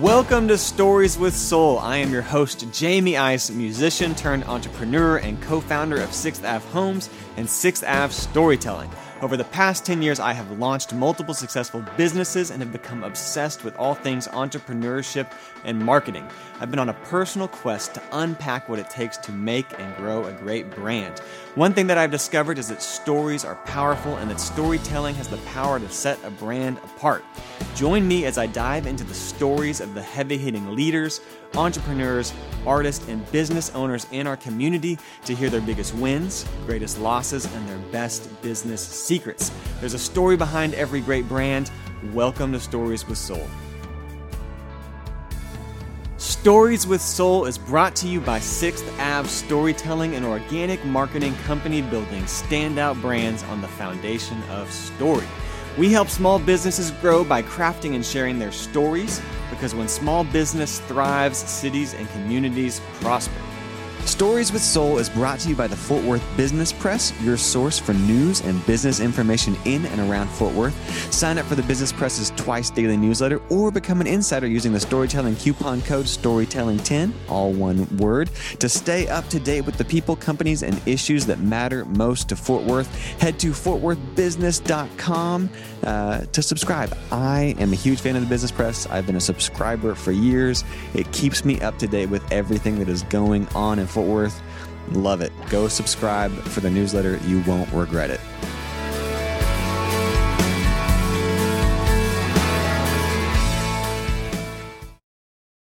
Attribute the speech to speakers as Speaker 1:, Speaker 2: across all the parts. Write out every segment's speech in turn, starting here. Speaker 1: Welcome to Stories with Soul. I am your host, Jamie Ice, musician turned entrepreneur and co founder of Sixth Ave Homes and Sixth Ave Storytelling. Over the past 10 years, I have launched multiple successful businesses and have become obsessed with all things entrepreneurship and marketing. I've been on a personal quest to unpack what it takes to make and grow a great brand. One thing that I've discovered is that stories are powerful and that storytelling has the power to set a brand apart. Join me as I dive into the stories of the heavy hitting leaders, entrepreneurs, artists, and business owners in our community to hear their biggest wins, greatest losses, and their best business secrets. There's a story behind every great brand. Welcome to Stories with Soul. Stories with Soul is brought to you by Sixth Ave Storytelling and Organic Marketing Company, building standout brands on the foundation of story. We help small businesses grow by crafting and sharing their stories because when small business thrives, cities and communities prosper. Stories with Soul is brought to you by the Fort Worth Business Press, your source for news and business information in and around Fort Worth. Sign up for the Business Press's twice daily newsletter or become an insider using the storytelling coupon code Storytelling10, all one word, to stay up to date with the people, companies, and issues that matter most to Fort Worth. Head to fortworthbusiness.com uh, to subscribe. I am a huge fan of the Business Press. I've been a subscriber for years. It keeps me up to date with everything that is going on in Fort Worth. Love it. Go subscribe for the newsletter. You won't regret it.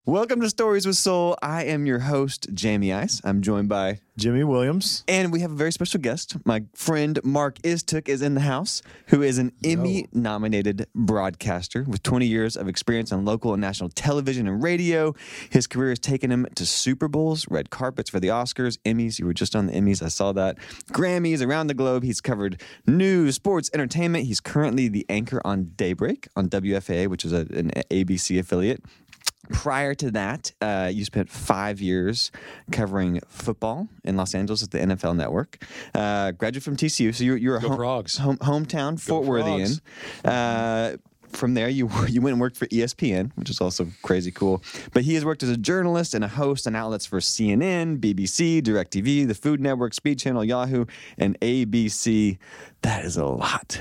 Speaker 1: Welcome to Stories with Soul. I am your host, Jamie Ice. I'm joined by,
Speaker 2: Jimmy Williams.
Speaker 1: and we have a very special guest. My friend Mark Istook is in the house, who is an Emmy nominated broadcaster with 20 years of experience on local and national television and radio. His career has taken him to Super Bowls, red carpets for the Oscars, Emmys. You were just on the Emmys. I saw that. Grammys around the globe. He's covered news, sports, entertainment. He's currently the anchor on Daybreak on WFAA, which is a, an ABC affiliate. Prior to that, uh, you spent five years covering football in Los Angeles at the NFL Network. Uh, graduate from TCU, so you're, you're a
Speaker 3: Go
Speaker 1: home,
Speaker 3: Frogs.
Speaker 1: home- hometown Fort Worthian.
Speaker 3: Frogs.
Speaker 1: Uh, from there, you you went and worked for E ESPN, which is also crazy cool. But he has worked as a journalist and a host on outlets for CNN, BBC, DirecTV, the Food Network, Speed Channel, Yahoo, and ABC. That is a lot.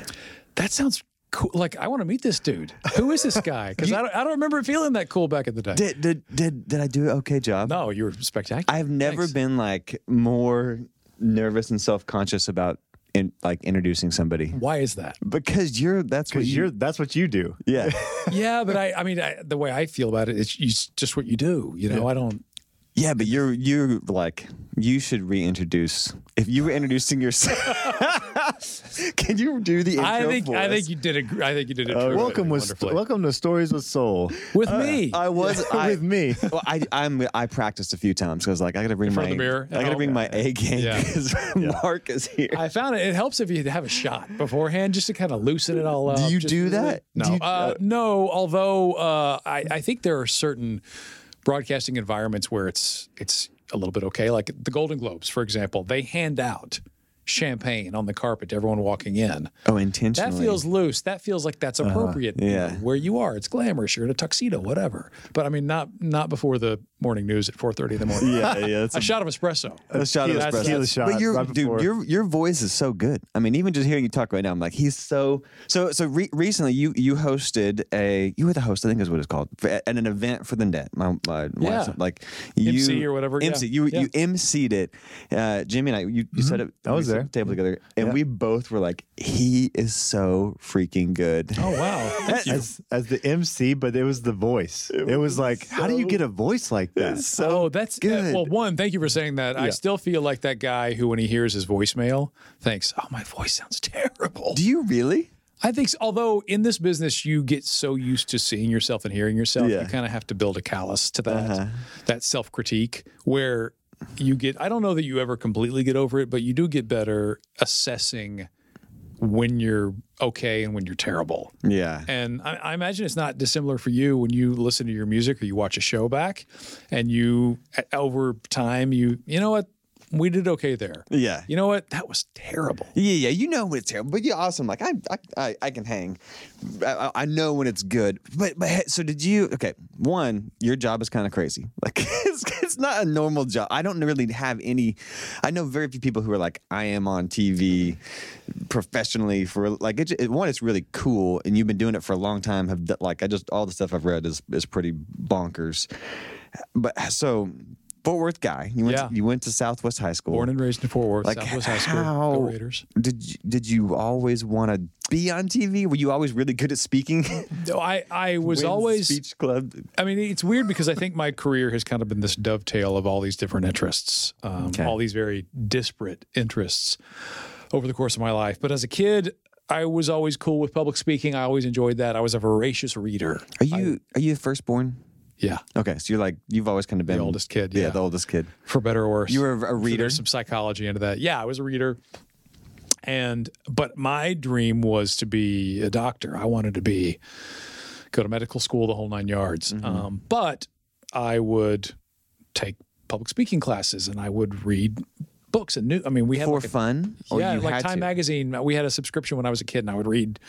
Speaker 3: That sounds cool. Like I want to meet this dude. Who is this guy? Because I, don't, I don't remember feeling that cool back in the day.
Speaker 1: Did did did, did I do an okay job?
Speaker 3: no, you were spectacular.
Speaker 1: I have never
Speaker 3: Thanks.
Speaker 1: been like more nervous and self conscious about in, like introducing somebody
Speaker 3: Why is that?
Speaker 1: because you're that's what
Speaker 2: Because
Speaker 1: you,
Speaker 2: you're that's what you do.
Speaker 1: yeah
Speaker 3: yeah, but I, I mean, I, the way I feel about it, it's, it's just what you do. You know, I don't.
Speaker 1: yeah but you're you're like you should reintroduce if you were introducing yourself can you do the intro
Speaker 3: I think,
Speaker 1: for
Speaker 3: I
Speaker 1: us?
Speaker 3: think you did a, gr- I think you did a terrific-
Speaker 2: Uh, Welcome with
Speaker 3: wonderfully.
Speaker 2: welcome to Stories with Soul.
Speaker 3: with me.
Speaker 1: I was I,
Speaker 2: With me.
Speaker 1: well, I I'm I practiced a few times because like I gotta bring
Speaker 3: front
Speaker 1: my
Speaker 3: of the mirror?
Speaker 1: I gotta
Speaker 3: Oh,
Speaker 1: bring my A game
Speaker 3: Yeah.
Speaker 1: because Mark is here.
Speaker 3: I found it. It helps if you have a shot beforehand, just to kind of loosen it all up.
Speaker 1: you
Speaker 3: Just-
Speaker 1: do that?
Speaker 3: No,
Speaker 1: Do you-
Speaker 3: uh, no. Although uh, I, I think there are certain broadcasting environments where it's it's a little bit okay. Like the Golden Globes, for example, they hand out champagne on the carpet to everyone walking in.
Speaker 1: oh, intentionally.
Speaker 3: That feels loose. That feels like that's appropriate. you
Speaker 1: Uh-huh. yeah.
Speaker 3: know, where you are, it's glamorous. You're in a tuxedo, whatever. But I mean, not not before the morning news at 4:30 in the morning.
Speaker 1: yeah, yeah. that's
Speaker 3: A shot of espresso.
Speaker 1: a shot of
Speaker 2: Tequila-
Speaker 1: espresso.
Speaker 2: tequila shot
Speaker 1: but your
Speaker 2: right
Speaker 1: dude,
Speaker 2: before.
Speaker 1: your your voice is so good. I mean, even just hearing you talk right now, I'm like, he's so so so. Re- recently, you you hosted a you were the host, I think is what it's called, for, at an event for the net. My, my wife's-
Speaker 3: Yeah.
Speaker 1: like you
Speaker 3: MC or whatever, yeah.
Speaker 1: MC you
Speaker 3: Yeah. Mm-hmm.
Speaker 1: you MC'd it. Uh, Jimmy and I, you, you set up.
Speaker 2: I
Speaker 1: we
Speaker 2: was
Speaker 1: set up the
Speaker 2: there.
Speaker 1: Table together, and we both were like, he is so freaking good.
Speaker 3: Oh wow. Thank you.
Speaker 2: As, as the MC, but it was the voice. It, was like, how do you get a voice like that?
Speaker 1: So
Speaker 3: oh, that's uh,
Speaker 1: good.
Speaker 3: well, one, thank you for saying that. I still feel like that guy who, when he hears his voicemail, thinks, "Oh, my voice sounds terrible."
Speaker 1: do you really?
Speaker 3: I think, so, although in this business you get so used to seeing yourself and hearing yourself,
Speaker 1: Yeah. Uh-huh.
Speaker 3: you kind of have to build a callus to that that self critique where you get. I don't know that you ever completely get over it, but you do get better assessing when you're okay and when you're terrible.
Speaker 1: Yeah.
Speaker 3: And I, I imagine it's not dissimilar for you when you listen to your music or e, you watch a show back, and you a- over time you you know what we did okay there.
Speaker 1: Yeah.
Speaker 3: You know what? That was terrible.
Speaker 1: Yeah, yeah, you know when it's terrible, but you're awesome. Like I, I, I, I can hang. I, I- I know when it's good. But, but hey, so did you? Okay, one, your job is kind of crazy. Like it's, it's not a normal job. I don't really have any. I know very few people who are like I am on TV professionally for like it, it- one. It's really cool, and you've been doing it for a long time. Have d- like I just all the stuff I've read is is pretty bonkers. But so. Fort Worth guy, you went,
Speaker 3: Yeah.
Speaker 1: to, you went to Southwest High School.
Speaker 3: Born and raised in Fort Worth,
Speaker 1: Like,
Speaker 3: Southwest High School.
Speaker 1: how-
Speaker 3: Go Raiders.
Speaker 1: Did you, did you always want to be on TV? Were you always really good at speaking?
Speaker 3: No, I, I was always
Speaker 1: speech club.
Speaker 3: I mean, it's weird because I think my career has kind of been this dovetail of all these different interests, um,
Speaker 1: Okay.
Speaker 3: all these very disparate interests over the course of my life. But as a kid, I was always cool with public speaking. I always enjoyed that. I was a voracious reader.
Speaker 1: Are you are you firstborn?
Speaker 3: Yeah,
Speaker 1: Okay, so you're like you've always kind of been the
Speaker 3: oldest kid, yeah.
Speaker 1: the oldest kid.
Speaker 3: for better or worse.
Speaker 1: You were a reader.
Speaker 3: There's some psychology into that. Yeah, I was a reader. And but my dream was to be a doctor. I wanted to be go to medical school, the whole nine yards.
Speaker 1: Mm-hmm.
Speaker 3: Um, but I would take public speaking classes and I would read books and new. I mean, we had
Speaker 1: for
Speaker 3: like a-
Speaker 1: fun. Or
Speaker 3: yeah,
Speaker 1: oh, you
Speaker 3: like
Speaker 1: had
Speaker 3: Time
Speaker 1: to?
Speaker 3: Magazine. We had a subscription when I was a kid, and I would read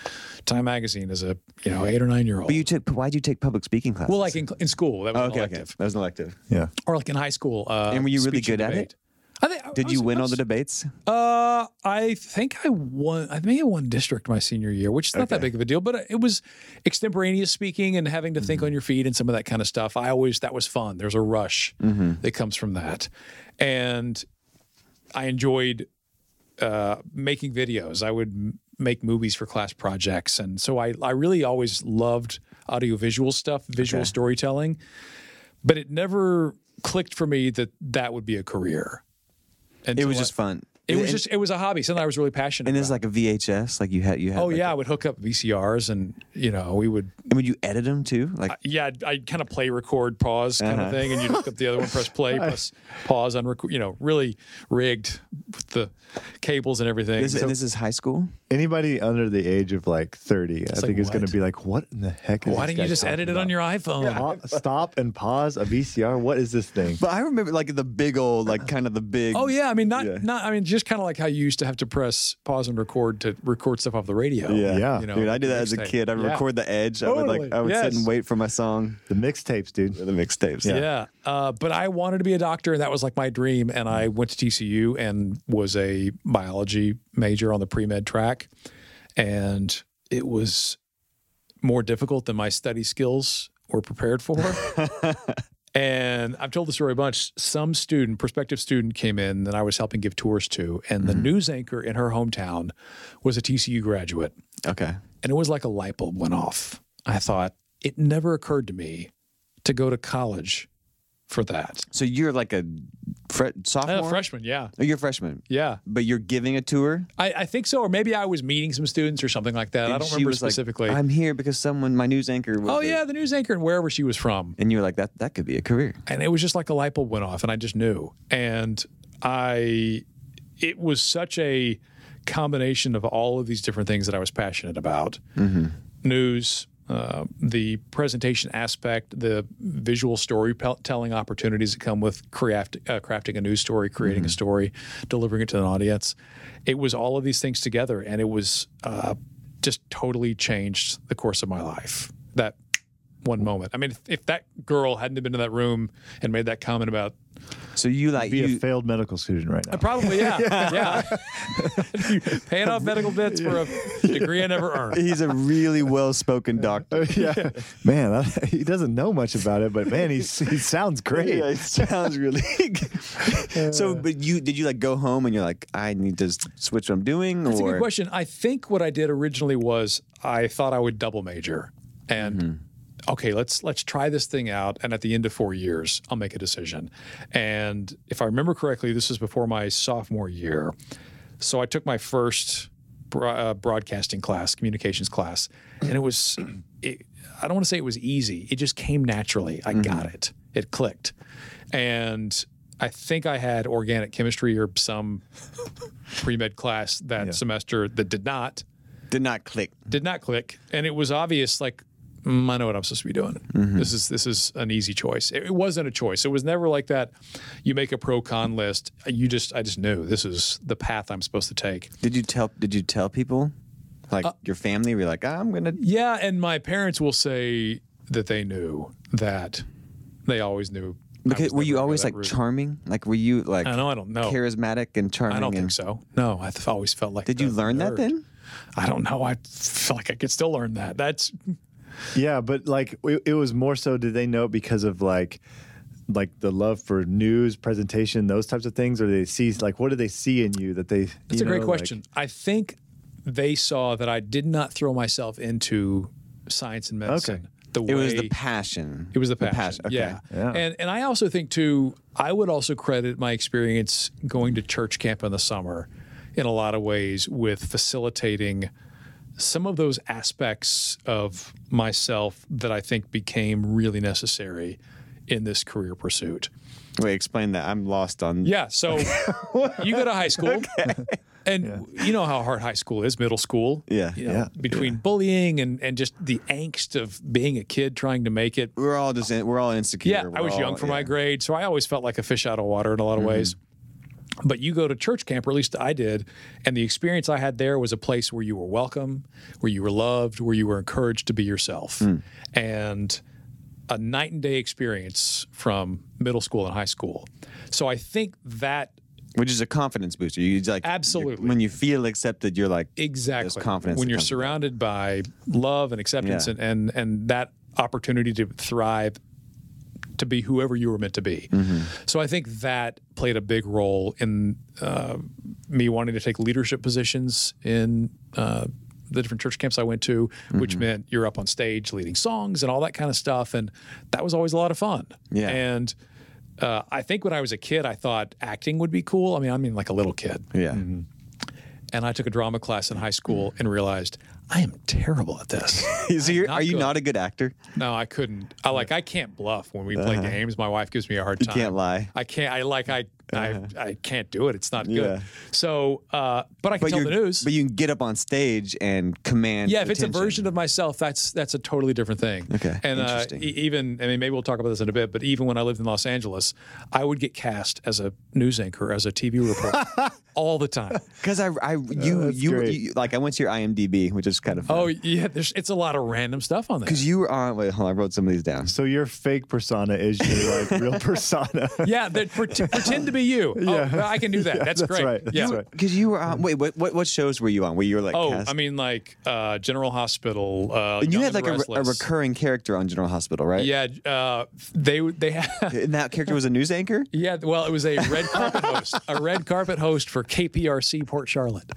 Speaker 3: Time Magazine as a you know eight or nine year old.
Speaker 1: But you took. Why would you take public speaking classes?
Speaker 3: well, like in, in school, that was
Speaker 1: Oh,
Speaker 3: an
Speaker 1: okay, okay,
Speaker 3: elective,
Speaker 1: that was an elective.
Speaker 2: Yeah.
Speaker 3: or like in high school. Uh,
Speaker 1: And were you really
Speaker 3: speech and
Speaker 1: good at it?
Speaker 3: debate. I think, I
Speaker 1: Did
Speaker 3: was-
Speaker 1: you win
Speaker 3: I
Speaker 1: all
Speaker 3: was-
Speaker 1: the debates?
Speaker 3: Uh, I think I won. I think I won district my senior year, which is not that
Speaker 1: Okay.
Speaker 3: big of a deal, but it was extemporaneous speaking and having to
Speaker 1: Mm-hmm.
Speaker 3: think on your feet and some of that kind of stuff. I always that was fun. There's a rush
Speaker 1: Mm-hmm.
Speaker 3: that comes from that, and I enjoyed uh, making videos. I would m- make movies for class projects, and so I I really always loved audiovisual stuff, visual storytelling, but it never clicked for me that that would be a career.
Speaker 1: It
Speaker 3: Until
Speaker 1: was
Speaker 3: I-
Speaker 1: just fun.
Speaker 3: it was
Speaker 1: And-
Speaker 3: just it was a hobby, something I was really passionate
Speaker 1: And
Speaker 3: about.
Speaker 1: it's like a VHS. Like you had you had.
Speaker 3: oh
Speaker 1: like-
Speaker 3: yeah, I would hook up VCRs, and you know we would
Speaker 1: And would you edit them too? Like
Speaker 3: yeah I'd, I'd kind of play record pause kind
Speaker 1: Uh-huh.
Speaker 3: of thing, and you would hook up the other one, press play, press pause, unrecord. You know, really rigged with the cables and everything.
Speaker 1: this,
Speaker 3: So-
Speaker 1: this is high school.
Speaker 2: Anybody under the age of like 30, I think
Speaker 3: like,
Speaker 2: is going
Speaker 3: what?
Speaker 2: to be like, what in the heck is
Speaker 3: why
Speaker 2: this
Speaker 3: didn't you
Speaker 2: guy
Speaker 3: just edit it
Speaker 2: talking
Speaker 3: on your iPhone?
Speaker 2: about? Pa- Stop and pause a VCR. What is this thing?
Speaker 1: But I remember like the big old like kind of the big.
Speaker 3: Oh yeah, I mean not
Speaker 1: Yeah.
Speaker 3: not I mean just kind of like how you used to have to press pause and record to record stuff off the radio.
Speaker 1: Yeah.
Speaker 2: Yeah.
Speaker 3: You know,
Speaker 1: Dude, I did that as a
Speaker 3: mixtape.
Speaker 1: kid. I would
Speaker 3: Yeah.
Speaker 1: record the edge. I would like
Speaker 3: Totally.
Speaker 1: I would sit
Speaker 3: Yes.
Speaker 1: and wait for my song.
Speaker 2: The mixtapes, dude.
Speaker 1: The mixtapes.
Speaker 3: Yeah. Uh, but I wanted to be a doctor, and that was like my dream. And I went to TCU and was a biology major on the pre med track. And it was more difficult than my study skills were prepared for. and I've told the story a bunch. Some student, prospective student, came in that I was helping give tours to, and the news anchor in her hometown was a TCU graduate.
Speaker 1: Okay.
Speaker 3: And it was like a light bulb went off. I thought, it never occurred to me to go to college for that.
Speaker 1: So you're like a fre-
Speaker 3: Uh,
Speaker 1: sophomore.
Speaker 3: freshman, yeah.
Speaker 1: Oh, you're a freshman,
Speaker 3: Yeah.
Speaker 1: but you're giving a tour.
Speaker 3: I, I think so. Or maybe I was meeting some students or something like that. I
Speaker 1: And
Speaker 3: don't
Speaker 1: she
Speaker 3: remember
Speaker 1: was like,
Speaker 3: specifically.
Speaker 1: I'm here because someone, my news anchor. Was
Speaker 3: oh,
Speaker 1: a-"
Speaker 3: yeah, the news anchor and wherever she was from.
Speaker 1: And you were like, that that could be a career.
Speaker 3: and it was just like a light bulb went off and i just knew and i it was such a combination of all of these different things that i was passionate about news uh, the presentation aspect, the visual storytelling opportunities that come with craft, uh, crafting a news story, creating a story, delivering it to an audience. It was all of these things together, and it was uh, just totally changed the course of my life. That one moment. I mean, if, if that girl hadn't been in that room and made that comment about
Speaker 1: So you like
Speaker 2: Be
Speaker 1: you.
Speaker 2: a failed medical student right now.
Speaker 3: probably, yeah, yeah, paying off medical debts for a degree I never earned.
Speaker 1: he's a really well-spoken doctor.
Speaker 2: yeah. Man, I, he doesn't know much about it, but man, he's, he sounds great.
Speaker 1: Yeah, it sounds really. good. so, but you did you like go home and you're like, I need to s- switch what I'm doing,
Speaker 3: That's a
Speaker 1: or
Speaker 3: good question. I think what I did originally was I thought I would double major, and okay, let's let's try this thing out. And at the end of four years, I'll make a decision. And if I remember correctly, this was before my sophomore year, so I took my first bro- uh, broadcasting class, communications class, and it was. It, I don't want to say it was easy. It just came naturally. I got it. It clicked, and I think I had organic chemistry or some pre med class that semester that did not
Speaker 1: did not click.
Speaker 3: did not click, and it was obvious. Like mm, I know what I'm supposed to be doing.
Speaker 1: Mm-hmm.
Speaker 3: This is this is an easy choice. It, it wasn't a choice. It was never like that. You make a pro con list. You just I just knew this is the path I'm supposed to take.
Speaker 1: Did you tell? Did you tell people? Like
Speaker 3: Uh,
Speaker 1: your family, were you like, I'm gonna.
Speaker 3: Yeah, and my parents will say that they knew that they always knew. I
Speaker 1: Because
Speaker 3: was
Speaker 1: were
Speaker 3: never
Speaker 1: you
Speaker 3: gonna go
Speaker 1: always
Speaker 3: that
Speaker 1: like
Speaker 3: route.
Speaker 1: charming? Like were you like
Speaker 3: I know I don't know.
Speaker 1: charismatic and charming?
Speaker 3: I don't
Speaker 1: and-
Speaker 3: think so. No, I th- always felt like.
Speaker 1: Did you
Speaker 3: the
Speaker 1: learn that
Speaker 3: nerd.
Speaker 1: then?
Speaker 3: I don't know. I feel like I could still learn that. That's
Speaker 2: Yeah, but like it, it was more so. Did they know it because of like, like the love for news presentation, those types of things, or they see like what do they see in you that they?
Speaker 3: that's a great question. I think they saw that I did not throw myself into science and medicine. The way
Speaker 1: It was the passion.
Speaker 3: It was the passion.
Speaker 1: Okay.
Speaker 3: Yeah.
Speaker 2: Yeah.
Speaker 3: And and I also think too, I would also credit my experience going to church camp in the summer in a lot of ways with facilitating some of those aspects of myself that I think became really necessary in this career pursuit.
Speaker 1: Wait, explain that. I'm lost on.
Speaker 3: Yeah. So you go to high school. And you know how hard high school is, middle school.
Speaker 1: Yeah,
Speaker 3: You know,
Speaker 2: yeah,
Speaker 3: Between bullying and, and just the angst of being a kid trying to make it.
Speaker 1: We're all just in, we're all insecure.
Speaker 3: Yeah, I
Speaker 1: We're
Speaker 3: was
Speaker 1: all-
Speaker 3: young for
Speaker 1: yeah.
Speaker 3: my grade, so I always felt like a fish out of water in a lot of ways. But you go to church camp, or at least I did, and the experience I had there was a place where you were welcome, where you were loved, where you were encouraged to be yourself, and a night and day experience from middle school and high school. So I think that
Speaker 1: which is a confidence booster. You just, like you're-
Speaker 3: Absolutely.
Speaker 1: when you feel accepted, you're like
Speaker 3: exactly
Speaker 1: confidence
Speaker 3: when
Speaker 1: that
Speaker 3: you're
Speaker 1: comes with that.
Speaker 3: surrounded by love and acceptance
Speaker 1: Yeah.
Speaker 3: and, and and that opportunity to thrive to be whoever you were meant to be
Speaker 1: Mm-hmm.
Speaker 3: so i think that played a big role in uh, me wanting to take leadership positions in uh, the different church camps i went to which
Speaker 1: Mm-hmm.
Speaker 3: meant you're up on stage leading songs and all that kind of stuff and that was always a lot of fun
Speaker 1: Yeah.
Speaker 3: and uh, i think when i was a kid i thought acting would be cool i mean i mean like a little kid
Speaker 1: yeah.
Speaker 3: Mm-hmm. and I took a drama class in high school
Speaker 1: Mm.
Speaker 3: and realized I am terrible at this.
Speaker 1: So you're,
Speaker 3: not
Speaker 1: are you
Speaker 3: good.
Speaker 1: not a good actor?
Speaker 3: no, I couldn't. I like I can't bluff when we play games. My wife gives me a hard time.
Speaker 1: Uh-huh. Can't lie. Uh-huh.
Speaker 3: I can't. I like I I, I can't do it. It's not good.
Speaker 1: Yeah.
Speaker 3: So, uh, but I can
Speaker 1: But
Speaker 3: tell
Speaker 1: you
Speaker 3: the news.
Speaker 1: but you can get up on stage and command.
Speaker 3: yeah, if it's a
Speaker 1: attention.
Speaker 3: version of myself, that's that's a totally different thing.
Speaker 1: Okay,
Speaker 3: and uh,
Speaker 1: interesting.
Speaker 3: e- even I mean, maybe we'll talk about this in a bit. But even when I lived in Los Angeles, I would get cast as a news anchor, as a TV reporter, all the time.
Speaker 1: Because I, I, you,
Speaker 2: that's
Speaker 1: you,
Speaker 2: great.
Speaker 1: you, like I went to your IMDb, which is kind of
Speaker 3: Oh
Speaker 1: fun.
Speaker 3: yeah, there's it's a lot of random stuff on there.
Speaker 1: because you were on. Wait, hold on, I wrote some of these down.
Speaker 2: So your fake persona is your like real persona.
Speaker 3: Yeah, that pret- pretend to be you.
Speaker 2: Yeah.
Speaker 3: Oh, I can do that. That's,
Speaker 2: that's
Speaker 3: great.
Speaker 2: right.
Speaker 3: Yeah.
Speaker 2: That's right.
Speaker 1: Because Oh, you were on. Wait, what, what, what shows were you on? Where you were like,
Speaker 3: Oh,
Speaker 1: cast?
Speaker 3: I mean, like uh, General Hospital. Uh,
Speaker 1: and you had
Speaker 3: Young
Speaker 1: like a,
Speaker 3: and
Speaker 1: a
Speaker 3: Restless.
Speaker 1: recurring character on General Hospital, right?
Speaker 3: Yeah, uh, they they had.
Speaker 1: And that character was a news anchor.
Speaker 3: Yeah, well, it was a red carpet host, a red carpet host for KPRC Port Charlotte.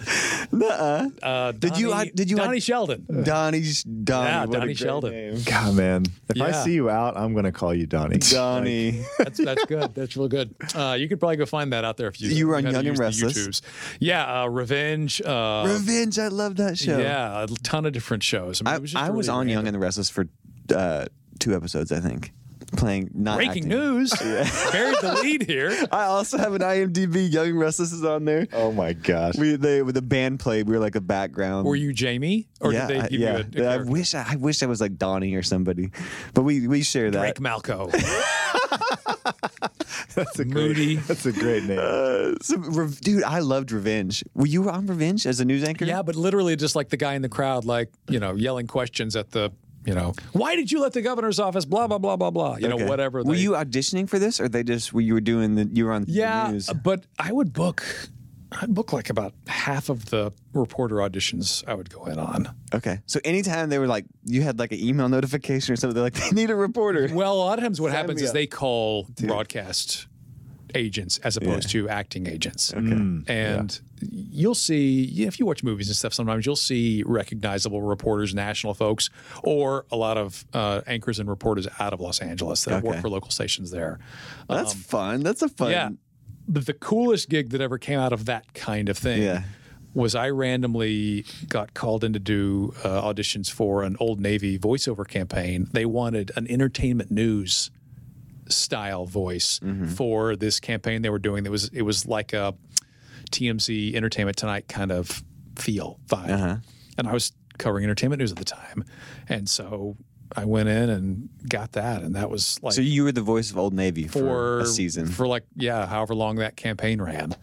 Speaker 3: Uh,
Speaker 1: Did you-
Speaker 3: Donnie-
Speaker 1: I- did you- I-
Speaker 3: Donnie Sheldon?
Speaker 1: Donnie, Donnie,
Speaker 3: yeah,
Speaker 1: what a
Speaker 3: Donnie
Speaker 1: great
Speaker 3: Sheldon.
Speaker 1: name.
Speaker 2: God, man, if I
Speaker 3: Yeah.
Speaker 2: see you out, I'm gonna call you Donnie.
Speaker 1: Donnie.
Speaker 3: That's that's good. That's real good. Uh, you could probably go find that out there if you.
Speaker 1: You were on
Speaker 3: had to
Speaker 1: Young and
Speaker 3: use the
Speaker 1: Restless.
Speaker 3: YouTubes. Yeah, uh, Revenge. Uh,
Speaker 1: Revenge. I love that show.
Speaker 3: Yeah, a ton of different shows. I, mean,
Speaker 1: I,
Speaker 3: it was, just
Speaker 1: I was
Speaker 3: really
Speaker 1: on
Speaker 3: random.
Speaker 1: Young and the Restless for uh, two episodes, I think, playing not
Speaker 3: Breaking
Speaker 1: acting.
Speaker 3: news. Buried the lead here.
Speaker 1: I also have an IMDb. Young and Restless is on there.
Speaker 2: Oh my gosh.
Speaker 1: We they with the band played. We were like a background.
Speaker 3: Were you Jamie, or
Speaker 1: yeah,
Speaker 3: did they
Speaker 1: I-
Speaker 3: give
Speaker 1: yeah.
Speaker 3: you a, a
Speaker 1: I
Speaker 3: character?
Speaker 1: wish I, I wish I was like Donnie or somebody, but we we share that.
Speaker 3: Drake Malco?
Speaker 2: that's a
Speaker 3: Moody.
Speaker 2: Great, that's a great name.
Speaker 1: Uh, so, Re- dude, I loved Revenge. Were you on Revenge as a news anchor?
Speaker 3: yeah, but literally just like the guy in the crowd, like you know, yelling questions at the you know, why did you let the governor's office? Blah blah blah blah blah. You know,
Speaker 1: Okay.
Speaker 3: whatever.
Speaker 1: Were
Speaker 3: they-
Speaker 1: you auditioning for this, or they just were you were doing the you were on the
Speaker 3: Yeah, uh,
Speaker 1: news?
Speaker 3: but I would book. I'd book like about half of the reporter auditions I would go in on.
Speaker 1: Okay, so anytime they were like you had like an email notification or something, they're like they need a reporter.
Speaker 3: Well, a lot of times what happens
Speaker 1: me
Speaker 3: is
Speaker 1: up.
Speaker 3: they call broadcast agents as opposed to acting agents. Okay.
Speaker 1: Mm.
Speaker 3: And you'll see yeah, if you watch movies and stuff sometimes you'll see recognizable reporters, national folks, or a lot of uh, anchors and reporters out of Los Angeles that work
Speaker 1: Okay.
Speaker 3: for local stations there.
Speaker 1: That's fun. That's a fun.
Speaker 3: um, Yeah. But the coolest gig that ever came out of that kind of thing
Speaker 1: Yeah.
Speaker 3: was I randomly got called in to do uh, auditions for an Old Navy voiceover campaign. They wanted an entertainment news style voice for this campaign they were doing. That was it was like a TMZ Entertainment Tonight kind
Speaker 1: Uh-huh.
Speaker 3: of feel vibe, and I was covering entertainment news at the time, and so I went in and got that, and that was like
Speaker 1: So you were the voice of Old Navy for,
Speaker 3: for
Speaker 1: a season.
Speaker 3: for like yeah, however long that campaign ran.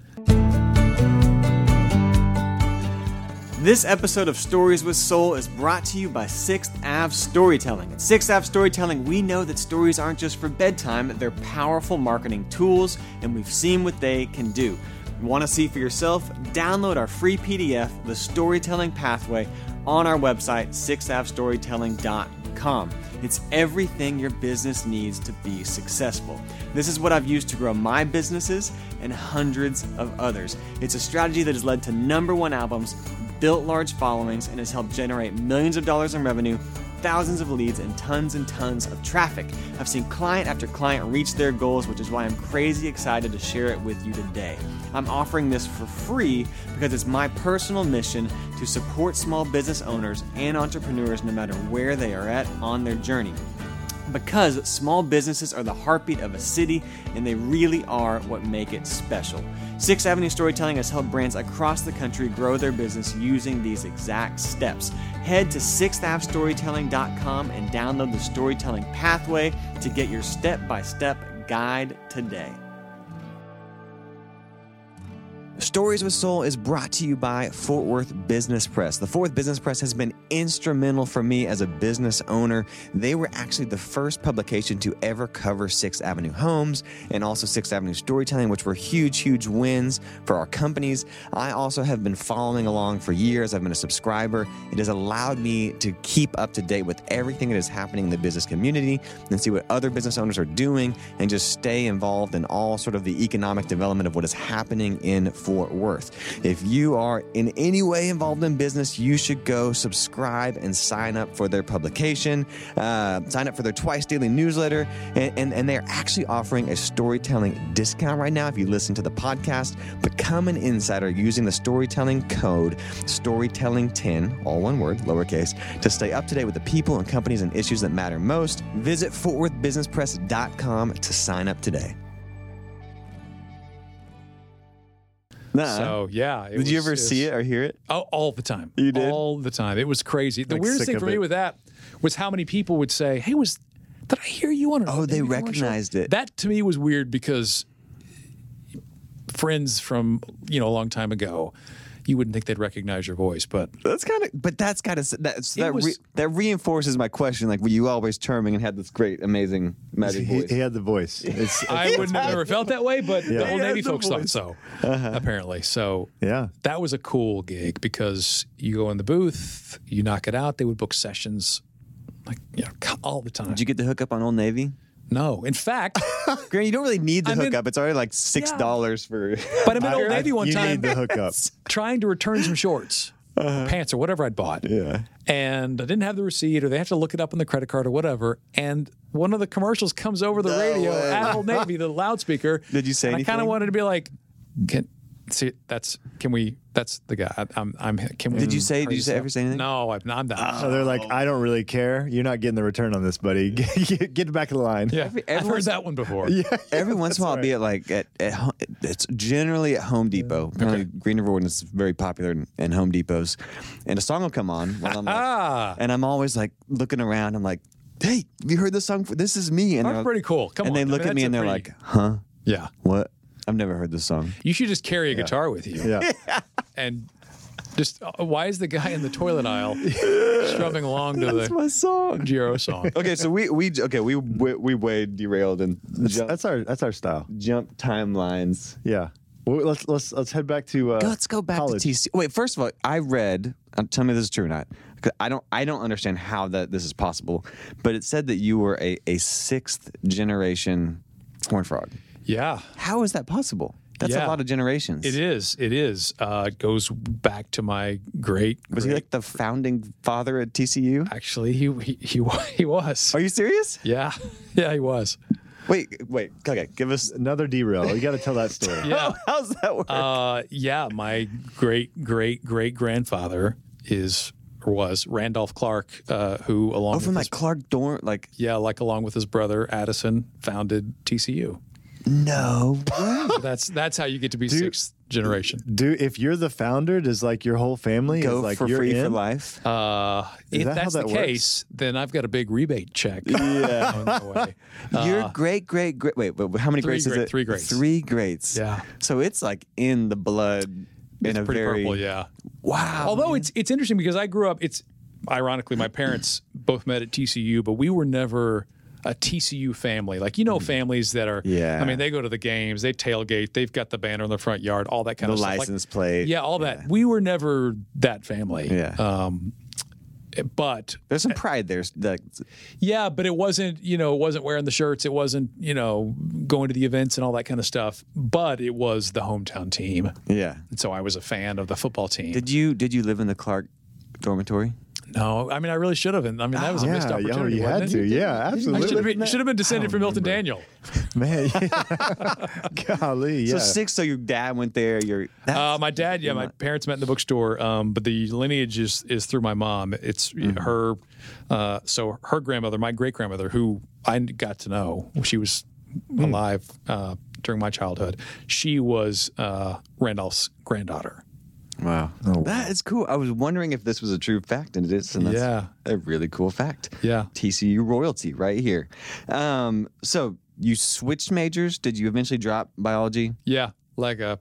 Speaker 1: This episode of Stories with Soul is brought to you by 6th Ave Storytelling. At 6th Ave Storytelling, we know that stories aren't just for bedtime, they're powerful marketing tools, and we've seen what they can do. Want to see for yourself? Download our free PDF, The Storytelling Pathway, on our website, 6avstorytelling.com. It's everything your business needs to be successful. This is what I've used to grow my businesses and hundreds of others. It's a strategy that has led to number one albums, built large followings, and has helped generate millions of dollars in revenue, thousands of leads, and tons and tons of traffic. I've seen client after client reach their goals, which is why I'm crazy excited to share it with you today. I'm offering this for free because it's my personal mission to support small business owners and entrepreneurs no matter where they are at on their journey. Because small businesses are the heartbeat of a city and they really are what make it special. Sixth Avenue Storytelling has helped brands across the country grow their business using these exact steps. Head to 6thAvStorytelling.com and download the Storytelling Pathway to get your step by step guide today. Stories with Soul is brought to you by Fort Worth Business Press. The Fort Worth Business Press has been instrumental for me as a business owner. They were actually the first publication to ever cover Sixth Avenue homes and also Sixth Avenue storytelling, which were huge, huge wins for our companies. I also have been following along for years. I've been a subscriber. It has allowed me to keep up to date with everything that is happening in the business community and see what other business owners are doing and just stay involved in all sort of the economic development of what is happening in Fort Worth. If you are in any way involved in business, you should go subscribe and sign up for their publication, uh, sign up for their twice daily newsletter, and, and, and they're actually offering a storytelling discount right now. If you listen to the podcast, become an insider using the storytelling code storytelling10, all one word, lowercase, to stay up to date with the people and companies and issues that matter most. Visit fortworthbusinesspress.com to sign up today. Nah.
Speaker 3: So yeah, it
Speaker 1: Did you
Speaker 3: was-
Speaker 1: ever
Speaker 3: was-
Speaker 1: see it or hear it?
Speaker 3: Oh, all the time.
Speaker 1: You did?
Speaker 3: all the time. It was crazy. The
Speaker 2: Like,
Speaker 3: weirdest
Speaker 2: sick
Speaker 3: thing
Speaker 2: of
Speaker 3: for me
Speaker 2: it.
Speaker 3: with that was how many people would say, "Hey, was did I hear you on?" an
Speaker 1: Oh,
Speaker 3: Old
Speaker 1: they
Speaker 3: Navy commercial?"
Speaker 1: recognized it.
Speaker 3: That to me was weird because friends from you know a long time ago, you wouldn't think they'd recognize your voice, but
Speaker 1: That's kind of, but that's kind of that's that
Speaker 3: was-
Speaker 1: re, that reinforces my question. Like, were you always charming and had this great, amazing magic
Speaker 2: He,
Speaker 1: voice?
Speaker 2: he had the voice. It's,
Speaker 3: I wouldn't have ever felt that way. But the
Speaker 2: Yeah.
Speaker 3: old
Speaker 2: Yeah,
Speaker 3: Navy
Speaker 2: the
Speaker 3: folks thought
Speaker 2: voice.
Speaker 3: so,
Speaker 1: Uh-huh.
Speaker 3: apparently. So
Speaker 2: yeah.
Speaker 3: that was a cool gig because you go in the booth, you knock it out. They would book sessions like you know co- all the time.
Speaker 1: Did you get the hookup on Old Navy?
Speaker 3: no, in fact.
Speaker 1: Grant, you don't really need the
Speaker 3: I'm in-
Speaker 1: hookup. it's already like six dollars for.
Speaker 3: But I'm in Old Navy one
Speaker 2: you
Speaker 3: time
Speaker 2: need the hookup.
Speaker 3: trying to return some shorts,
Speaker 1: Uh-huh.
Speaker 3: pants, or whatever I'd bought.
Speaker 2: yeah.
Speaker 3: And I didn't have the receipt, or they have to look it up on the credit card or whatever. And one of the commercials comes over the radio
Speaker 1: way.
Speaker 3: at Old Navy, the loudspeaker.
Speaker 1: Did you say
Speaker 3: and I kind of
Speaker 1: anything?
Speaker 3: wanted to be like, can see that's can we? That's the guy. I, I'm. I'm. Can we?
Speaker 1: Did you say- did
Speaker 3: hurry
Speaker 1: you say-
Speaker 3: this
Speaker 1: ever
Speaker 3: up?
Speaker 1: say anything? Ah.
Speaker 3: No, I'm not. I'm not.
Speaker 2: So they're
Speaker 3: Oh.
Speaker 2: like, I don't really care. You're not getting the return on this, buddy. get, get back in line.
Speaker 3: yeah, I've
Speaker 1: everyone's-
Speaker 3: heard that one before.
Speaker 1: Every once in a while, I'll be at like at, at home, it's generally at Home Depot. Apparently, Green River Ordinance is very popular in, in Home Depots, and a song will come on while I'm
Speaker 3: Ah.
Speaker 1: like, and I'm always like looking around. I'm like, hey, you heard this song? This is me. And
Speaker 3: That's
Speaker 1: they're-
Speaker 3: pretty cool. Come
Speaker 1: and
Speaker 3: on.
Speaker 1: they
Speaker 3: I mean,
Speaker 1: look at me
Speaker 3: that's a
Speaker 1: and they're
Speaker 3: pretty-
Speaker 1: like, huh?
Speaker 3: Yeah,
Speaker 1: What? I've never heard this song.
Speaker 3: you should just carry a guitar with you.
Speaker 2: Yeah.
Speaker 3: and just uh, why is the guy in the toilet aisle strumming along to the
Speaker 1: song.
Speaker 3: Giro song?
Speaker 1: Okay, so we we okay we we, we way derailed and jump,
Speaker 2: That's our that's our style.
Speaker 1: jump timelines.
Speaker 2: Yeah. Well, let's let's let's head back to uh,
Speaker 1: Go- let's go back
Speaker 2: college.
Speaker 1: to TC. Wait, first of all, I read. Um, tell me if this is true or not. 'cause I don't. I don't understand how that this is possible. But it said that you were a, a sixth generation horn frog.
Speaker 3: Yeah,
Speaker 1: How is that possible? That's a
Speaker 3: Yeah.
Speaker 1: lot of generations.
Speaker 3: it is. It is. Uh, it goes back to my great.
Speaker 1: Was he
Speaker 3: great-
Speaker 1: like the founding father at TCU?
Speaker 3: Actually, he he he, wa- he was.
Speaker 1: Are you serious?
Speaker 3: Yeah, yeah, he was.
Speaker 1: Wait, wait. Okay, give us.
Speaker 2: Another derail. You got to tell that story.
Speaker 3: Yeah.
Speaker 1: How's that work?
Speaker 3: Uh, yeah, my great great great grandfather is or was Randolph Clark, uh, who along
Speaker 1: oh,
Speaker 3: with
Speaker 1: from
Speaker 3: his,
Speaker 1: like Clark Dorn. Like
Speaker 3: yeah, like along with his brother Addison, founded TCU.
Speaker 1: no. way.
Speaker 3: That's that's how you get to be sixth generation.
Speaker 2: Do if you're the founder, does like your whole family
Speaker 1: Go
Speaker 2: is like
Speaker 1: for
Speaker 2: you're
Speaker 1: free
Speaker 2: in?
Speaker 1: for life.
Speaker 3: Uh,
Speaker 2: Is
Speaker 3: if
Speaker 2: that how
Speaker 3: that's
Speaker 2: that
Speaker 3: the
Speaker 2: works?
Speaker 3: case, then I've got a big rebate check.
Speaker 1: Yeah.
Speaker 3: on the way.
Speaker 1: Your great, great, great. Wait, but how many
Speaker 3: Uh-huh. Three
Speaker 1: grades is
Speaker 3: gra-
Speaker 1: it?
Speaker 3: three grades.
Speaker 1: Three grades.
Speaker 3: Yeah.
Speaker 1: So it's like in the blood. in
Speaker 3: It's
Speaker 1: a
Speaker 3: pretty
Speaker 1: very
Speaker 3: purple, yeah.
Speaker 1: wow.
Speaker 3: Although it's it's interesting because I grew up. It's ironically my parents both met at TCU, but we were never a TCU family. Like you know, families that are.
Speaker 1: Mm-hmm. Yeah.
Speaker 3: I mean, they go to the games, they tailgate, they've got the banner in their front yard, all that kind
Speaker 1: the
Speaker 3: of stuff. Like,
Speaker 1: license plate.
Speaker 3: yeah, all that. We were never that family.
Speaker 1: Yeah.
Speaker 3: Um, but
Speaker 1: There's some pride there. Like,
Speaker 3: yeah, but it wasn't, you know, it wasn't wearing the shirts. It wasn't, you know, going to the events and all that kind of stuff. But it was the hometown team.
Speaker 1: yeah.
Speaker 3: And so I was a fan of the football team.
Speaker 1: Did you did you live in the Clark dormitory?
Speaker 3: no, I mean, I really should have. And I mean, that was a missed
Speaker 2: Ah, Yeah, yeah,
Speaker 3: opportunity.
Speaker 2: you had
Speaker 3: wasn't
Speaker 2: to.
Speaker 3: it?
Speaker 2: Yeah,
Speaker 3: I should have,
Speaker 2: absolutely.
Speaker 3: been, should have
Speaker 2: Oh,
Speaker 3: been descended from Milton Daniel.
Speaker 2: Man, yeah. golly, yeah.
Speaker 1: So six. So your dad went there. Your that's,
Speaker 3: Uh, my dad, yeah, my parents met in the bookstore, um, but the lineage is is through my mom. It's
Speaker 2: Mm-hmm.
Speaker 3: her, uh, so her grandmother, my great grandmother, who I got to know, she was
Speaker 2: Hmm.
Speaker 3: alive uh, during my childhood. She was uh, Randolph's granddaughter.
Speaker 1: wow. That is cool. I was wondering if this was a true fact, and it is. And that's
Speaker 3: Yeah.
Speaker 1: a really cool fact.
Speaker 3: Yeah.
Speaker 1: TCU royalty right here. Um, so you switched majors. Did you eventually drop biology?
Speaker 3: Yeah, like a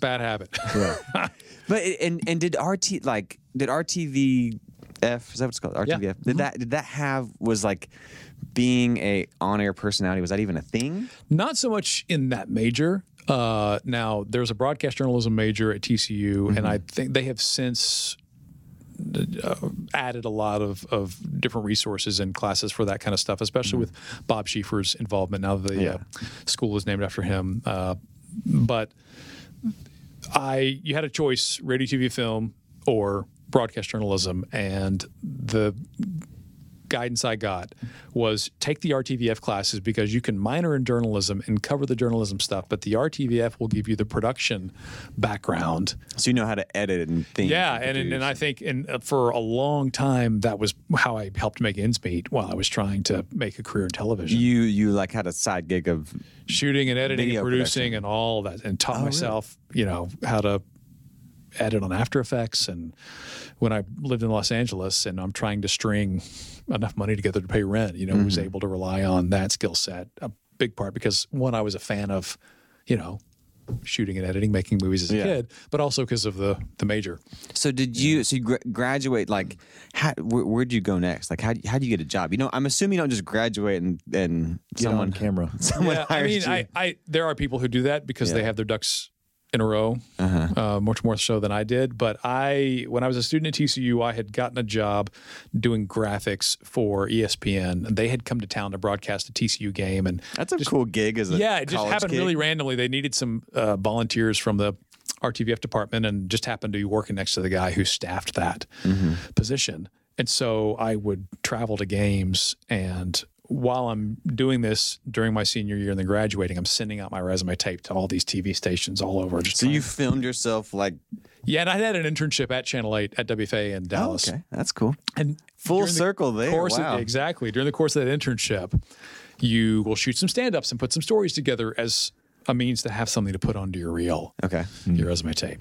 Speaker 3: bad habit.
Speaker 1: But and and did RT like did RTV F is that what it's called? RTVF. Did that did that have was like being a on air personality, was that even a thing?
Speaker 3: Not so much in that major. Uh, now there's a broadcast journalism major at TCU, and I think they have since uh, added a lot of, of different resources and classes for that kind of stuff, especially with Bob Schieffer's involvement. Now that the uh, school is named after him, uh, but I you had a choice: radio, TV, film, or broadcast journalism, and the guidance I got was take the RTVF classes because you can minor in journalism and cover the journalism stuff, but the RTVF will give you the production background.
Speaker 1: So you know how to edit and think.
Speaker 3: Yeah, and and, and I think and uh, for a long time that was how I helped make ends meet while I was trying to make a career in television,
Speaker 1: you you like had a side gig of
Speaker 3: shooting and editing
Speaker 1: Video
Speaker 3: and producing
Speaker 1: production. Oh,
Speaker 3: and all that, and taught myself you know how to edit on After Effects. And when I lived in Los Angeles, and I'm trying to string enough money together to pay rent, you know, was
Speaker 1: Mm-hmm.
Speaker 3: able to rely on that skill set a big part because one, I was a fan of, you know. Shooting and editing, making movies as a
Speaker 1: Yeah.
Speaker 3: kid, but also because of the the major.
Speaker 1: So did you? So you gra- graduate like? How, where, where'd you go next? Like how? do- How do you get a job? You know, I'm assuming you don't just graduate and and
Speaker 2: Get on
Speaker 1: someone
Speaker 2: camera.
Speaker 1: someone
Speaker 3: yeah, I
Speaker 1: hires
Speaker 3: mean,
Speaker 1: you.
Speaker 3: I, I there are people who do that because they have their ducks in a row,
Speaker 1: Uh-huh.
Speaker 3: uh, much more so than I did. But I, when I was a student at TCU, I had gotten a job doing graphics for E ESPN. And They had come to town to broadcast a TCU game, and
Speaker 1: That's a cool gig as a
Speaker 3: yeah, it just
Speaker 1: college
Speaker 3: happened
Speaker 1: kid.
Speaker 3: really randomly. They needed some uh, volunteers from the RTVF department and just happened to be working next to the guy who staffed that
Speaker 1: Mm-hmm.
Speaker 3: position. And so I would travel to games and while I'm doing this during my senior year and then graduating, I'm sending out my resume tape to all these TV stations all over. Just
Speaker 1: So
Speaker 3: trying-
Speaker 1: you filmed yourself like
Speaker 3: yeah, and I had an internship at Channel 8 at WFA in
Speaker 1: oh,
Speaker 3: Dallas.
Speaker 1: okay, that's cool.
Speaker 3: And
Speaker 1: Full
Speaker 3: during the
Speaker 1: circle there.
Speaker 3: course of-
Speaker 1: wow.
Speaker 3: exactly during the course of that internship you will shoot some stand-ups and put some stories together as a means to have something to put onto your reel
Speaker 1: okay.
Speaker 3: your resume tape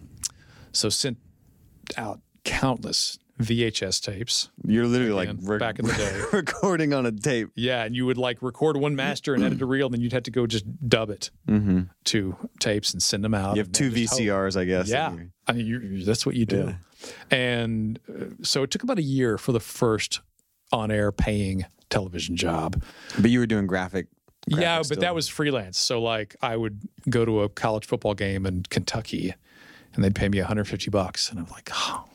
Speaker 3: so sent out countless vhs tapes
Speaker 1: You're literally like
Speaker 3: Again,
Speaker 1: re-
Speaker 3: back in the day.
Speaker 1: recording on a tape.
Speaker 3: yeah and you would like record one master and edit a reel then you'd have to go just dub it to tapes and send them out
Speaker 1: Mm-hmm. You have
Speaker 3: and then
Speaker 1: two
Speaker 3: just Oh, hope.
Speaker 1: VCRs, I guess.
Speaker 3: Yeah, I mean, you- you, that's what you do. And uh, so it took about a year for the first on-air paying television job.
Speaker 1: But you were doing graphic.
Speaker 3: yeah, but
Speaker 1: graphics
Speaker 3: that
Speaker 1: still.
Speaker 3: was freelance. So like, I would go to a college football game in Kentucky, and they'd pay me 150 bucks, and I'm like, oh,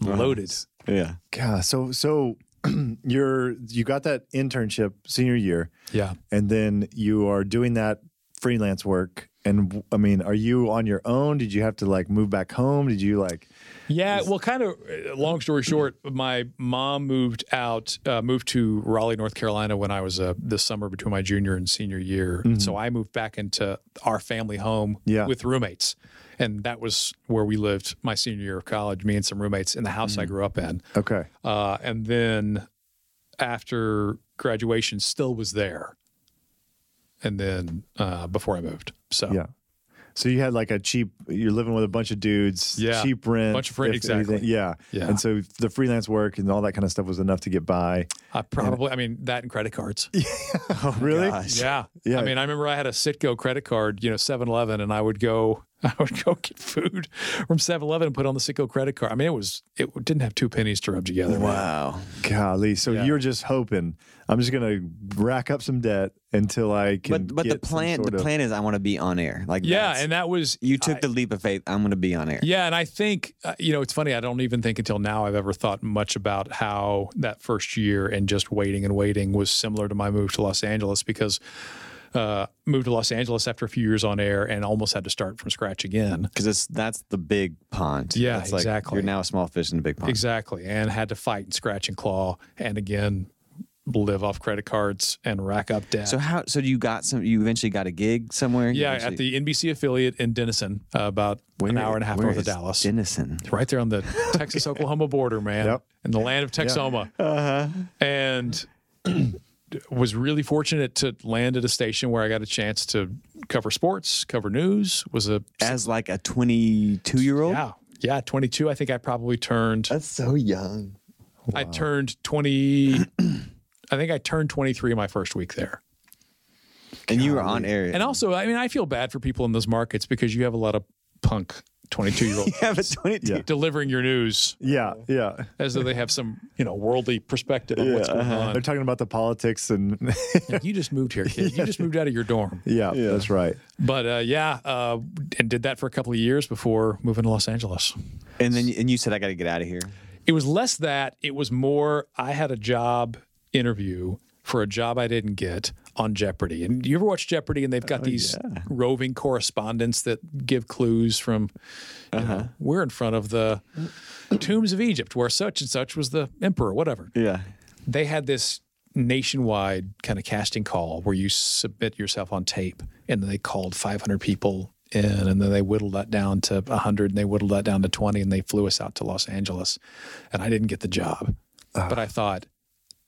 Speaker 3: I'm loaded.
Speaker 1: yeah.
Speaker 2: God, so so you're you got that internship senior year,
Speaker 3: Yeah.
Speaker 2: and then you are doing that freelance work. And w- I mean, are you on your own? Did you have to like move back home? Did you like?
Speaker 3: Yeah, well, kind of. uh, Long story short, my mom moved out, uh, moved to Raleigh, North Carolina, when I was uh, this summer between my junior and senior year. So I moved back into our family home
Speaker 2: Mm-hmm. Yeah.
Speaker 3: with roommates, and that was where we lived my senior year of college. Me and some roommates in the house
Speaker 2: Mm.
Speaker 3: I grew up in,
Speaker 2: Okay,
Speaker 3: uh, and then after graduation, still was there, and then uh, before I moved. So
Speaker 2: yeah. So you had like a cheap. You're living with a bunch of dudes.
Speaker 3: Yeah.
Speaker 2: Cheap rent.
Speaker 3: Bunch of friends,
Speaker 2: if anything-
Speaker 3: exactly.
Speaker 2: yeah.
Speaker 3: Yeah.
Speaker 2: And so the freelance work and all that kind of stuff was enough to get by.
Speaker 3: I probably, I mean, that and credit cards.
Speaker 2: Oh, really?
Speaker 1: Gosh.
Speaker 3: Yeah.
Speaker 2: Yeah.
Speaker 3: I mean, I remember I had a Sitco credit card, you know, 7-Eleven, and I would go, I would go get food from 7-Eleven and put it on the Sitco credit card. I mean, it was, it didn't have two pennies to rub together. man.
Speaker 1: Wow.
Speaker 2: Golly. So
Speaker 3: Yeah.
Speaker 2: you're just hoping I'm just gonna rack up some debt until I can.
Speaker 1: But but
Speaker 2: get
Speaker 1: the
Speaker 2: some
Speaker 1: plan
Speaker 2: sort
Speaker 1: the
Speaker 2: of-
Speaker 1: plan is I want to be on air. Like
Speaker 3: Yeah.
Speaker 1: that's-
Speaker 3: And that was,
Speaker 1: you took
Speaker 3: I-
Speaker 1: the leap of faith. I'm going to be on air.
Speaker 3: Yeah, and I think uh, you know it's funny. I don't even think until now I've ever thought much about how that first year and just waiting and waiting was similar to my move to Los Angeles because uh, moved to Los Angeles after a few years on air and almost had to start from scratch again.
Speaker 1: Because it's that's the big pond.
Speaker 3: Yeah,
Speaker 1: It's like
Speaker 3: exactly.
Speaker 1: You're now a small fish in a big pond.
Speaker 3: Exactly, and had to fight and scratch and claw, and again live off credit cards and rack up debt.
Speaker 1: So how so you got some? You eventually got a gig somewhere. You
Speaker 3: yeah, at
Speaker 1: eventually-
Speaker 3: the NBC affiliate in Denison, uh, about an
Speaker 1: Where-
Speaker 3: hour and a half
Speaker 1: where
Speaker 3: north of
Speaker 1: is
Speaker 3: Dallas.
Speaker 1: Denison.
Speaker 3: It's right there on the Texas Oklahoma border, man,
Speaker 2: Yep.
Speaker 3: in the land of Texoma.
Speaker 1: Uh-huh.
Speaker 3: And was really fortunate to land at a station where I got a chance to cover sports, cover news. Was a
Speaker 1: As like a 22 year old.
Speaker 3: yeah, yeah, 22. I think I probably turned.
Speaker 1: That's so young.
Speaker 3: I turned 20. I think I turned 23 my first week there.
Speaker 1: And you were on air.
Speaker 3: And also, I mean, I feel bad for people in those markets because you have a lot of punk 22 year old
Speaker 1: yeah, but 22.
Speaker 2: Yeah.
Speaker 3: delivering your news
Speaker 2: Yeah. Yeah.
Speaker 3: as though they have some you know worldly perspective on what's going
Speaker 1: Uh-huh.
Speaker 3: on.
Speaker 2: They're talking about the politics and
Speaker 3: Like, you just moved here, kid. You just moved out of your dorm.
Speaker 2: yeah, that's right.
Speaker 3: But uh, yeah, uh, and did that for a couple of years before moving to Los Angeles.
Speaker 1: And then and you said I got to get out of here.
Speaker 3: It was less that, it was more I had a job interview for a job I didn't get on Jeopardy. And you ever watch Jeopardy and they've got these roving correspondents that give clues from, you know, we're in front of the tombs of Egypt where such and such was the emperor, whatever.
Speaker 1: Yeah.
Speaker 3: they had this nationwide kind of casting call where you submit yourself on tape and then they called 500 people in and then they whittled that down to 100 and they whittled that down to 20 and they flew us out to Los Angeles and I didn't get the job
Speaker 1: Uh-huh.
Speaker 3: but I thought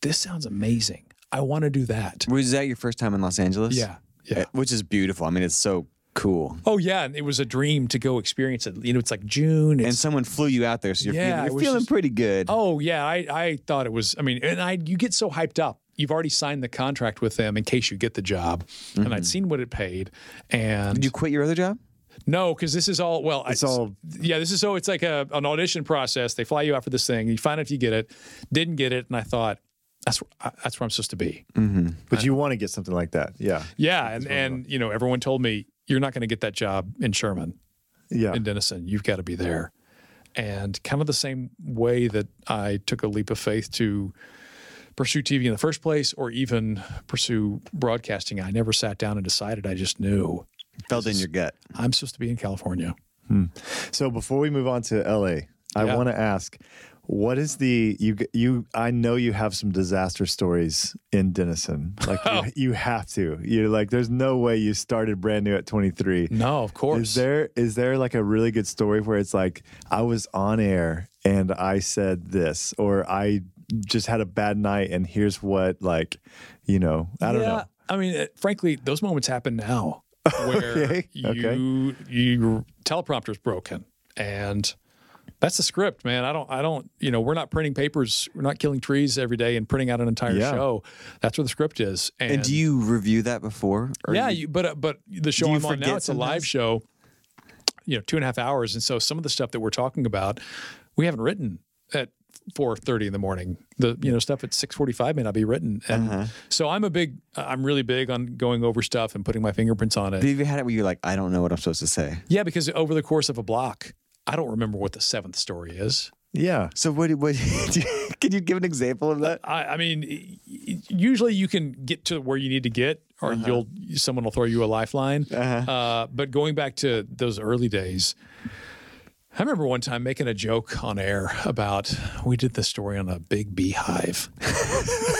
Speaker 3: this sounds amazing I want to do that
Speaker 1: Was that your first time in Los Angeles?
Speaker 3: yeah yeah
Speaker 1: Eh, Which is beautiful. I mean, it's so cool.
Speaker 3: oh yeah and it was a dream to go experience it you know it's like June
Speaker 1: And
Speaker 3: it's
Speaker 1: someone flew you out there, so you're
Speaker 3: Yeah,
Speaker 1: feeling,
Speaker 3: it
Speaker 1: you're
Speaker 3: was
Speaker 1: feeling
Speaker 3: just-
Speaker 1: pretty good.
Speaker 3: Oh yeah, I, I thought it was. I mean, and I you get so hyped up. You've already signed the contract with them in case you get the job, and I'd seen what it paid. And
Speaker 1: Did Mm-hmm. you quit your other job?
Speaker 3: no, because this is all well. It's
Speaker 2: all-
Speaker 3: yeah. This is so it's like a an audition process. They fly you out for this thing. You find out if you get it. Didn't get it, and I thought that's wh- I- that's where I'm supposed to be.
Speaker 2: Mm-hmm. But you want to get something like that. Yeah.
Speaker 3: Yeah, and and you know everyone told me you're not going to get that job in Sherman.
Speaker 2: Yeah.
Speaker 3: in Denison. You've got to be there. And kind of the same way that I took a leap of faith to pursue TV in the first place or even pursue broadcasting, I never sat down and decided. I just knew
Speaker 1: Felt in your gut.
Speaker 3: I'm supposed to be in California.
Speaker 2: So before we move on to LA, I
Speaker 3: Yeah.
Speaker 2: want to ask, what is the you g- you? I know you have some disaster stories in Denison. Like
Speaker 3: Oh.
Speaker 2: you, you have to. You're like, there's no way you started brand new at 23.
Speaker 3: No, of
Speaker 2: Is
Speaker 3: course.
Speaker 2: there is there like a really good story where it's like I was on air and I said this, or I just had a bad night and here's what like, you know, I don't
Speaker 3: yeah,
Speaker 2: know.
Speaker 3: I mean, uh, frankly, those moments happen now where
Speaker 2: Okay,
Speaker 3: you,
Speaker 2: okay.
Speaker 3: you teleprompter's broken and that's the script, man. I don't, I don't, you know, we're not printing papers. We're not killing trees every day and printing out an entire
Speaker 2: Yeah.
Speaker 3: show. That's where the script is. And,
Speaker 1: And, do you review that before? Or
Speaker 3: yeah,
Speaker 1: you-
Speaker 3: you, but uh, but the show
Speaker 1: you
Speaker 3: I'm on now,
Speaker 1: forget
Speaker 3: it's a live
Speaker 1: sometimes?
Speaker 3: show. You know, two and a half hours, and so some of the stuff that we're talking about, we haven't written at four thirty in the morning. The you know stuff at six forty five may not be written, and
Speaker 1: Uh-huh.
Speaker 3: so I'm a big, I'm really big on going over stuff and putting my fingerprints on it.
Speaker 1: Have you ever had it where you're like, I don't know what I'm supposed to say?
Speaker 3: yeah, because over the course of a block, I don't remember what the seventh story is.
Speaker 2: Yeah.
Speaker 1: So what? What? do you- Can you give an example of that?
Speaker 3: I, I mean, y- y- usually you can get to where you need to get, or
Speaker 1: Uh-huh.
Speaker 3: you'll someone will throw you a lifeline. uh but going back to those early days, I remember one time making a joke on air about we did this story on a big beehive.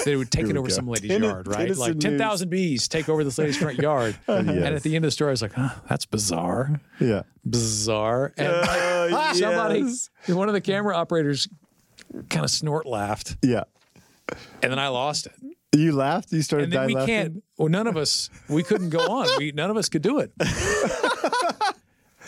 Speaker 3: they would take it over some lady's
Speaker 1: Tennis-
Speaker 3: yard, right?
Speaker 1: Tennyson
Speaker 3: Like ten thousand bees take over this lady's front yard.
Speaker 1: Oh,
Speaker 3: And at the end of the story, I was like, huh, "That's bizarre,
Speaker 2: Yeah.
Speaker 3: bizarre." And Ah,
Speaker 1: Uh,
Speaker 3: somebody,
Speaker 1: yes.
Speaker 3: one of the camera operators, kind of snort laughed,
Speaker 2: Yeah.
Speaker 3: and then I lost it
Speaker 2: You laughed. You started
Speaker 3: and then
Speaker 2: dying
Speaker 3: we
Speaker 2: laughing.
Speaker 3: can't. Well, none of us. We couldn't go on. We none of us could do it.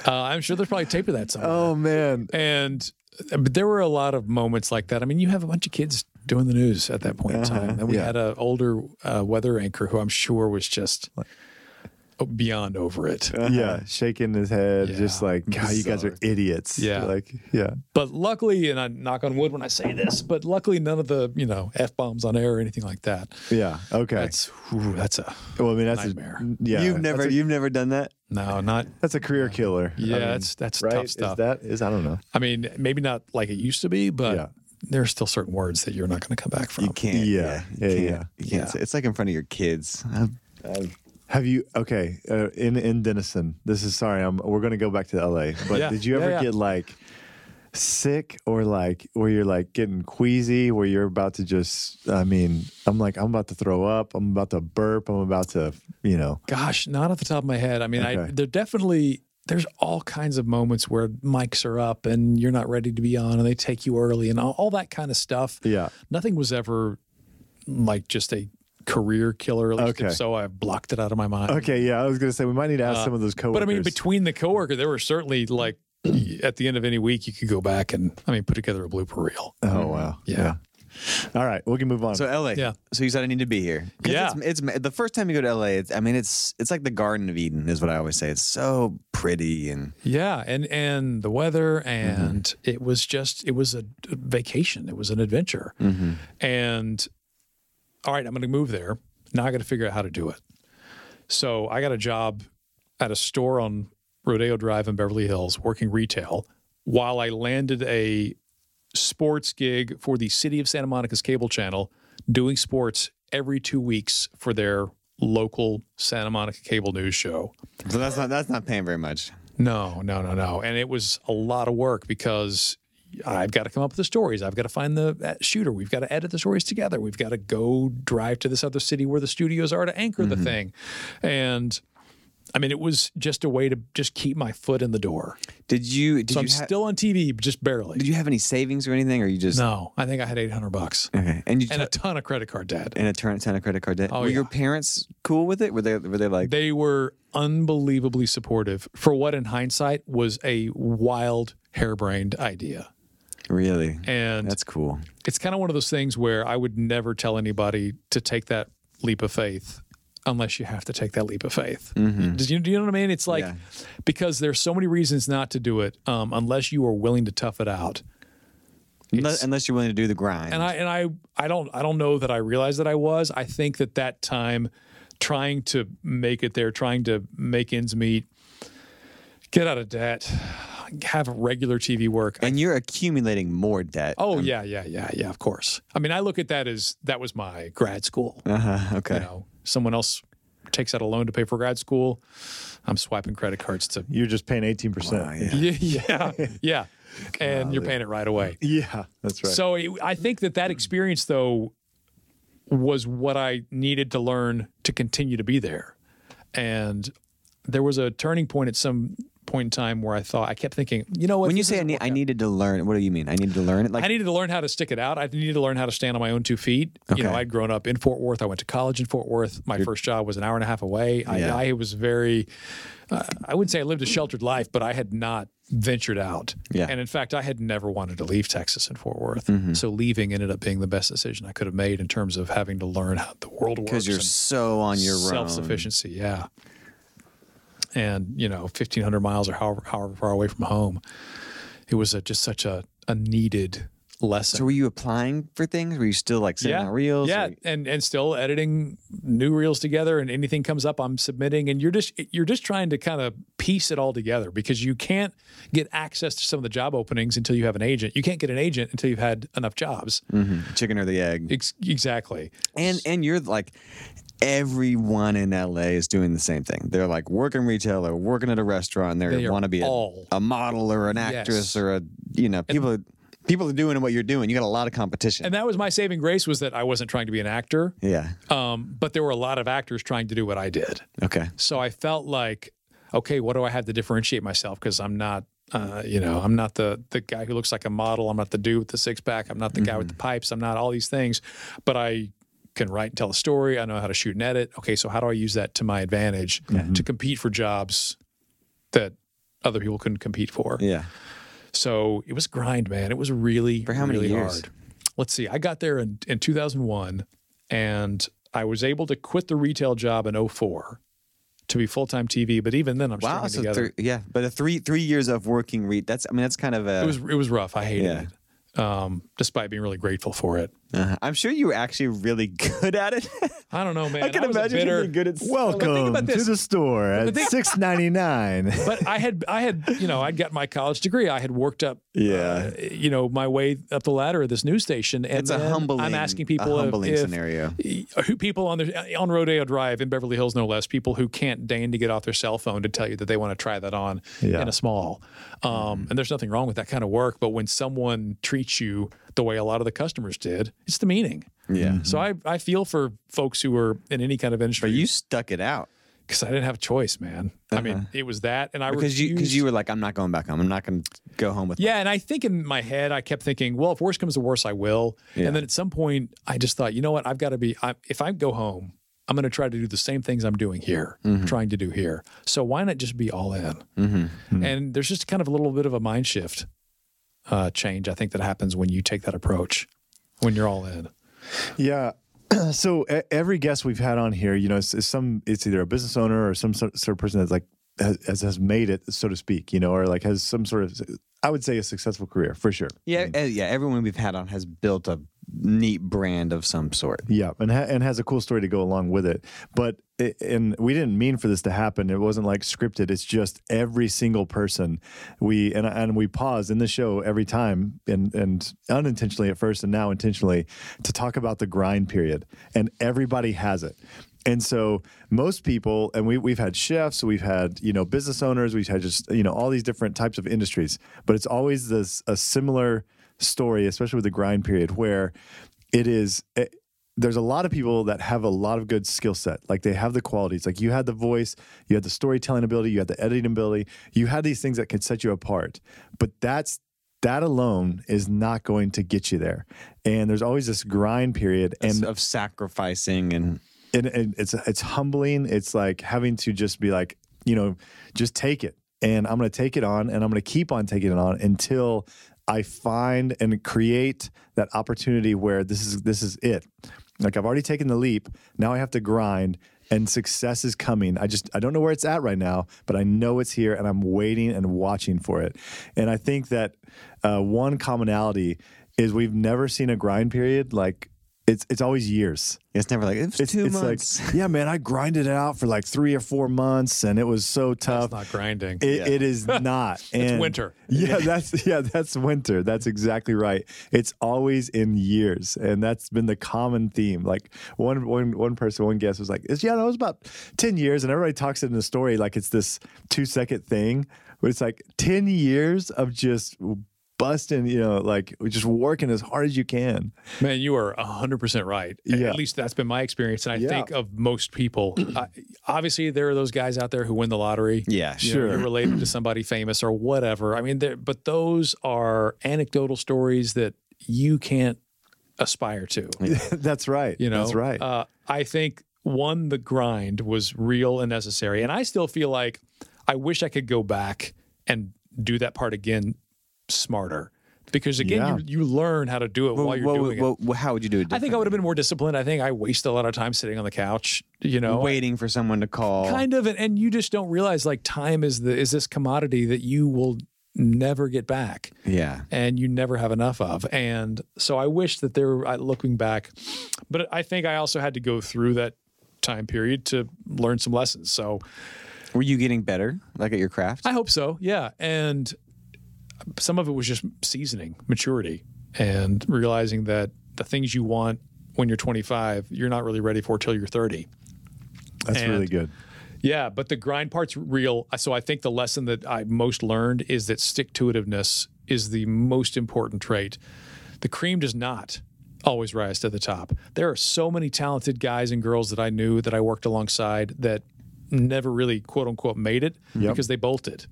Speaker 3: Uh, I'm sure there's probably tape of that somewhere.
Speaker 2: Oh man,
Speaker 3: And uh, but there were a lot of moments like that. I mean, you have a bunch of kids doing the news at that point in time, and we
Speaker 2: Uh-huh. yeah.
Speaker 3: had an older uh, weather anchor who I'm sure was just oh, beyond over it.
Speaker 2: yeah, shaking his head, just
Speaker 3: Yeah.
Speaker 2: like, God, you guys are idiots.
Speaker 3: Yeah.
Speaker 2: like yeah,
Speaker 3: But luckily, and I knock on wood when I say this, but luckily, none of the you know f bombs on air or anything like that.
Speaker 2: yeah. Okay.
Speaker 3: That's ooh, that's a
Speaker 2: well, I mean, that's
Speaker 3: nightmare.
Speaker 2: a yeah.
Speaker 1: you've never
Speaker 2: that's a,
Speaker 1: you've never done that.
Speaker 3: no, not
Speaker 2: that's a career killer. I
Speaker 3: yeah,
Speaker 2: mean,
Speaker 3: that's that's
Speaker 2: right.
Speaker 3: tough
Speaker 2: Is
Speaker 3: stuff.
Speaker 2: that is I don't know.
Speaker 3: I mean, maybe not like it used to be, but
Speaker 2: Yeah.
Speaker 3: there are still certain words that you're not going to come back from.
Speaker 1: You can't.
Speaker 2: Yeah,
Speaker 1: you
Speaker 2: yeah,
Speaker 1: can't,
Speaker 2: yeah.
Speaker 1: You can't
Speaker 3: Yeah.
Speaker 1: say- it's like in front of your kids. I'm-
Speaker 2: Have you okay uh, in in Denison? This is sorry. I'm, we're going to go back to L.A. But
Speaker 3: Yeah,
Speaker 2: did you
Speaker 3: yeah,
Speaker 2: ever
Speaker 3: yeah.
Speaker 2: get like sick or like where you're like getting queasy, where you're about to just? I mean, I'm like I'm about to throw up. I'm about to burp. I'm about to you know.
Speaker 3: Gosh, not off the top of my head. I mean, I
Speaker 2: Okay.
Speaker 3: there definitely there's all kinds of moments where mics are up and you're not ready to be on, and they take you early, and all, all that kind of stuff.
Speaker 2: Yeah.
Speaker 3: Nothing was ever like just a career killer. At least if
Speaker 2: Okay.
Speaker 3: so I blocked it out of my mind.
Speaker 2: Okay. Yeah. I was going to say we might need to ask some of those coworkers.
Speaker 3: Uh, But I mean, between the coworker, there were certainly like at the end of any week, you could go back and I mean, put together a blooper reel.
Speaker 2: Oh wow.
Speaker 3: Mm-hmm. Yeah.
Speaker 2: All right. We can move on.
Speaker 1: So LA.
Speaker 3: Yeah.
Speaker 1: So you said I need to be here. 'Cause
Speaker 3: Yeah.
Speaker 1: It's, it's the first time you go to LA. It's, I mean, it's it's like the Garden of Eden is what I always say. It's so pretty and
Speaker 3: Yeah, and and the weather, and it was just it was a vacation. It was an adventure. And all right, I'm going to move there. Now I got to figure out how to do it. So I got a job at a store on Rodeo Drive in Beverly Hills, working retail, while I landed a sports gig for the City of Santa Monica's cable channel, doing sports every two weeks for their local Santa Monica cable news show.
Speaker 1: so that's not that's not paying very much.
Speaker 3: No, no, no, no. And it was a lot of work because I've got to come up with the stories. I've got to find the uh, shooter. We've got to edit the stories together. We've got to go drive to this other city where the studios are to anchor
Speaker 1: Mm-hmm.
Speaker 3: the thing. And I mean, it was just a way to just keep my foot in the door.
Speaker 1: Did you did
Speaker 3: So
Speaker 1: you
Speaker 3: I'm
Speaker 1: ha-
Speaker 3: still on TV, just barely.
Speaker 1: did you have any savings or anything or you just
Speaker 3: No, I think I had 800 bucks
Speaker 1: okay and you
Speaker 3: and a ton of credit card debt.
Speaker 1: and a turn ton of credit card debt.
Speaker 3: Oh,
Speaker 1: were your
Speaker 3: yeah.
Speaker 1: parents cool with it? Were they were they like
Speaker 3: They were unbelievably supportive for what, in hindsight, was a wild, harebrained idea.
Speaker 1: really?
Speaker 3: And
Speaker 1: That's cool.
Speaker 3: it's kind of one of those things where I would never tell anybody to take that leap of faith unless you have to take that leap of faith. Does you, do you know what I mean? It's like
Speaker 1: Mm-hmm. Yeah.
Speaker 3: because there's so many reasons not to do it um, unless you are willing to tough it out.
Speaker 1: Unless, unless you're willing to do the grind.
Speaker 3: And I and I I don't I don't know that I realized that I was. I think that that time trying to make it there, trying to make ends meet, get out of debt, have regular TV work.
Speaker 1: and you're accumulating more debt.
Speaker 3: oh yeah, yeah, yeah, yeah, of course. I mean, I look at that as that was my grad school.
Speaker 1: Uh-huh, okay.
Speaker 3: you know, someone else takes out a loan to pay for grad school. I'm swiping credit cards to
Speaker 2: you're just paying eighteen percent.
Speaker 1: Wow, yeah.
Speaker 3: yeah, yeah, yeah. and you're paying it right away.
Speaker 2: Yeah, that's right.
Speaker 3: So it, I think that that experience though was what I needed to learn to continue to be there. And there was a turning point at some point in time where I thought I kept thinking, you know what?
Speaker 1: When you
Speaker 3: this
Speaker 1: say I,
Speaker 3: isn't
Speaker 1: need, I needed to learn, what do you mean? I needed to learn it? Like
Speaker 3: I needed to learn how to stick it out. I needed to learn how to stand on my own two feet. You know,
Speaker 1: Okay.
Speaker 3: I'd grown up in Fort Worth. I went to college in Fort Worth. My first job was an hour and a half away.
Speaker 1: Yeah.
Speaker 3: I, I was very, uh, I wouldn't say I lived a sheltered life, but I had not ventured out.
Speaker 1: Yeah. Mm-hmm.
Speaker 3: And in fact, I had never wanted to leave Texas and Fort Worth. So leaving ended up being the best decision I could have made in terms of having to learn how the world works.
Speaker 1: because you're
Speaker 3: and-
Speaker 1: so on your own.
Speaker 3: self sufficiency. Yeah, and you know, fifteen hundred miles or however however far away from home, it was a, just such a a needed lesson.
Speaker 1: So were you applying for things? Were you still like sending
Speaker 3: yeah,
Speaker 1: out reels?
Speaker 3: yeah,
Speaker 1: Or-
Speaker 3: and and still editing new reels together, and anything comes up, I'm submitting, and you're just you're just trying to kind of piece it all together because you can't get access to some of the job openings until you have an agent. You can't get an agent until you've had enough jobs.
Speaker 1: mm-hmm, Chicken or the egg?
Speaker 3: Ex- exactly.
Speaker 1: And and you're like everyone in LA is doing the same thing. They're like working retail or working at a restaurant. They
Speaker 3: They are
Speaker 1: want to be a,
Speaker 3: all-
Speaker 1: a model or an actress
Speaker 3: Yes.
Speaker 1: or a you know people. People are doing what you're doing. You got a lot of competition.
Speaker 3: And that was my saving grace was that I wasn't trying to be an actor.
Speaker 1: yeah.
Speaker 3: Um, but there were a lot of actors trying to do what I did.
Speaker 1: Okay.
Speaker 3: So I felt like, okay, what do I have to differentiate myself? Because I'm not, uh, you know, I'm not the the guy who looks like a model. I'm not the dude with the six pack. I'm not the guy with the pipes. I'm not all these things. But I can write and tell a story. I know how to shoot and edit. Okay, so how do I use that to my advantage to compete for jobs that other people couldn't compete for.
Speaker 1: Yeah.
Speaker 3: So it was grind, man. It was really
Speaker 1: For how many
Speaker 3: really
Speaker 1: years?
Speaker 3: hard. Let's see. I got there in, in 2001, and I was able to quit the retail job in 04 to be full time TV. But even then, I'm
Speaker 1: Wow.
Speaker 3: struggling
Speaker 1: So
Speaker 3: together.
Speaker 1: three, yeah, but a three three years of working read. That's I mean that's kind of a.
Speaker 3: it was it was rough. I hated
Speaker 1: uh, Yeah.
Speaker 3: it, um, despite being really grateful for it.
Speaker 1: uh, I'm sure you were actually really good at it.
Speaker 3: I don't know, man.
Speaker 1: I can
Speaker 3: was a
Speaker 1: imagine you
Speaker 3: bitter-
Speaker 1: being good at.
Speaker 2: Welcome to
Speaker 3: this.
Speaker 2: the store at
Speaker 3: thing-
Speaker 2: six ninety nine.
Speaker 3: but I had I had you know I'd got my college degree. I had worked up
Speaker 2: Yeah.
Speaker 3: uh, you know my way up the ladder of this news station, and
Speaker 1: It's a
Speaker 3: then
Speaker 1: humbling.
Speaker 3: I'm asking
Speaker 1: a
Speaker 3: people if-
Speaker 1: humbling
Speaker 3: if,
Speaker 1: scenario.
Speaker 3: who people on the on Rodeo Drive in Beverly Hills, no less, people who can't deign to get off their cell phone to tell you that they want to try that on
Speaker 2: Yeah.
Speaker 3: in a small. Um,
Speaker 1: Mm-hmm.
Speaker 3: and there's nothing wrong with that kind of work, but when someone treats you the way a lot of the customers did, it's the meaning.
Speaker 1: Yeah.
Speaker 3: So I I feel for folks who are in any kind of
Speaker 1: Mm-hmm. But you
Speaker 3: industry
Speaker 1: stuck it out
Speaker 3: because I didn't have a choice, man. I mean, it was that, and I
Speaker 1: Uh-huh. because you because
Speaker 3: refused-
Speaker 1: you were like, I'm not going back home. I'm not going to go home with. my-"
Speaker 3: Yeah, and I think in my head I kept thinking, well, if worse comes to worse, I will.
Speaker 1: Yeah.
Speaker 3: And then at some point, I just thought, you know what? I've got to be. I, if I go home, I'm going to try to do the same things I'm doing here,
Speaker 2: Mm-hmm.
Speaker 3: trying to do here. So why not just be all in?
Speaker 1: Mm-hmm.
Speaker 2: Mm-hmm.
Speaker 3: And there's just kind of a little bit of a mind shift uh, change, I think, that happens when you take that approach, when you're all in.
Speaker 2: Yeah. So e- every guest we've had on here, you know, it's, it's some it's either a business owner or some sort sort of person that's like has, has made it, so to speak, you know, or like has some sort of I would say a successful career for sure.
Speaker 1: Yeah. eh, Yeah. Everyone we've had on has built a neat brand of some sort.
Speaker 2: Yeah, and ha- and has a cool story to go along with it. But it, and we didn't mean for this to happen. It wasn't like scripted. It's just every single person we and and we pause in the show every time and and unintentionally at first and now intentionally to talk about the grind period. And everybody has it. And so most people, and we, we've had chefs, we've had you know business owners, we've had just you know all these different types of industries, but it's always this a similar story, especially with the grind period, where it is eh, it, there's a lot of people that have a lot of good skill set. Like they have the qualities. Like you had the voice, you had the storytelling ability, you had the editing ability, you had these things that could set you apart. But that's that alone is not going to get you there. And there's always this grind period. And
Speaker 1: of sacrificing and
Speaker 2: and, and it's it's humbling. It's like having to just be like, you know, just take it, and I'm going to take it on, and I'm going to keep on taking it on until I find and create that opportunity where this is this is it. Like I've already taken the leap. Now I have to grind, and success is coming. I just I don't know where it's at right now, but I know it's here, and I'm waiting and watching for it. And I think that uh, one commonality is we've never seen a grind period like. It's, it's always years
Speaker 1: it's never like it's, two months.
Speaker 2: like, yeah, man, I grinded it out for like three or four months, and it was so tough.
Speaker 3: It's not grinding.
Speaker 2: It, it is not. And
Speaker 3: winter.
Speaker 2: Yeah, that's yeah, that's winter. That's exactly right. It's always in years, and that's been the common theme. Like one one one person, one guest was like, "It's yeah, no, it was about ten years," and everybody talks it in the story like it's this two second thing, but it's like ten years of just busting, you know, like just working as hard as you can.
Speaker 3: Man, you are 100% right.
Speaker 2: Yeah.
Speaker 3: At least that's been my experience. And I
Speaker 2: Yeah.
Speaker 3: think of most people. I, obviously, there are those guys out there who win the lottery.
Speaker 1: Yeah.
Speaker 3: you know,
Speaker 1: Sure.
Speaker 3: you're related to somebody famous or whatever. I mean, there, but those are anecdotal stories that you can't aspire to.
Speaker 2: that's right.
Speaker 3: You know,
Speaker 2: that's right.
Speaker 3: Uh, I think one, the grind was real and necessary, and I still feel like I wish I could go back and do that part again smarter, because again,
Speaker 2: Yeah.
Speaker 3: you, you learn how to do it while you're doing it.
Speaker 1: how would you do it?
Speaker 3: I think I would have been more disciplined. I think I wasted a lot of time sitting on the couch. You know,
Speaker 1: waiting for someone to call.
Speaker 3: kind of and, and you just don't realize like time is the is this commodity that you will never get back
Speaker 1: yeah.
Speaker 3: and you never have enough of and so i wish that there I- looking back but i think i also had to go through that time period to learn some lessons so
Speaker 1: Were you getting better, like at your craft?
Speaker 3: i hope so yeah and some of it was just seasoning maturity and realizing that the things you want when you're 25 you're not really ready for till you're 30
Speaker 2: that's really
Speaker 3: and-
Speaker 2: good.
Speaker 3: Yeah, but the grind part's real. So I think the lesson that I most learned is that stick to itiveness is the most important trait. The cream does not always rise to the top. There are so many talented guys and girls that I knew that I worked alongside that never really quote unquote made it because they bolted.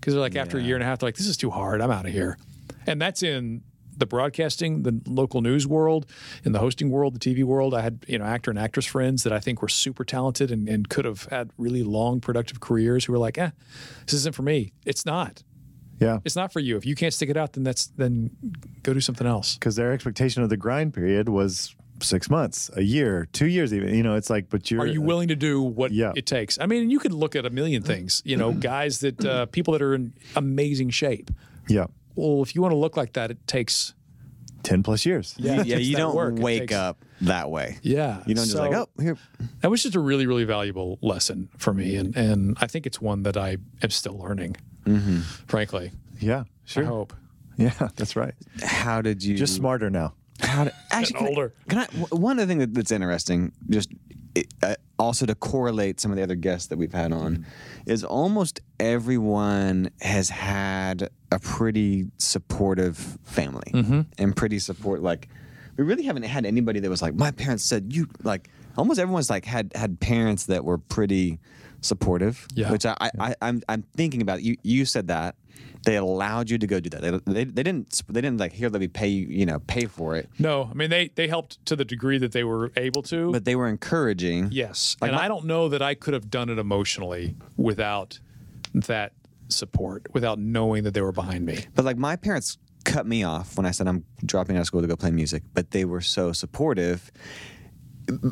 Speaker 3: Because they're like, after a year and a half, they're like, this is too hard. I'm out of here. And that's in the broadcasting, the local news world, in the hosting world, the TV world. I had you know actor and actress friends that I think were super talented and, and could have had really long productive careers who were like, eh, this isn't for me. It's not.
Speaker 2: Yeah.
Speaker 3: It's not for you. If you can't stick it out, then that's then go do something else.
Speaker 2: Because their expectation of the grind period was six months, a year, two years, even. You know, it's like, but you're.
Speaker 3: Are you willing to do what
Speaker 2: Yeah.
Speaker 3: it takes? I mean, you could look at a million things. You know, guys that uh, people that are in amazing shape.
Speaker 2: Yeah.
Speaker 3: Well, if you want to look like that, it takes
Speaker 2: 10 plus years.
Speaker 1: Yeah,
Speaker 3: it takes
Speaker 1: you
Speaker 3: that
Speaker 1: don't
Speaker 3: work. It
Speaker 1: wake
Speaker 3: takes-
Speaker 1: up that way.
Speaker 3: Yeah,
Speaker 1: You don't just like,
Speaker 3: So-
Speaker 1: oh, here.
Speaker 3: That was just a really, really valuable lesson for me, and and I think it's one that I am still learning.
Speaker 1: Mm-hmm.
Speaker 3: Frankly,
Speaker 2: Yeah. Sure.
Speaker 3: I hope
Speaker 2: Yeah. That's right.
Speaker 1: How did you
Speaker 2: Just smarter now.
Speaker 1: How to, actually, can I-
Speaker 3: older.
Speaker 1: Can I, w- one other thing that, that's interesting, just it, uh, also to correlate some of the other guests that we've had on, is almost everyone has had a pretty supportive family
Speaker 3: Mm-hmm.
Speaker 1: and pretty support. Like, we really haven't had anybody that was like, my parents said you like. Almost everyone's like had had parents that were pretty supportive,
Speaker 3: Yeah.
Speaker 1: which I, I, I I'm I'm thinking about. You you said that they allowed you to go do that. They, they, they didn't they didn't like here let me pay you you know pay for it
Speaker 3: no. I mean, they they helped to the degree that they were able to.
Speaker 1: but they were encouraging.
Speaker 3: yes,
Speaker 1: Like
Speaker 3: and
Speaker 1: my-
Speaker 3: I don't know that I could have done it emotionally without that support, without knowing that they were behind me.
Speaker 1: But like my parents cut me off when I said I'm dropping out of school to go play music, but they were so supportive.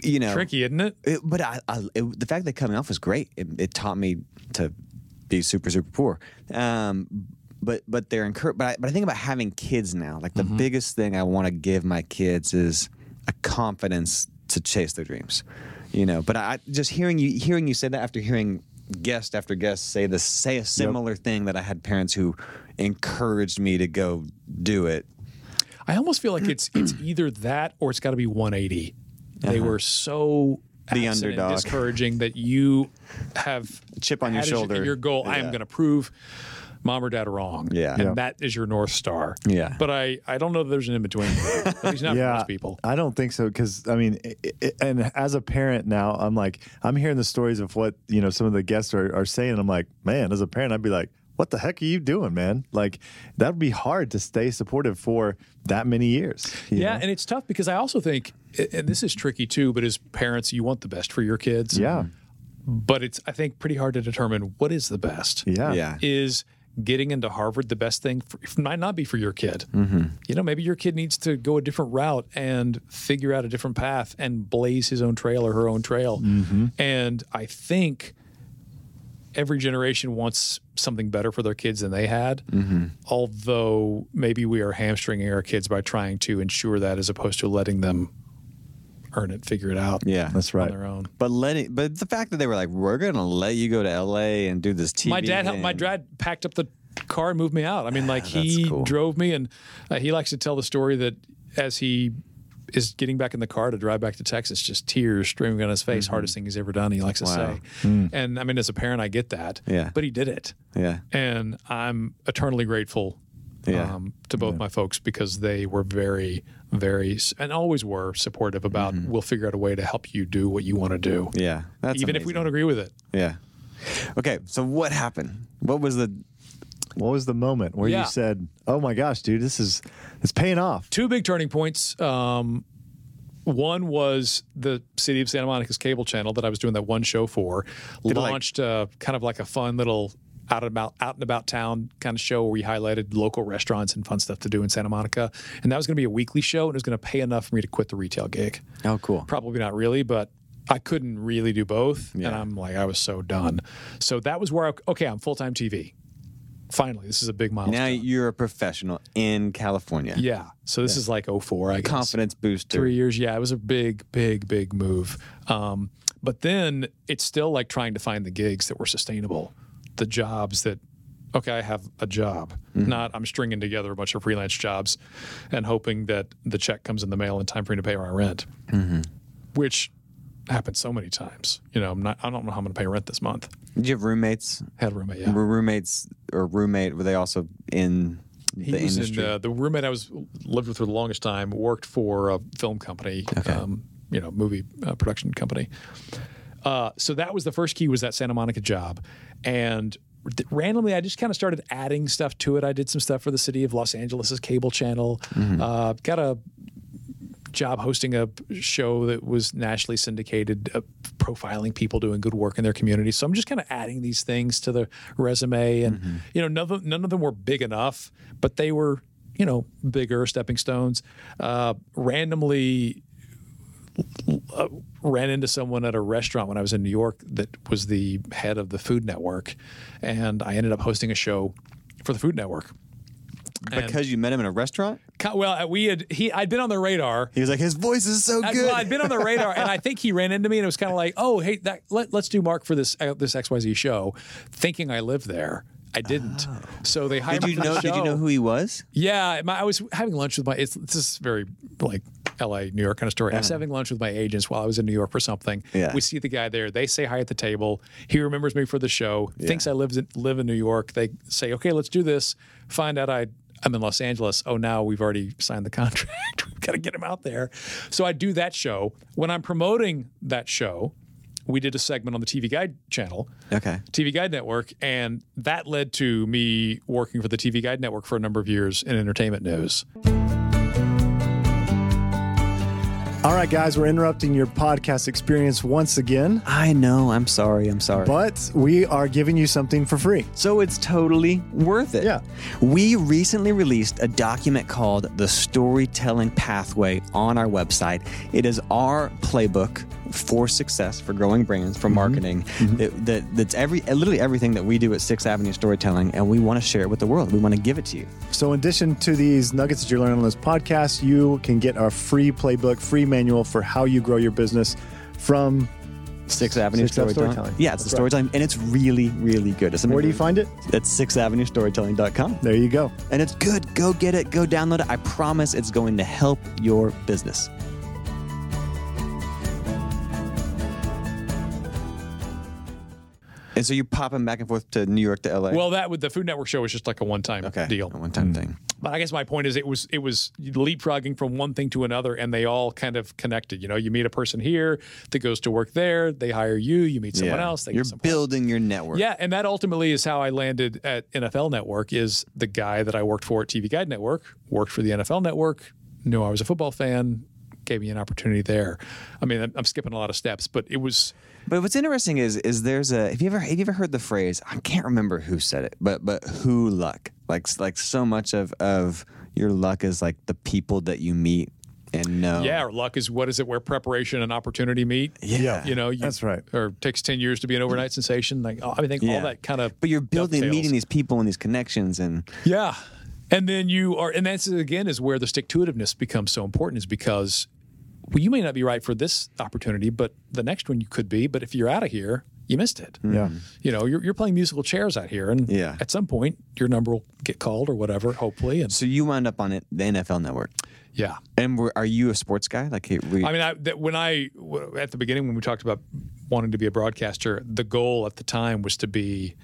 Speaker 1: You know,
Speaker 3: Tricky, isn't it?
Speaker 1: It, but I, I it, the fact they cut me off was great. It, it taught me to be super super poor. Um, but but they're encouraged. But I, but I think about having kids now. Like the biggest thing I want to give my kids is a confidence to chase their dreams. You know. But I just hearing you hearing you say that after hearing guest after guest say the say a similar thing that I had parents who encouraged me to go do it.
Speaker 3: I almost feel like it's it's either that or it's got to be 180. They were so
Speaker 1: Uh-huh. The
Speaker 3: absent and
Speaker 1: underdog.
Speaker 3: discouraging that you have
Speaker 1: Chip on your
Speaker 3: had as
Speaker 1: shoulder.
Speaker 3: Your goal, I am
Speaker 1: Yeah.
Speaker 3: going to prove mom or dad wrong.
Speaker 1: Yeah.
Speaker 3: and
Speaker 1: Yeah.
Speaker 3: that is your north star.
Speaker 1: Yeah.
Speaker 3: but I I don't know that there's an in between. At least not for most people.
Speaker 2: I don't think so because I mean, i i and as a parent now, I'm like, I'm hearing the stories of what you know some of the guests are, are saying. I'm like, man, as a parent, I'd be like, what the heck are you doing, man? Like, that would be hard to stay supportive for that many years.
Speaker 1: Mm-hmm.
Speaker 2: you
Speaker 3: Yeah,
Speaker 2: know?
Speaker 3: and it's tough because I also think, and this is tricky too. But as parents, you want the best for your kids.
Speaker 2: yeah,
Speaker 3: but it's I think pretty hard to determine what is the best.
Speaker 2: yeah,
Speaker 1: Yeah.
Speaker 3: is getting into Harvard the best thing? For, it might not be for your kid. You know, maybe your kid needs to go a different route and figure out a different path and blaze his own trail or her own trail. And I think every generation wants something better for their kids than they had. Although maybe we are hamstringing our kids by trying to ensure that as opposed to letting them earn it, figure it out
Speaker 1: Yeah.
Speaker 2: That's
Speaker 3: on
Speaker 2: right.
Speaker 3: their own.
Speaker 1: But letting, but the fact that they were like, we're gonna let you go to L.A. and do this TV.
Speaker 3: my dad helped my
Speaker 1: thing."
Speaker 3: dad packed up the car and moved me out i mean like he
Speaker 1: cool.
Speaker 3: drove me and uh, he likes to tell the story that as he is getting back in the car to drive back to texas just tears streaming on his face hardest thing he's ever done he likes to
Speaker 1: Mm-hmm. Wow. Mm.
Speaker 3: say and i mean as a parent i get that
Speaker 1: Yeah.
Speaker 3: but he did it
Speaker 1: Yeah.
Speaker 3: and i'm eternally grateful
Speaker 1: Yeah.
Speaker 3: um, to both my folks because they were very very s- and always were supportive about we'll figure out a way to help you do what you want to do
Speaker 1: Mm-hmm. Yeah. That's
Speaker 3: even if we
Speaker 1: amazing.
Speaker 3: don't agree with it
Speaker 1: Yeah. Okay, so what happened? What was the
Speaker 2: What was the moment where
Speaker 3: Yeah.
Speaker 2: you said, "Oh my gosh, dude, this is it's paying off"?
Speaker 3: two big turning points. Um, one was the city of Santa Monica's cable channel that I was doing that one show for
Speaker 1: it like-
Speaker 3: launched uh, kind of like a fun little out and about out and about town kind of show where we highlighted local restaurants and fun stuff to do in Santa Monica, and that was going to be a weekly show and it was going to pay enough for me to quit the retail gig.
Speaker 1: Oh cool.
Speaker 3: Probably not really, but I couldn't really do both. And I'm like, I was so done. So that was where, I, okay, I'm full time TV. Finally, this is a big milestone.
Speaker 1: Now you're a professional in California.
Speaker 3: yeah. So this is like 04, I guess
Speaker 1: Confidence booster.
Speaker 3: three years. Yeah, it was a big, big, big move. Um, but then it's still like trying to find the gigs that were sustainable, the jobs that, okay, I have a job, not I'm stringing together a bunch of freelance jobs and hoping that the check comes in the mail in time for me to pay my rent, which happened so many times. You know, I'm not, I don't know how I'm going to pay rent this month.
Speaker 1: Did you have roommates?
Speaker 3: Had a roommate, yeah.
Speaker 1: Were roommates or roommate? Were they also in
Speaker 3: He
Speaker 1: the
Speaker 3: was
Speaker 1: industry?
Speaker 3: in uh, the roommate I was lived with for the longest time worked for a film company, um, you know, movie uh, production company. Uh, so that was the first key was that Santa Monica job, and randomly, I just kind of started adding stuff to it. I did some stuff for the city of Los Angeles' cable channel.
Speaker 1: Mm-hmm.
Speaker 3: Uh, got a job hosting a show that was nationally syndicated, uh, profiling people doing good work in their community. So I'm just kind of adding these things to the resume, and you know, none of, none of them were big enough, but they were, you know, bigger stepping stones. Uh, randomly uh, ran into someone at a restaurant when I was in New York that was the head of the Food Network, and I ended up hosting a show for the Food Network.
Speaker 1: Because you met him in a restaurant?
Speaker 3: Co- Well, we had he I'd been on the radar.
Speaker 1: He was like, his voice is so
Speaker 3: I,
Speaker 1: good.
Speaker 3: well, I'd been on the radar, and I think he ran into me, and it was kind of like, "Oh, hey, that let, let's do Mark for this uh, this X Y Z show," thinking I lived there. I didn't. So they hired
Speaker 1: Oh. did you
Speaker 3: me for
Speaker 1: know?
Speaker 3: The show.
Speaker 1: Did you know who he was?
Speaker 3: Yeah, my, I was having lunch with my. It's this is very like L.A. New York kind of story. I was having lunch with my agents while I was in New York for something.
Speaker 1: Yeah.
Speaker 3: We see the guy there. They say hi at the table. He remembers me for the show. Thinks I live in, live in New York. They say, okay, let's do this. Find out I. I'm in Los Angeles. Oh, now we've already signed the contract. We've got to get him out there. So I do that show. When I'm promoting that show, we did a segment on the TV Guide channel.
Speaker 1: Okay.
Speaker 3: TV Guide Network, and that led to me working for the TV Guide Network for a number of years in entertainment news.
Speaker 2: All right, guys, we're interrupting your podcast experience once again,
Speaker 1: I know. I'm sorry. I'm sorry.
Speaker 2: but we are giving you something for free.
Speaker 1: So it's totally worth it.
Speaker 2: Yeah.
Speaker 1: We recently released a document called The Storytelling Pathway on our website. It is our playbook for success for growing brands
Speaker 2: Mm-hmm.
Speaker 1: for marketing that, that that's every literally everything that we do at Sixth Avenue Storytelling and we want to share it with the world. We want to give it to you.
Speaker 2: So, in addition to these nuggets that you're learning on this podcast, you can get our free playbook, free manual for how you grow your business from
Speaker 1: Sixth Avenue
Speaker 2: Sixth Ave
Speaker 1: Storytelling.
Speaker 2: Storytelling.
Speaker 1: Yeah, it's the
Speaker 2: That's right.
Speaker 1: storytelling and it's really really good. It's
Speaker 2: where do you find it?
Speaker 1: it? It's sixthavenuestorytelling.com.
Speaker 2: There you go.
Speaker 1: And it's good. Go get it. Go download it. I promise it's going to help your business. And so you're popping back and forth to New York to LA.
Speaker 3: Well, that with the Food Network show was just like a one-time
Speaker 1: okay.
Speaker 3: deal. Mm.
Speaker 1: One time thing.
Speaker 3: But I guess my point is, it was it was leapfrogging from one thing to another, and they all kind of connected. You know, you meet a person here that goes to work there, they hire you, you meet someone
Speaker 1: Yeah.
Speaker 3: else, they
Speaker 1: You're
Speaker 3: get some
Speaker 1: building your network.
Speaker 3: Yeah, and that ultimately is how I landed at NFL Network. Is the guy that I worked for at TV Guide Network worked for the NFL Network, knew I was a football fan, gave me an opportunity there. I mean, I'm- I'm skipping a lot of steps, but it was
Speaker 1: But what's interesting is is there's a have you ever have you ever heard the phrase I can't remember who said it but but who luck like like so much of of your luck is like the people that you meet and know
Speaker 3: yeah. Or luck is what is it where preparation and opportunity meet?
Speaker 1: Oh. yeah
Speaker 3: You know, you,
Speaker 2: That's right.
Speaker 3: Or takes ten years to be an overnight sensation. Like oh, I mean, I think
Speaker 1: Yeah.
Speaker 3: all that kind of.
Speaker 1: but you're building
Speaker 3: dovetails.
Speaker 1: meeting these people and these connections and
Speaker 3: Yeah. And then you are, and that's again is where the stick to itiveness becomes so important, is because well, you may not be right for this opportunity, but the next one you could be. But if you're out of here, you missed it.
Speaker 2: Yeah.
Speaker 3: You know, you're, you're playing musical chairs out here, and
Speaker 1: Yeah.
Speaker 3: at some point, your number will get called or whatever, hopefully. And
Speaker 1: So you wound up on it, the NFL Network.
Speaker 3: yeah.
Speaker 1: And were, are you a sports guy? Like, hey, were you-
Speaker 3: I mean, I, that when I w- at the beginning when we talked about wanting to be a broadcaster, the goal at the time was to be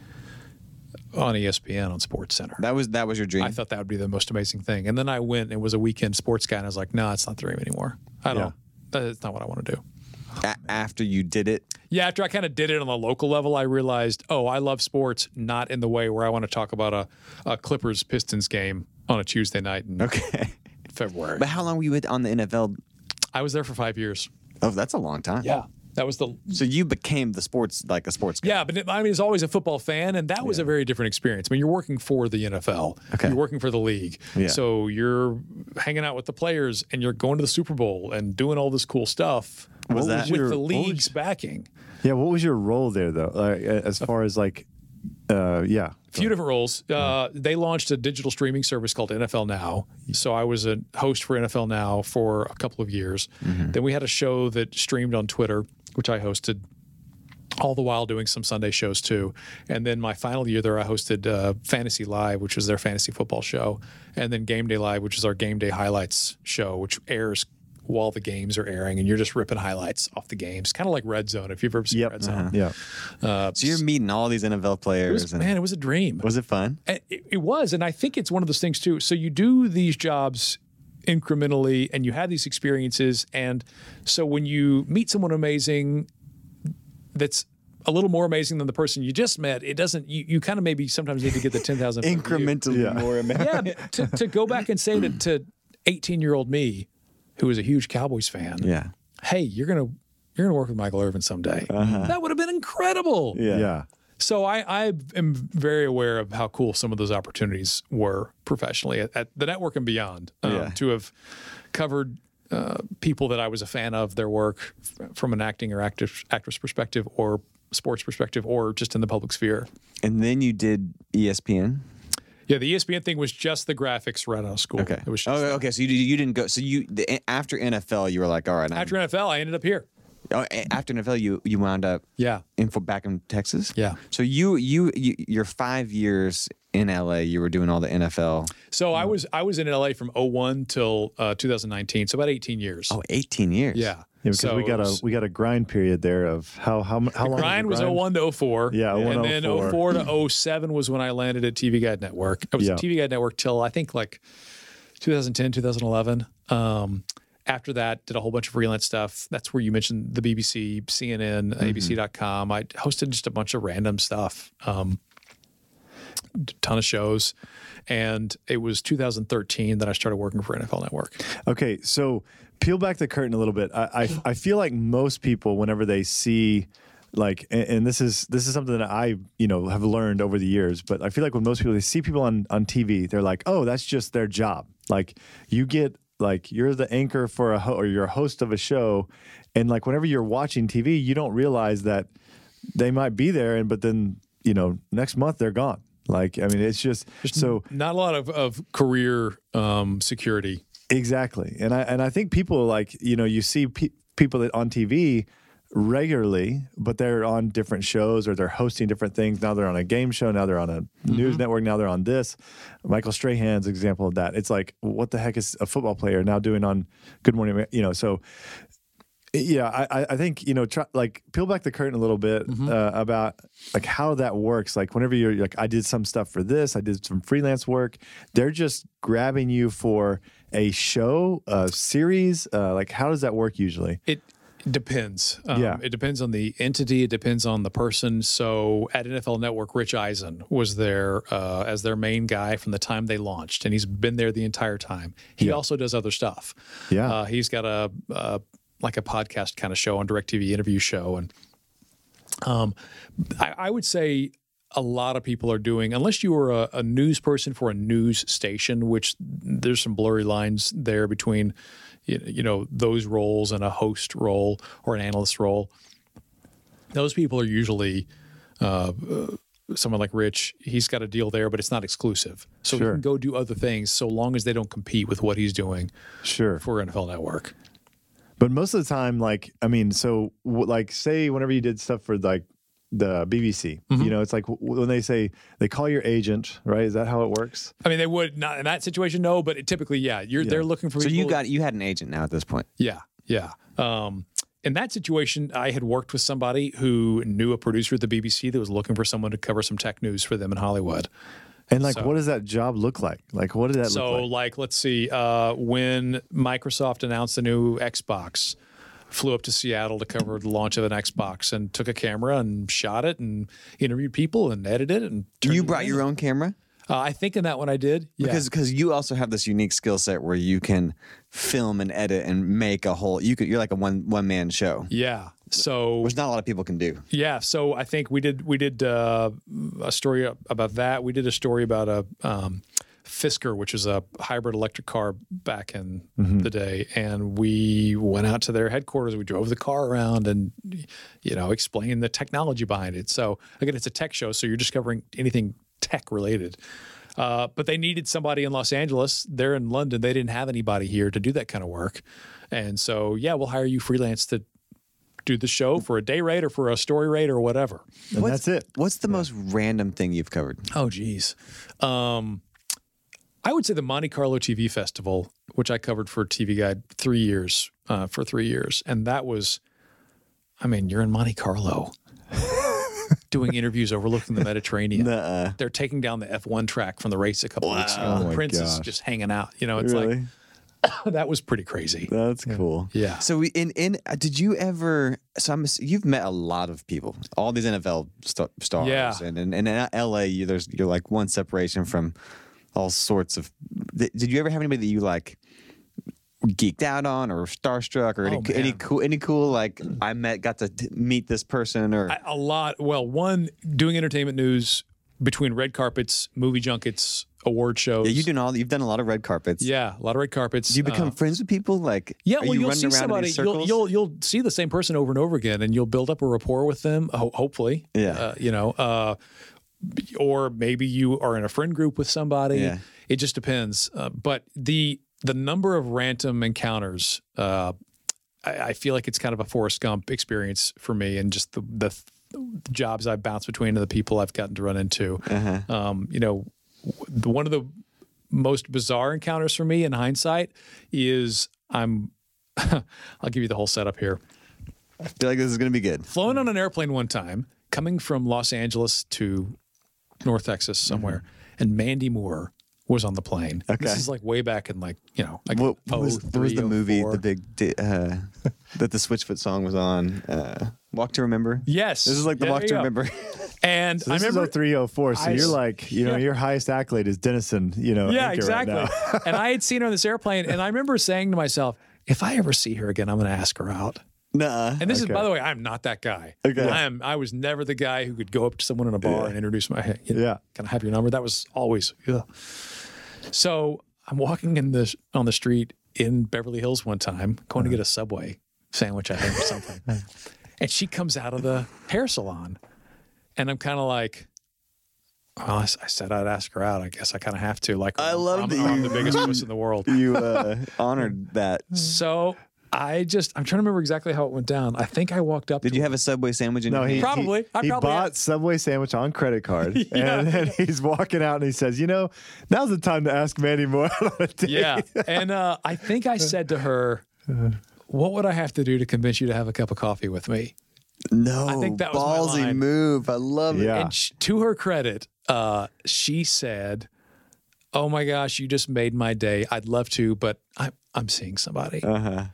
Speaker 3: on E ESPN on Sports Center.
Speaker 1: that was that was your dream.
Speaker 3: I thought that would be the most amazing thing. And then I went and it was a weekend sports guy, and I was like, no, it's not the dream anymore. I don't. That's not what I want to do.
Speaker 1: A- after you did it,
Speaker 3: Yeah, after I kind of did it on the local level, I realized, oh, I love sports, not in the way where I want to talk about a, a Clippers Pistons game on a Tuesday night in
Speaker 1: okay.
Speaker 3: February.
Speaker 1: But how long were you with- on the NFL?
Speaker 3: I was there for five years.
Speaker 1: Oh, that's a long time.
Speaker 3: Yeah, that was the
Speaker 1: So you became the sports like a sports guy.
Speaker 3: Yeah, but I mean, as always, a football fan, and that was a very different experience. I mean, you're working for the NFL,
Speaker 1: Okay.
Speaker 3: you're working for the league,
Speaker 1: Yeah.
Speaker 3: so you're hanging out with the players, and you're going to the Super Bowl and doing all this cool stuff
Speaker 1: Was
Speaker 3: with
Speaker 1: that-
Speaker 3: with
Speaker 1: your-
Speaker 3: the
Speaker 1: what was-
Speaker 3: league's backing.
Speaker 2: Yeah. What was your role there, though? Like, a- as far as like, uh, yeah.
Speaker 3: A few different roles. Uh, they launched a digital streaming service called NFL Now. So I was a host for NFL Now for a couple of years. Then we had a show that streamed on Twitter, which I hosted, all the while doing some Sunday shows too. And then my final year there, I hosted uh, Fantasy Live, which was their fantasy football show, and then Game Day Live, which is our game day highlights show, which airs while the games are airing, and you're just ripping highlights off the games, kind of like Red Zone. If you've ever seen
Speaker 2: Yep. Uh-huh.
Speaker 3: Red Zone,
Speaker 2: Yeah.
Speaker 1: So you're meeting all these NFL
Speaker 3: It
Speaker 1: players.
Speaker 3: was,
Speaker 1: and,
Speaker 3: man, it was a dream.
Speaker 1: was it fun?
Speaker 3: And it, it was and i think it's one of those things too so you do these jobs incrementally and you have these experiences and so when you meet someone amazing that's a little more amazing than the person you just met, it doesn't. You, you kind of maybe sometimes need to get the ten thousand
Speaker 1: Incrementally
Speaker 2: Yeah.
Speaker 1: more amazing.
Speaker 3: Yeah, but to, to go back and say to to eighteen year old me, who was a huge Cowboys fan,
Speaker 1: Yeah.
Speaker 3: hey, you're gonna you're gonna work with Michael Irvin someday. That would have been incredible.
Speaker 1: Yeah.
Speaker 2: yeah.
Speaker 3: So I, I am very aware of how cool some of those opportunities were professionally at, at the network and beyond. Um,
Speaker 1: Yeah.
Speaker 3: To have covered uh, people that I was a fan of, their work f- from an acting or active, actress perspective, or sports perspective, or just in the public sphere.
Speaker 1: And then you did E ESPN.
Speaker 3: Yeah, the E ESPN thing was just the graphics right out of school.
Speaker 1: Okay.
Speaker 3: It was just,
Speaker 1: oh, okay. So you you didn't go. So you the, after NFL, you were like, all right. I'm-
Speaker 3: After NFL, I ended up here.
Speaker 1: oh, a- after NFL, you you wound up
Speaker 3: Yeah.
Speaker 1: in for back in Texas.
Speaker 3: Yeah.
Speaker 1: So you you, you your five years in LA, you were doing all the NFL.
Speaker 3: So I was I was in LA from 01 till uh, 2019, so about 18 years.
Speaker 1: Oh, 18 years.
Speaker 3: yeah.
Speaker 2: Yeah, because
Speaker 3: so
Speaker 2: we
Speaker 3: it
Speaker 2: got
Speaker 3: was-
Speaker 2: a we got a grind period there of how how mu- how long
Speaker 3: Ryan was
Speaker 2: the
Speaker 3: 01 to 04.
Speaker 2: Yeah, 01
Speaker 3: and
Speaker 2: to
Speaker 3: then
Speaker 2: 04.
Speaker 3: 04 to 07 was when I landed at TV Guide Network. I was
Speaker 2: Yeah.
Speaker 3: at TV Guide Network till I think like 2010, 2011. Um, after that, did a whole bunch of freelance stuff. That's where you mentioned the BBC, CNN, ABC.com. I hosted just a bunch of random stuff, um, d- ton of shows. And it was 2013 that I started working for NFL Network.
Speaker 2: Okay, so peel back the curtain a little bit. I, I I feel like most people, whenever they see, like, and, and this is this is something that I you know have learned over the years, but I feel like when most people they see people on on TV, they're like, oh, that's just their job. Like you get like you're the anchor for a ho- or you're a host of a show, and like whenever you're watching TV, you don't realize that they might be there, and but then you know next month they're gone. Like I mean, it's just so
Speaker 3: Not a lot of, of career um, security.
Speaker 2: Exactly, and I and I think people like you know you see pe- people that on TV regularly, but they're on different shows or they're hosting different things. Now they're on a game show. Now they're on a news network. Now they're on this. Michael Strahan's example of that. It's like what the heck is a football player now doing on Good Morning? Amer- You know, so yeah, I, I- I think you know, try, like peel back the curtain a little bit uh, about like how that works. Like whenever you're like, I did some stuff for this, I did some freelance work. They're just grabbing you for a show, a series. Uh, like how does that work usually?
Speaker 3: It depends. Um,
Speaker 2: Yeah.
Speaker 3: It depends on the entity. It depends on the person. So at NFL Network, Rich Eisen was there uh, as their main guy from the time they launched, and he's been there the entire time. He also does other stuff.
Speaker 2: Yeah.
Speaker 3: Uh, he's got a uh, like a podcast kind of show on Directv interview show, and um, I, I would say a lot of people are doing, unless you were a, a news person for a news station, which there's some blurry lines there between, you, you know, those roles and a host role or an analyst role. Those people are usually uh, uh, someone like Rich. He's got a deal there, but it's not exclusive, so he
Speaker 2: Sure.
Speaker 3: can go do other things so long as they don't compete with what he's doing
Speaker 2: Sure.
Speaker 3: for NFL Network.
Speaker 2: But most of the time, like I mean, so w- like say whenever you did stuff for like the BBC, you know, it's like w- when they say they call your agent, right? Is that how it works?
Speaker 3: I mean, they would not in that situation, no, but it typically, yeah, you're they're looking for.
Speaker 1: So you
Speaker 3: people-
Speaker 1: got you had an agent now at this point.
Speaker 3: Yeah, yeah. Um, in that situation, I had worked with somebody who knew a producer at the BBC that was looking for someone to cover some tech news for them in Hollywood.
Speaker 2: And like, what does that job look like? Like, what did that
Speaker 3: So,
Speaker 2: look like?
Speaker 3: like, let's see, uh, when Microsoft announced the new Xbox, flew up to Seattle to cover the launch of an Xbox and took a camera and shot it and interviewed people and edited it. And turned
Speaker 1: You
Speaker 3: it
Speaker 1: brought
Speaker 3: in.
Speaker 1: your own camera
Speaker 3: Uh, I think in that one I did. Yeah.
Speaker 1: because because you also have this unique skill set where you can film and edit and make a whole. You could you're like a one one man show,
Speaker 3: yeah. So
Speaker 1: which not a lot of people can do.
Speaker 3: Yeah, so I think we did we did uh, a story about that. We did a story about a um, Fisker, which is a hybrid electric car back in the day, and we went out to their headquarters. We drove the car around and you know explained the technology behind it. So again, it's a tech show, so you're just covering anything tech related. Uh, but they needed somebody in Los Angeles. They're in London. They didn't have anybody here to do that kind of work, and so yeah, we'll hire you freelance to do the show for a day rate or for a story rate or whatever.
Speaker 2: And that's it.
Speaker 1: What's the most random thing you've covered?
Speaker 3: Oh, geez. Um, I would say the Monte Carlo TV Festival, which I covered for TV Guide three years, uh, for three years. And that was, I mean, you're in Monte Carlo doing interviews overlooking the Mediterranean.
Speaker 1: Uh,
Speaker 3: They're taking down the F1 track from the race a couple weeks ago.
Speaker 2: my
Speaker 3: Prince is
Speaker 2: gosh.
Speaker 3: just hanging out. You know, it's like, that was pretty crazy.
Speaker 2: That's cool.
Speaker 3: Yeah.
Speaker 1: So we in in uh, did you ever? So I'm ass- you've met a lot of people, all these NFL st- stars,
Speaker 3: Yeah.
Speaker 1: and and, and in LA, you, there's you're like one separation from all sorts of. Th- did you ever have anybody that you like? Geeked out on or starstruck or any,
Speaker 3: Oh,
Speaker 1: co- any
Speaker 3: man.
Speaker 1: cool any cool like I met got to t- meet this person or
Speaker 3: I, a lot. Well, one doing entertainment news between red carpets, movie junkets, award shows.
Speaker 1: yeah you doing all you've done a lot of red carpets
Speaker 3: Yeah, a lot of red carpets.
Speaker 1: do you become
Speaker 3: Uh,
Speaker 1: friends with people like
Speaker 3: yeah,
Speaker 1: are
Speaker 3: well,
Speaker 1: you
Speaker 3: will
Speaker 1: running
Speaker 3: see
Speaker 1: around in
Speaker 3: somebody.
Speaker 1: these
Speaker 3: You'll,
Speaker 1: circles?
Speaker 3: you'll you'll see the same person over and over again, and you'll build up a rapport with them. Ho- hopefully,
Speaker 1: Yeah.
Speaker 3: Uh, you know, uh, or maybe you are in a friend group with somebody.
Speaker 1: Yeah.
Speaker 3: It just depends. Uh, but the the number of random encounters, uh, I, I feel like it's kind of a Forrest Gump experience for me, and just the the, the jobs I've bounced between and the people I've gotten to run into.
Speaker 1: Uh-huh.
Speaker 3: Um, you know, w- one of the most bizarre encounters for me in hindsight is I'm. I'll give you the whole setup here
Speaker 1: I feel like this is gonna be good
Speaker 3: flown on an airplane one time coming from Los Angeles to North Texas somewhere, and Mandy Moore was on the plane. This
Speaker 1: Mm-hmm. Okay.
Speaker 3: is like way back in like you know like oh,
Speaker 1: what, what was, what was the
Speaker 3: 03,
Speaker 1: movie
Speaker 3: 04.
Speaker 1: the big di- uh, that the Switchfoot song was on? Uh, Walk to Remember.
Speaker 3: yes.
Speaker 1: This is like the
Speaker 3: Yeah,
Speaker 1: Walk
Speaker 3: there
Speaker 1: to
Speaker 3: you go.
Speaker 1: Remember.
Speaker 3: And
Speaker 2: So
Speaker 3: I
Speaker 2: this
Speaker 3: remember
Speaker 2: is 0304. So
Speaker 3: I-
Speaker 2: you're like, you know,
Speaker 3: Yeah.
Speaker 2: your highest accolade is Denison, you know.
Speaker 3: Yeah,
Speaker 2: anchor right
Speaker 3: exactly.
Speaker 2: now.
Speaker 3: and I had seen her on this airplane, and I remember saying to myself, "If I ever see her again, I'm going to ask her out."
Speaker 1: Nuh-uh.
Speaker 3: And this
Speaker 2: Okay.
Speaker 3: is, by the way, I'm not that guy.
Speaker 1: Okay.
Speaker 3: I am. I was never the guy who could go up to someone in a bar and introduce my. You know,
Speaker 2: Yeah.
Speaker 3: Can I have your number? That was always. ugh. So I'm walking in the on the street in Beverly Hills one time,
Speaker 1: Uh-huh.
Speaker 3: going to get a Subway sandwich, I think, or something. and she comes out of the hair salon, and I'm kind of like. Well, I, s- I said I'd ask her out. I guess I kind of have to. Like,
Speaker 1: I love
Speaker 3: I'm,
Speaker 1: that
Speaker 3: I'm
Speaker 1: you-
Speaker 3: the biggest puss in the world.
Speaker 1: You uh, honored that.
Speaker 3: So I just, I'm trying to remember exactly how it went down. I think I walked up.
Speaker 1: Did
Speaker 3: to
Speaker 1: you
Speaker 3: her.
Speaker 1: have a Subway sandwich in
Speaker 2: No,
Speaker 1: your
Speaker 2: he
Speaker 1: hand?
Speaker 3: Probably.
Speaker 2: He,
Speaker 3: I
Speaker 2: he
Speaker 3: probably
Speaker 2: bought
Speaker 3: am.
Speaker 2: Subway sandwich on credit card,
Speaker 3: Yeah.
Speaker 2: and then he's walking out and he says, "You know, now's the time to ask Mandy Moore out on a date."
Speaker 3: Yeah. And uh, I think I said to her, What would I have to do to convince you to have a cup of coffee with me?
Speaker 1: No.
Speaker 3: I think that was my
Speaker 1: ballsy
Speaker 3: line.
Speaker 1: move. I love it.
Speaker 2: Yeah.
Speaker 3: And sh to her credit, uh, she said, Oh my gosh, you just made my day. I'd love to, but I'm, I'm seeing somebody.
Speaker 1: Uh-huh.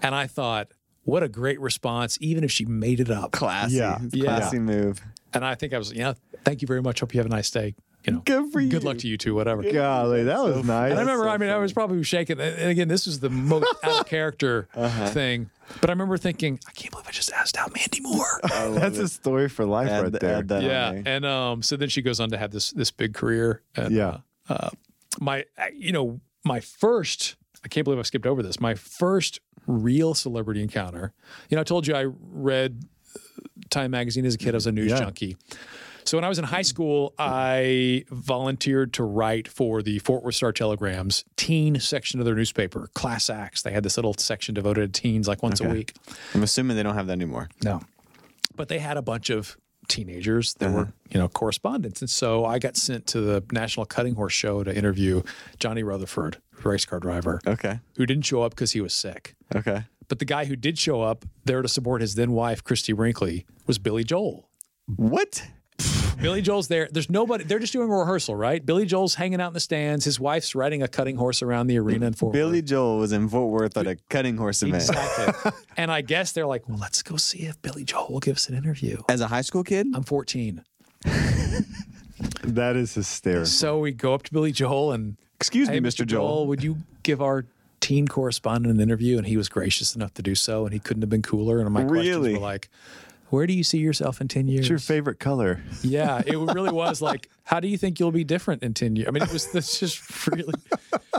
Speaker 3: And I thought, What a great response, even if she made it up.
Speaker 1: Classy.
Speaker 2: Yeah.
Speaker 1: It's a
Speaker 3: Yeah.
Speaker 1: Classy move.
Speaker 3: And I think I was, Yeah, thank you very much. Hope you have a nice day. You know,
Speaker 1: Good for
Speaker 3: good
Speaker 1: you.
Speaker 3: luck to you too, whatever.
Speaker 2: Golly, that was nice.
Speaker 3: And I remember, I mean, I was probably shaking. And and again, this was the most out of character thing. But I remember thinking, I can't believe I just asked out Mandy Moore.
Speaker 1: I love
Speaker 2: That's
Speaker 1: it.
Speaker 2: a story for life
Speaker 1: Add
Speaker 2: right
Speaker 1: th-
Speaker 2: there.
Speaker 1: add that on
Speaker 3: yeah,
Speaker 1: there.
Speaker 3: and um, so then she goes on to have this this big career. And,
Speaker 2: Yeah.
Speaker 3: uh, uh, my I- you know my first. I can't believe I skipped over this. My first real celebrity encounter. You know, I told you I read uh, Time magazine as a kid. I was a news
Speaker 2: Yeah.
Speaker 3: junkie. So when I was in high school, I volunteered to write for the Fort Worth Star Telegram's teen section of their newspaper, Class Acts. They had this little section devoted to teens like once a week.
Speaker 1: I'm assuming they don't have that anymore.
Speaker 3: No. But they had a bunch of teenagers
Speaker 1: Mm-hmm.
Speaker 3: that were, you know, correspondents. And so I got sent to the National Cutting Horse Show to interview Johnny Rutherford, race car driver,
Speaker 1: Okay.
Speaker 3: who didn't show up because he was sick.
Speaker 1: Okay.
Speaker 3: But the guy who did show up there to support his then wife, Christy Brinkley, was Billy Joel.
Speaker 1: What?
Speaker 3: Billy Joel's there. There's nobody. They're just doing a rehearsal, right? Billy Joel's hanging out in the stands. His wife's riding a cutting horse around the arena and forward.
Speaker 1: Billy Joel was in Fort Worth at a cutting horse event
Speaker 3: Exactly. and I guess they're like, well, let's go see if Billy Joel will give us an interview.
Speaker 1: as a high school kid.
Speaker 3: I'm 14.
Speaker 2: that is hysterical.
Speaker 3: So we go up to Billy Joel and
Speaker 1: Excuse
Speaker 3: "Hey,
Speaker 1: me, Mr. Joel.
Speaker 3: would you give our teen correspondent an interview? And he was gracious enough to do so, and he couldn't have been cooler. And my
Speaker 1: Really?
Speaker 3: questions were like, "Where do you see yourself in ten years?"
Speaker 2: What's your favorite color?
Speaker 3: yeah, it really was like, "How do you think you'll be different in ten years?" I mean, it was this just really,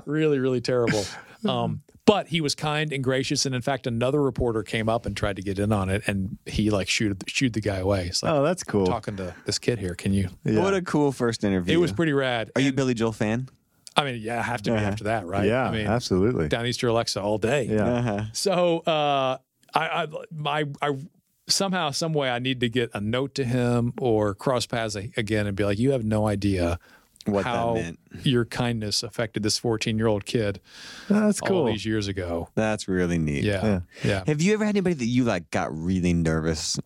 Speaker 3: really, really terrible. Um, but he was kind and gracious, and in fact, another reporter came up and tried to get in on it, and he like shooed shooed the guy away. It's like
Speaker 2: Oh, that's cool.
Speaker 3: talking to this kid here. Can you?
Speaker 2: Yeah.
Speaker 1: What a cool first interview.
Speaker 3: It was pretty rad.
Speaker 1: Are you a Billy Joel fan?
Speaker 3: I mean, yeah, I have to be after that, right?
Speaker 2: yeah,
Speaker 3: I mean,
Speaker 2: absolutely.
Speaker 3: down Easter Alexa all day.
Speaker 2: Yeah.
Speaker 1: Uh-huh.
Speaker 3: So uh, I, I, my, I somehow, some way, I need to get a note to him or cross paths a- again and be like, you have no idea
Speaker 1: What that
Speaker 3: how
Speaker 1: meant."
Speaker 3: your kindness affected this 14 year old kid
Speaker 2: That's
Speaker 3: all
Speaker 2: cool.
Speaker 3: these years ago.
Speaker 1: That's really neat.
Speaker 3: Yeah. Yeah.
Speaker 1: Have you ever had anybody that you like got really nervous?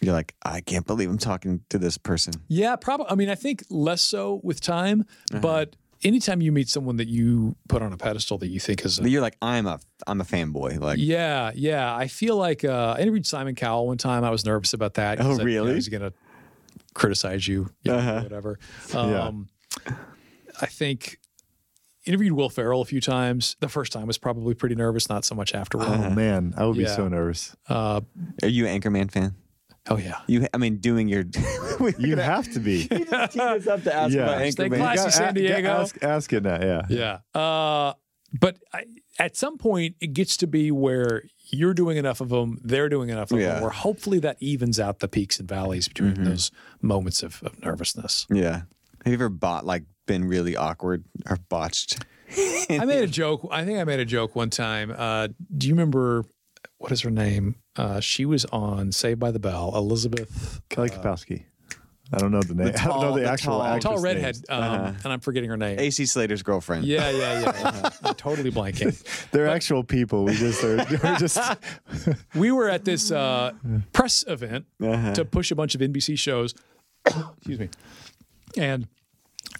Speaker 1: You're like, I can't believe I'm talking to this person.
Speaker 3: Yeah, probably. I mean, I think less so with time, but anytime you meet someone that you put on a pedestal that you think is a,
Speaker 4: But you're like, I'm a I'm a fanboy. Like
Speaker 3: yeah, yeah. I feel like uh, I interviewed Simon Cowell one time. I was nervous about that. 'cause
Speaker 1: Oh,
Speaker 3: I- you know,
Speaker 1: really?
Speaker 3: he's gonna criticize you, you know, whatever.
Speaker 2: Yeah.
Speaker 3: Um, I think interviewed Will Ferrell a few times. The first time was probably pretty nervous, not so much afterward.
Speaker 2: Oh man, I would be
Speaker 3: Yeah.
Speaker 2: so nervous.
Speaker 3: Uh,
Speaker 4: are you an Anchorman fan?
Speaker 3: oh yeah.
Speaker 4: You I mean doing your
Speaker 2: You have to be.
Speaker 1: Tee us up to ask
Speaker 2: Yeah.
Speaker 1: about
Speaker 3: Stay
Speaker 1: Anchorman.
Speaker 3: classy,
Speaker 2: You gotta
Speaker 3: San
Speaker 2: a-
Speaker 3: Diego.
Speaker 2: Ask, ask it now. Yeah.
Speaker 3: Yeah. Uh, but I, at some point, it gets to be where you're doing enough of them, they're doing enough of
Speaker 4: Yeah.
Speaker 3: them, where hopefully that evens out the peaks and valleys between those moments of, of nervousness.
Speaker 4: Yeah. Have you ever bought like been really awkward or botched?
Speaker 3: I made a joke. I think I made a joke one time. Uh, do you remember what is her name? Uh, she was on Saved by the Bell. Elizabeth,
Speaker 2: Kelly Kapowski. I don't know the name. I don't
Speaker 4: tall-
Speaker 2: know the
Speaker 4: the
Speaker 2: actual
Speaker 4: tall-
Speaker 3: a
Speaker 2: actress
Speaker 3: tall
Speaker 2: name.
Speaker 3: redhead, um, and I'm forgetting her name.
Speaker 4: AC Slater's girlfriend.
Speaker 3: Yeah, yeah, yeah. I'm totally blanking.
Speaker 2: They're actual people. We just are we're just
Speaker 3: we were at this uh, press event
Speaker 4: Uh-huh.
Speaker 3: to push a bunch of NBC shows. excuse me. And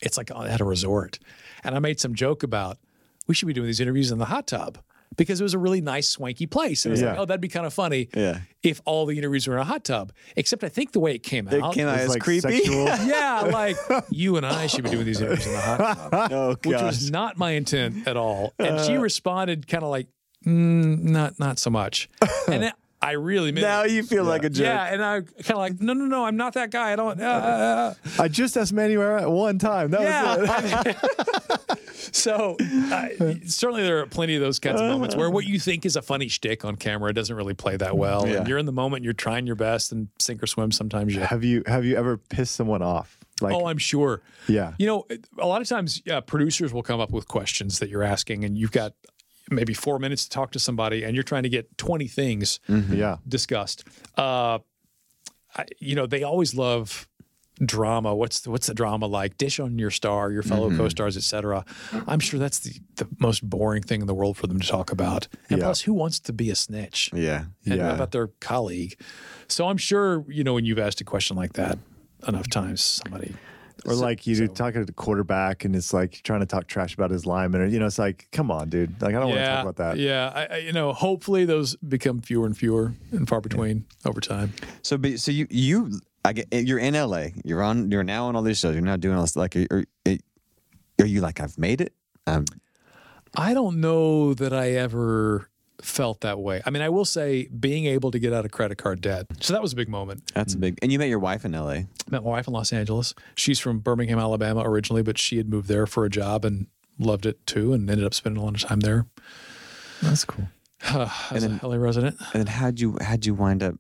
Speaker 3: it's like oh, at a resort. And I made some joke about we should be doing these interviews in the hot tub because it was a really nice, swanky place. And I was like,
Speaker 2: Yeah.
Speaker 3: oh, that'd be kind of funny
Speaker 4: Yeah.
Speaker 3: if all the interviews were in a hot tub. Except I think the way it came out.
Speaker 4: came out-
Speaker 2: it's
Speaker 4: It's
Speaker 2: like
Speaker 4: creepy.
Speaker 2: sexual.
Speaker 3: yeah, like you and I should be doing these interviews in the hot tub
Speaker 2: oh
Speaker 3: which was not my intent at all. And
Speaker 4: Uh.
Speaker 3: she responded kind of like, mm, not not so much. And then I really meant
Speaker 4: Now
Speaker 3: it.
Speaker 4: you feel like a jerk.
Speaker 3: yeah, and I kind of like, no, no, no, I'm not that guy. I don't. uh, Uh, uh.
Speaker 2: I just asked Manny where at one time. That was it.
Speaker 3: yeah. so uh, certainly there are plenty of those kinds of moments where what you think is a funny shtick on camera doesn't really play that well.
Speaker 4: Yeah.
Speaker 3: And you're in the moment, you're trying your best, and sink or swim. Sometimes you.
Speaker 2: Have you have you ever pissed someone off? Like
Speaker 3: Oh, I'm sure.
Speaker 2: yeah.
Speaker 3: You know, a lot of times uh, producers will come up with questions that you're asking, and you've got maybe four minutes to talk to somebody, and you're trying to get 20 things
Speaker 2: Yeah.
Speaker 3: discussed. Uh, I, you know, they always love drama. What's the, what's the drama like? Dish on your star, your fellow co-stars, etc. I'm sure that's the, the most boring thing in the world for them to talk about. And
Speaker 2: Yeah.
Speaker 3: plus, who wants to be a snitch?
Speaker 4: Yeah.
Speaker 3: and
Speaker 2: Yeah.
Speaker 3: about their colleague. So I'm sure, you know, when you've asked a question like that enough times, somebody
Speaker 2: Or like you talk to the quarterback and it's like trying to talk trash about his lineman or you know, it's like, come on, dude. Like I don't want to talk about that.
Speaker 3: Yeah, I, I, you know, hopefully those become fewer and fewer and far between over time.
Speaker 4: So, but, so you you I get eh, you're in LA. You're on. You're now on all these shows. You're now doing all this. Like, are, are, are you like I've made it? Um,
Speaker 3: I don't know that I ever felt that way. I mean, I will say being able to get out of credit card debt. So that was a big moment.
Speaker 4: that's a big. Mm. And you met your wife in LA.
Speaker 3: Met my wife in Los Angeles. She's from Birmingham, Alabama originally, but she had moved there for a job and loved it too and ended up spending a lot of time there
Speaker 2: That's cool.
Speaker 3: as a LA resident.
Speaker 4: And then how'd you how'd you wind up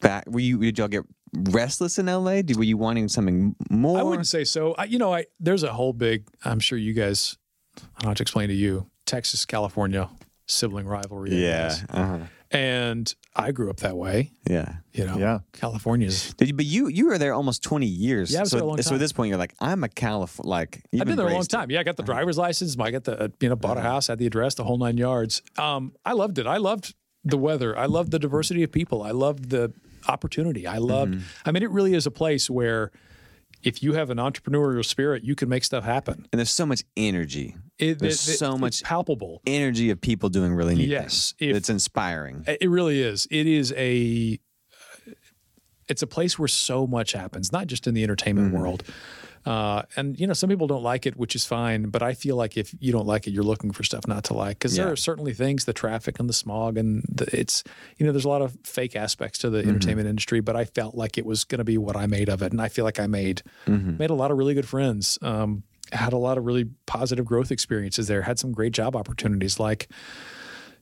Speaker 4: back? Were you did y'all get restless in LA? Did, were you wanting something more?
Speaker 3: I wouldn't say so. I, you know, I there's a whole big. I'm sure you guys. I don't know how to explain to you. Texas, California, sibling rivalry. I
Speaker 4: Yeah.
Speaker 3: guess.
Speaker 4: Uh-huh.
Speaker 3: and I grew up that way.
Speaker 4: Yeah.
Speaker 3: You know,
Speaker 2: Yeah.
Speaker 3: California's.
Speaker 4: Did you, but you you were there almost twenty years.
Speaker 3: Yeah, I was
Speaker 4: so,
Speaker 3: there a long
Speaker 4: so
Speaker 3: time.
Speaker 4: at this point, you're like, I'm a Calif. Like you've
Speaker 3: I've been there a long
Speaker 4: embraced it. Uh-huh.
Speaker 3: time. Yeah, I got the driver's license. I got the uh, you know bought a house, had the address, the whole nine yards. Um, I loved it. I loved the weather. I loved the diversity of people. I loved the opportunity. I loved.
Speaker 4: Mm-hmm.
Speaker 3: I mean, it really is a place where. If you have an entrepreneurial spirit, you can make stuff happen.
Speaker 4: And there's so much energy,
Speaker 3: It,
Speaker 4: There's so
Speaker 3: it's
Speaker 4: much-
Speaker 3: palpable.
Speaker 4: energy of people doing really neat
Speaker 3: Yes,
Speaker 4: things.
Speaker 3: if-
Speaker 4: it's inspiring.
Speaker 3: It it really is. It is a it's a place where so much happens, not just in the entertainment world. Uh, and you know, some people don't like it, which is fine. But I feel like if you don't like it, you're looking for stuff not to like because there
Speaker 4: Yeah.
Speaker 3: are certainly things, the traffic and the smog, and the, it's you know, there's a lot of fake aspects to the entertainment industry. But I felt like it was going to be what I made of it, and I feel like I made made a lot of really good friends. Um, had a lot of really positive growth experiences there. Had some great job opportunities. Like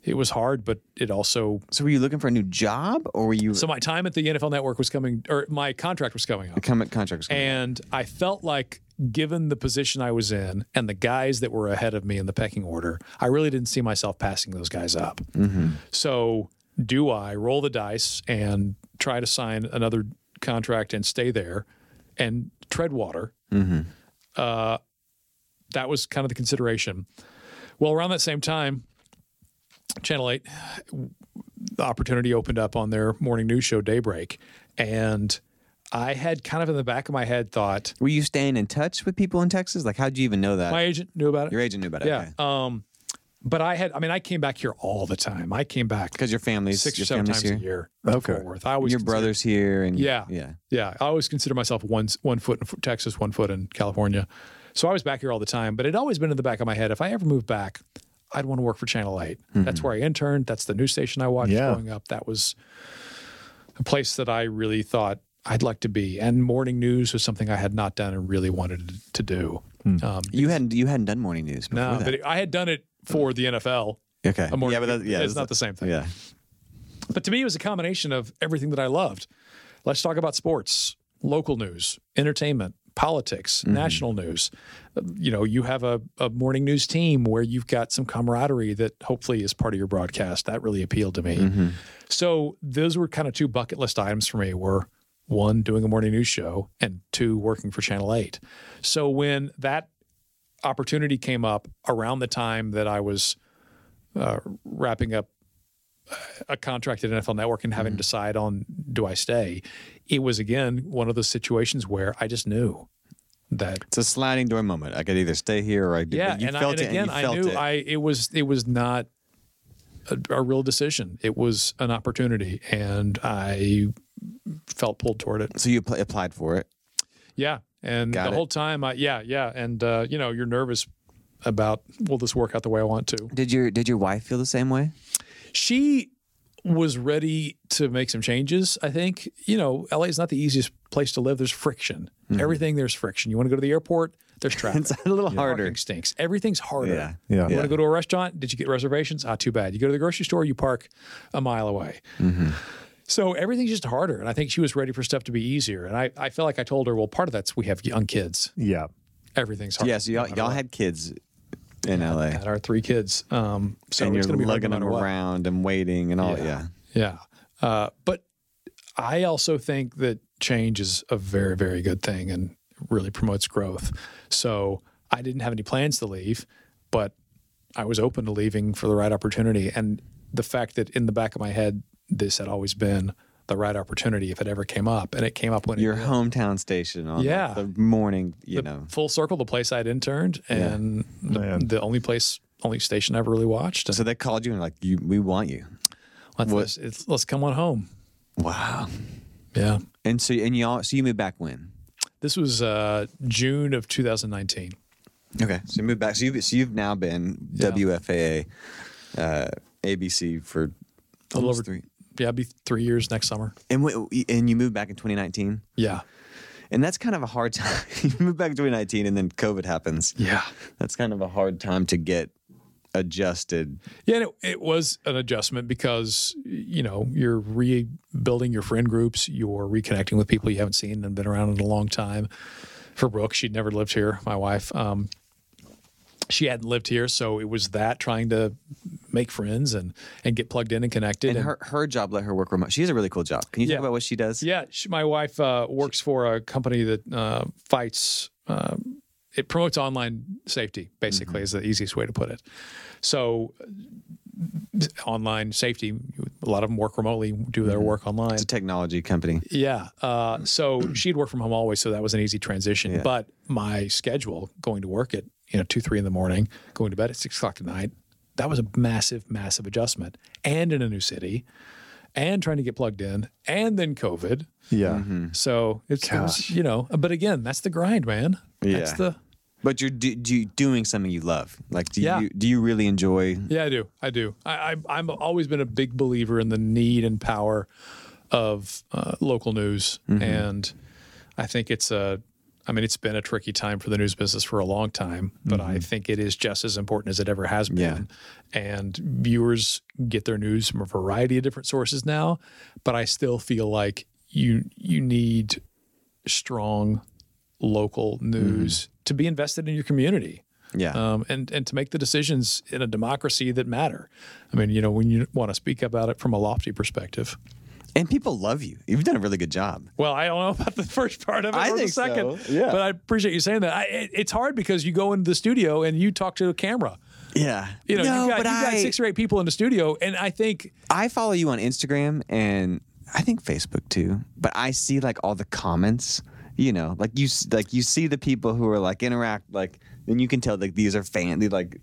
Speaker 3: it was hard, but it also
Speaker 4: So were you looking for a new job, or were you
Speaker 3: so my time at the NFL Network was coming, or my contract was coming up,
Speaker 4: Comment contracts.
Speaker 3: and I felt like, given the position I was in and the guys that were ahead of me in the pecking order, I really didn't see myself passing those guys up. So do I roll the dice and try to sign another contract and stay there and tread water? Uh, that was kind of the consideration. Well, around that same time, Channel 8 the opportunity opened up on their morning news show Daybreak and I had kind of in the back of my head thought
Speaker 1: Were you staying in touch with people in Texas? Like, how'd you even know that?
Speaker 3: my agent knew about
Speaker 1: Your
Speaker 3: it.
Speaker 1: agent knew about it.
Speaker 3: Yeah. Um, but I had, I mean, I came back here all the time. I came back
Speaker 1: Because your family's
Speaker 3: six or
Speaker 1: your
Speaker 3: seven
Speaker 1: family's
Speaker 3: times
Speaker 1: here.
Speaker 3: a year.
Speaker 2: Okay.
Speaker 3: Fort Worth. I always
Speaker 1: Your
Speaker 3: consider-
Speaker 1: brother's here, and
Speaker 3: Yeah.
Speaker 1: yeah.
Speaker 3: Yeah, I always consider myself one one foot in Texas, one foot in California. So I was back here all the time, but it would always been in the back of my head. If I ever moved back, I'd want to work for Channel 8
Speaker 1: Mm-hmm.
Speaker 3: That's where I interned. That's the news station I watched
Speaker 2: Yeah.
Speaker 3: growing up. That was a place that I really thought I'd like to be. And morning news was something I had not done and really wanted to do. Um,
Speaker 1: You hadn't you hadn't done morning news. Before
Speaker 3: no,
Speaker 1: Hmm. that.
Speaker 3: but it- I had done it for the NFL.
Speaker 1: okay.
Speaker 3: A morning,
Speaker 1: yeah, but that, yeah,
Speaker 3: it's not the same thing.
Speaker 1: Yeah.
Speaker 3: But to me, it was a combination of everything that I loved. Let's talk about sports, local news, entertainment, politics, national news. Uh, You know, you have a, a morning news team where you've got some camaraderie that hopefully is part of your broadcast. That really appealed to me.
Speaker 1: Mm-hmm.
Speaker 3: So those were kind of two bucket list items for me were one, doing a morning news show, and two, working for Channel 8. So when that opportunity came up around the time that I was uh, wrapping up a contract at NFL Network and having to decide on do I stay, it was again one of those situations where I just knew that
Speaker 1: It's a sliding door moment. I could either stay here or I do.
Speaker 3: yeah,
Speaker 1: but you
Speaker 3: and, I,
Speaker 1: felt
Speaker 3: and
Speaker 1: it.
Speaker 3: again
Speaker 1: and you felt
Speaker 3: I knew
Speaker 1: it.
Speaker 3: I it was it was not a, a real decision. It was an opportunity, and I felt pulled toward it.
Speaker 1: so you pl- applied for it.
Speaker 3: Yeah, and
Speaker 1: Got
Speaker 3: the
Speaker 1: it.
Speaker 3: whole time, I yeah yeah, and uh, you know you're nervous about will this work out the way I want to.
Speaker 1: Did your Did your wife feel the same way?
Speaker 3: she was ready to make some changes. I think you know, LA is not the easiest place to live. There's friction.
Speaker 1: Mm-hmm.
Speaker 3: Everything there's friction. You want to go to the airport? There's traffic.
Speaker 1: It's a little harder.
Speaker 3: Parking stinks. Everything's harder.
Speaker 1: Yeah.
Speaker 2: Yeah.
Speaker 3: You want to go to a restaurant? Did you get reservations? Ah, too bad. You go to the grocery store, you park a mile away.
Speaker 1: Mm-hmm.
Speaker 3: So everything's just harder. And I think she was ready for stuff to be easier. And I, I feel like I told her, well, part of that's we have young kids.
Speaker 2: Yeah.
Speaker 3: Everything's hard.
Speaker 1: Yeah. So y'all, y'all had kids in LA,
Speaker 3: had our three kids. Um, so
Speaker 1: and you're
Speaker 3: it's going to be hard no
Speaker 1: lugging them
Speaker 3: matter what.
Speaker 1: around and waiting and all. Yeah.
Speaker 3: Yeah. Uh, but I also think that change is a very, very good thing and really promotes growth. So I didn't have any plans to leave, but I was open to leaving for the right opportunity. And the fact that in the back of my head, this had always been the right opportunity if it ever came up. And it came up when it
Speaker 1: Your hometown station on like,
Speaker 3: Yeah.
Speaker 1: the morning. You
Speaker 3: the
Speaker 1: know.
Speaker 3: full circle, the place I'd interned and the,
Speaker 2: Man.
Speaker 3: the only place, only station I ever really watched. And
Speaker 1: So they called you and like you, we want you.
Speaker 3: let's,
Speaker 1: what-
Speaker 3: let's, it's, let's come on home.
Speaker 1: Wow.
Speaker 3: Yeah.
Speaker 1: And so and y'all, so you moved back when?
Speaker 3: This was uh, June of 2019.
Speaker 1: Okay, so you moved back. So you've, so you've now been WFAA, uh, ABC for a
Speaker 3: little over- yeah, it'd be three years next summer.
Speaker 1: And w- and you moved back in 2019,
Speaker 3: Yeah.
Speaker 1: and that's kind of a hard time. you moved back in 2019, and then COVID happens.
Speaker 3: Yeah.
Speaker 1: That's kind of a hard time to get adjusted.
Speaker 3: Yeah. And it, it was an adjustment because, you know, you're rebuilding your friend groups, you're reconnecting with people you haven't seen and been around in a long time. For Brooke, she'd never lived here, my wife. Um, she hadn't lived here. So it was that trying to make friends and, and get plugged in and connected.
Speaker 1: And
Speaker 3: and-
Speaker 1: her her job let her work remote. She has a really cool job. Can you
Speaker 3: Yeah.
Speaker 1: talk about what she does?
Speaker 3: Yeah, she, my wife uh, works for a company that uh, fights. Uh, it promotes online safety. Basically, is the easiest way to put it. So, uh, online safety. A lot of them work remotely, do their work online.
Speaker 1: It's a technology company.
Speaker 3: Yeah. Uh, so she'd work from home always, so that was an easy transition. But my schedule, going to work at you know two, three in the morning, going to bed at six o'clock at night, that was a massive, massive adjustment. And in a new city, and trying to get plugged in, and then COVID.
Speaker 2: Yeah.
Speaker 3: So it's it was, you know, but again, that's the grind, man. That's
Speaker 1: Yeah.
Speaker 3: the
Speaker 1: But you're do, do you doing something you love. Like do
Speaker 3: Yeah.
Speaker 1: you do you really enjoy?
Speaker 3: yeah, I do, I do. I, I I'm always been a big believer in the need and power of uh, local news, and I think it's a. I mean, it's been a tricky time for the news business for a long time, but I think it is just as important as it ever has been.
Speaker 1: Yeah.
Speaker 3: And viewers get their news from a variety of different sources now, but I still feel like you you need strong local news to be invested in your community
Speaker 1: Yeah.
Speaker 3: um, and and to make the decisions in a democracy that matter. I mean, you know, when you want to speak about it from a lofty perspective.
Speaker 1: and people love you. You've done a really good job.
Speaker 3: Well, I don't know about the first part of it
Speaker 1: I
Speaker 3: or
Speaker 1: think
Speaker 3: the second,
Speaker 1: so, yeah.
Speaker 3: but I appreciate you saying that. I, it, it's hard because you go into the studio and you talk to a camera.
Speaker 1: Yeah.
Speaker 3: You know,
Speaker 1: no,
Speaker 3: you've, got,
Speaker 1: but
Speaker 3: you've
Speaker 1: I,
Speaker 3: got six or eight people in the studio, and I think
Speaker 1: I follow you on Instagram and I think Facebook too, but I see like all the comments. You know, like you s- like you see the people who are like interact like, and you can tell like these are fan. They like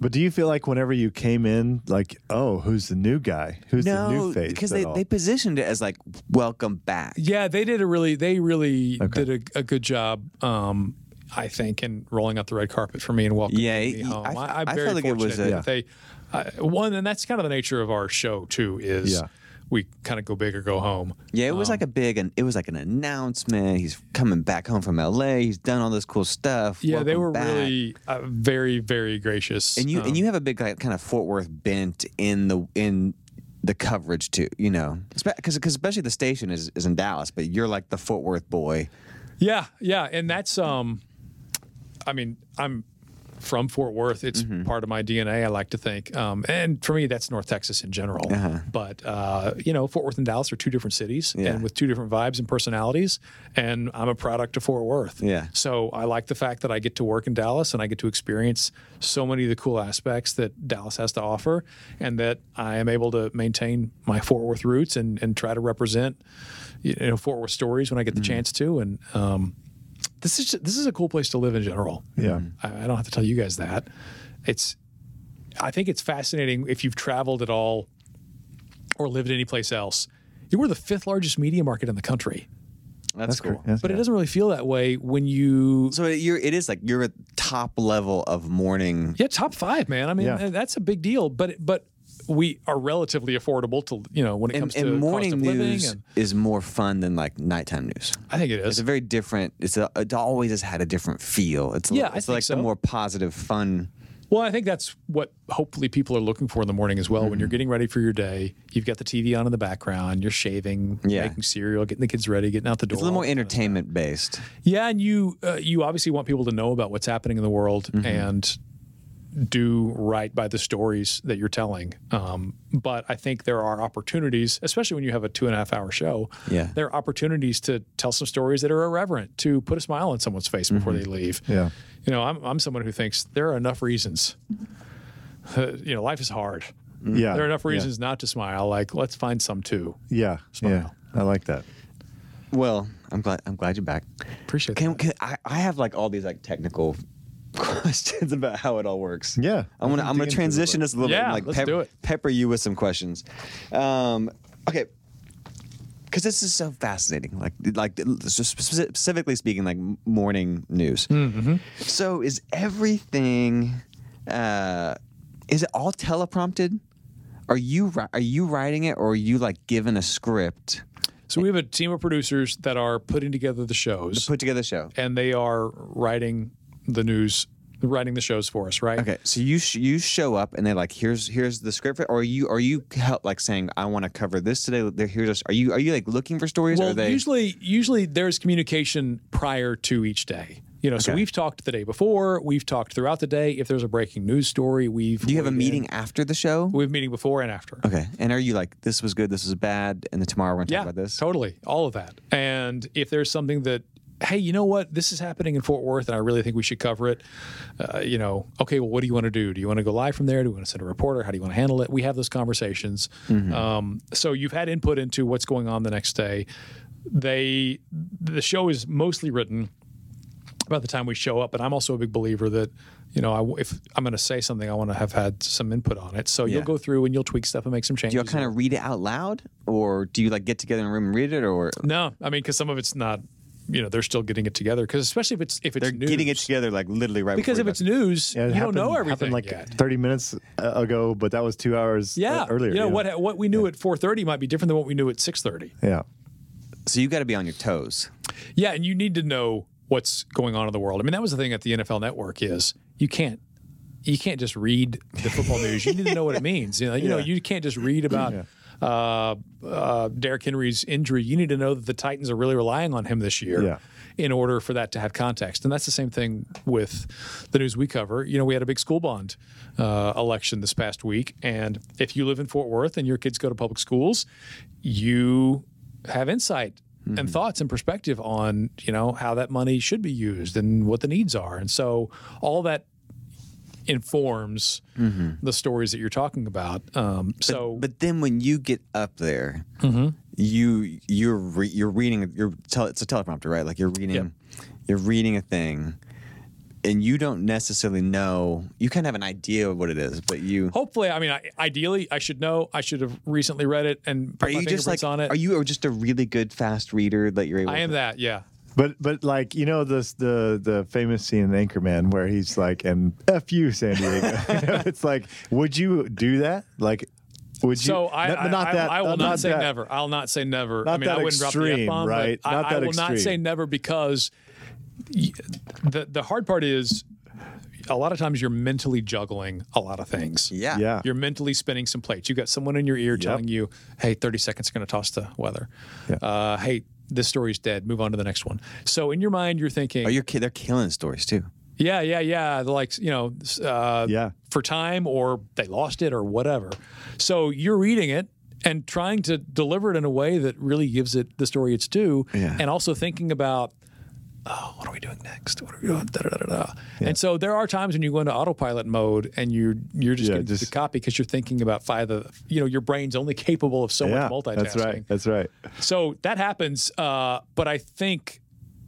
Speaker 2: But do you feel like whenever you came in, like, oh, who's the new guy? Who's the new face?
Speaker 1: because
Speaker 2: at
Speaker 1: they
Speaker 2: all?
Speaker 1: they positioned it as like welcome back.
Speaker 3: Yeah, they did a really they really did a, a good job. Um, I think in rolling out the red carpet for me and welcoming
Speaker 1: Yeah,
Speaker 3: me
Speaker 1: I-
Speaker 3: home.
Speaker 1: I-
Speaker 3: I, am
Speaker 1: I
Speaker 3: very
Speaker 1: felt like it
Speaker 3: fortunate
Speaker 1: was a-
Speaker 3: that they uh, one, and that's kind of the nature of our show too. Is
Speaker 2: Yeah.
Speaker 3: we kind of go big or go home.
Speaker 1: Yeah, it was like a big and it was like an announcement. He's coming back home from LA. He's done all this cool stuff.
Speaker 3: Yeah, they
Speaker 1: Welcome
Speaker 3: were
Speaker 1: back.
Speaker 3: really uh, very very gracious.
Speaker 1: and you
Speaker 3: um,
Speaker 1: and you have a big like, kind of Fort Worth bent in the in the coverage too. You know, because especially the station is is in Dallas, but you're like the Fort Worth boy.
Speaker 3: Yeah, yeah, and that's um, I mean, I'm from Fort Worth. It's
Speaker 1: Mm-hmm.
Speaker 3: part of my DNA. I like to think, um, and for me, that's North Texas in general. But uh, you know, Fort Worth and Dallas are two different cities,
Speaker 1: Uh-huh. Yeah.
Speaker 3: and with two different vibes and personalities. And I'm a product of Fort Worth.
Speaker 1: Yeah.
Speaker 3: So I like the fact that I get to work in Dallas and I get to experience so many of the cool aspects that Dallas has to offer, and that I am able to maintain my Fort Worth roots and and try to represent you know Fort Worth stories when I
Speaker 1: Mm-hmm.
Speaker 3: get the chance to. And um, this is this is a cool place to live in general.
Speaker 2: Yeah.
Speaker 3: I, I don't have to tell you guys that. It's I think it's fascinating if you've traveled at all or lived anyplace else. You were the fifth largest media market in the country,
Speaker 1: That's, cool.
Speaker 2: Yes.
Speaker 3: but it doesn't really feel that way when you
Speaker 1: So you're it is like you're at top level of morning.
Speaker 3: Yeah, top five, man. I mean,
Speaker 2: Yeah.
Speaker 3: that's a big deal. But but we are relatively affordable to you know when it
Speaker 1: And,
Speaker 3: comes to
Speaker 1: and morning
Speaker 3: cost of living.
Speaker 1: news
Speaker 3: And
Speaker 1: is more fun than like nighttime news.
Speaker 3: I think it
Speaker 1: It's
Speaker 3: is.
Speaker 1: a very different. It's a, it always has had a different feel. It's a-
Speaker 3: Yeah, I
Speaker 1: it's
Speaker 3: think
Speaker 1: like
Speaker 3: so.
Speaker 1: the more positive, fun.
Speaker 3: Well, I think that's what hopefully people are looking for in the morning as well. When you're
Speaker 1: Mm-hmm.
Speaker 3: getting ready for your day, you've got the TV on in the background, you're shaving,
Speaker 1: Yeah.
Speaker 3: making cereal, getting the kids ready, getting out the door.
Speaker 1: It's a little more entertainment based.
Speaker 3: Yeah, and you uh, you obviously want people to know about what's happening in the world and do right by the stories that you're telling. Um, but I think there are opportunities, especially when you have a two and a half hour show.
Speaker 1: Yeah.
Speaker 3: there are opportunities to tell some stories that are irreverent, to put a smile on someone's face before they leave.
Speaker 2: Yeah.
Speaker 3: You know, I'm I'm someone who thinks there are enough reasons. Uh, you know, life is hard.
Speaker 2: Mm-hmm. Yeah.
Speaker 3: There are enough reasons not to smile. Like, let's find some too.
Speaker 2: Yeah. Yeah. yeah. I like that.
Speaker 1: Well, I'm glad. I'm glad you're back.
Speaker 3: Appreciate
Speaker 1: Can,
Speaker 3: that.
Speaker 1: can I, I have like all these like technical questions about how it all works.
Speaker 2: Yeah.
Speaker 1: I'm gonna I'm
Speaker 2: Dig
Speaker 1: gonna
Speaker 2: into it,
Speaker 1: transition
Speaker 2: but-
Speaker 1: this a little bit.
Speaker 3: Yeah,
Speaker 1: And, like
Speaker 3: let's do it.
Speaker 1: Pepper you with some questions. Um, okay. Because this is so fascinating, like like so spe- specifically speaking, like m- morning news.
Speaker 3: Mm-hmm.
Speaker 1: So is everything? Uh, is it all teleprompted? Are you ri- are you writing it, or are you like given a script
Speaker 3: So we have a team of producers that are putting together the shows.
Speaker 1: to put together the show?
Speaker 3: and they are writing the news, writing the shows for us, right?
Speaker 1: Okay, so you sh- you show up and they're like, here's here's the script, for, or are you are you help, like saying I want to cover this today? There- Here's us. Are you are you like looking for stories? or
Speaker 3: Well,
Speaker 1: are they
Speaker 3: usually, usually there's communication prior to each day. You know, so
Speaker 1: Okay.
Speaker 3: we've talked the day before, we've talked throughout the day. If there's a breaking news story, we've
Speaker 1: do you have a
Speaker 3: weighed in.
Speaker 1: meeting after the show?
Speaker 3: We have meeting before and after.
Speaker 1: Okay, and are you like this was good, this was bad, and then tomorrow we're gonna
Speaker 3: Yeah,
Speaker 1: talk about this?
Speaker 3: totally, all of that. And if there's something that, hey, you know what, this is happening in Fort Worth, and I really think we should cover it. Uh, you know, okay, well, what do you want to do? Do you want to go live from there? Do you want to send a reporter? How do you want to handle it? We have those conversations.
Speaker 1: Mm-hmm.
Speaker 3: Um, so you've had input into what's going on the next day. They, the show is mostly written by the time we show up. And I'm also a big believer that, you know, I, if I'm going to say something, I want to have had some input on it. So
Speaker 1: Yeah.
Speaker 3: you'll go through and you'll tweak stuff and make some changes.
Speaker 1: Do you kind of read it out loud, or do you like get together in a room and read it, or
Speaker 3: No, I mean, because some of it's not. You know, they're still getting it together because especially if it's if it's
Speaker 1: they're
Speaker 3: news,
Speaker 1: getting it together like literally right
Speaker 3: because if
Speaker 1: before
Speaker 3: it's news,
Speaker 2: Yeah, it
Speaker 3: you
Speaker 2: happened,
Speaker 3: don't know everything.
Speaker 2: happened like
Speaker 3: yet.
Speaker 2: 30 minutes uh, ago, but that was two hours uh,
Speaker 3: yeah,
Speaker 2: earlier.
Speaker 3: You know what what we knew at four thirty might be different than what we knew at six thirty.
Speaker 2: Yeah.
Speaker 1: you- so you got to be on your toes.
Speaker 3: Yeah, and you need to know what's going on in the world. I mean, that was the thing at the NFL Network is you can't you can't just read the football news. You need to know what it means. You know, you know, you can't just read about. Uh, uh, Derrick Henry's injury. You need to know that the Titans are really relying on him this year
Speaker 2: Yeah.
Speaker 3: in order for that to have context. And that's the same thing with the news we cover. You know, we had a big school bond uh, election this past week, and if you live in Fort Worth and your kids go to public schools, you have insight and thoughts and perspective on you know how that money should be used and what the needs are, and so all that informs
Speaker 2: Mm-hmm.
Speaker 3: the stories that you're talking about. Um, so Mm-hmm.
Speaker 1: But then when you get up there you you're re- you're reading you're tele- it's a teleprompter right like you're reading
Speaker 3: Yep.
Speaker 1: you're reading a thing and you don't necessarily know you kind of have an idea of what it is but you
Speaker 3: Hopefully, I mean, I, ideally, I should know. I should have recently read it and put
Speaker 1: are
Speaker 3: my
Speaker 1: you just
Speaker 3: fingerprints
Speaker 1: like
Speaker 3: on it.
Speaker 1: are you are just a really good fast reader that you're able
Speaker 3: I am that. Yeah.
Speaker 2: But but like you know this the the famous scene in Anchorman where he's like and f you San Diego. You know, it's like would you do that? Like would you?
Speaker 3: So I,
Speaker 2: not,
Speaker 3: I,
Speaker 2: not
Speaker 3: I-
Speaker 2: that
Speaker 3: I will not, say
Speaker 2: that.
Speaker 3: never. I'll not say never. I
Speaker 2: Not
Speaker 3: mean, I
Speaker 2: that
Speaker 3: wouldn't drop the
Speaker 2: extreme,
Speaker 3: F bomb,
Speaker 2: right?
Speaker 3: But
Speaker 2: Not
Speaker 3: I, I
Speaker 2: that
Speaker 3: will not say
Speaker 2: extreme.
Speaker 3: never because y- the the hard part is a lot of times you're mentally juggling a lot of things.
Speaker 1: yeah
Speaker 2: Yeah.
Speaker 3: You're mentally spinning some plates. You got someone in your ear telling you, "Hey, 30 seconds are going to toss the weather." Uh, hey, this story's dead. Move on to the next one. So in your mind, you're thinking,
Speaker 1: are you ki- they're killing stories too
Speaker 3: yeah, yeah, yeah. They're Like, you know, uh,
Speaker 2: Yeah.
Speaker 3: for time or they lost it or whatever. So you're reading it and trying to deliver it in a way that really gives it the story it's due
Speaker 1: Yeah.
Speaker 3: and also thinking about, oh, what are we doing next? What are we doing? Da, da, da, da. And so there are times when you go into autopilot mode and you're you're just
Speaker 2: Yeah,
Speaker 3: getting
Speaker 2: just-
Speaker 3: the copy because you're thinking about five of, you know, your brain's only capable of so
Speaker 2: Yeah,
Speaker 3: much multitasking.
Speaker 2: that's right. That's right.
Speaker 3: So that happens, uh, but I think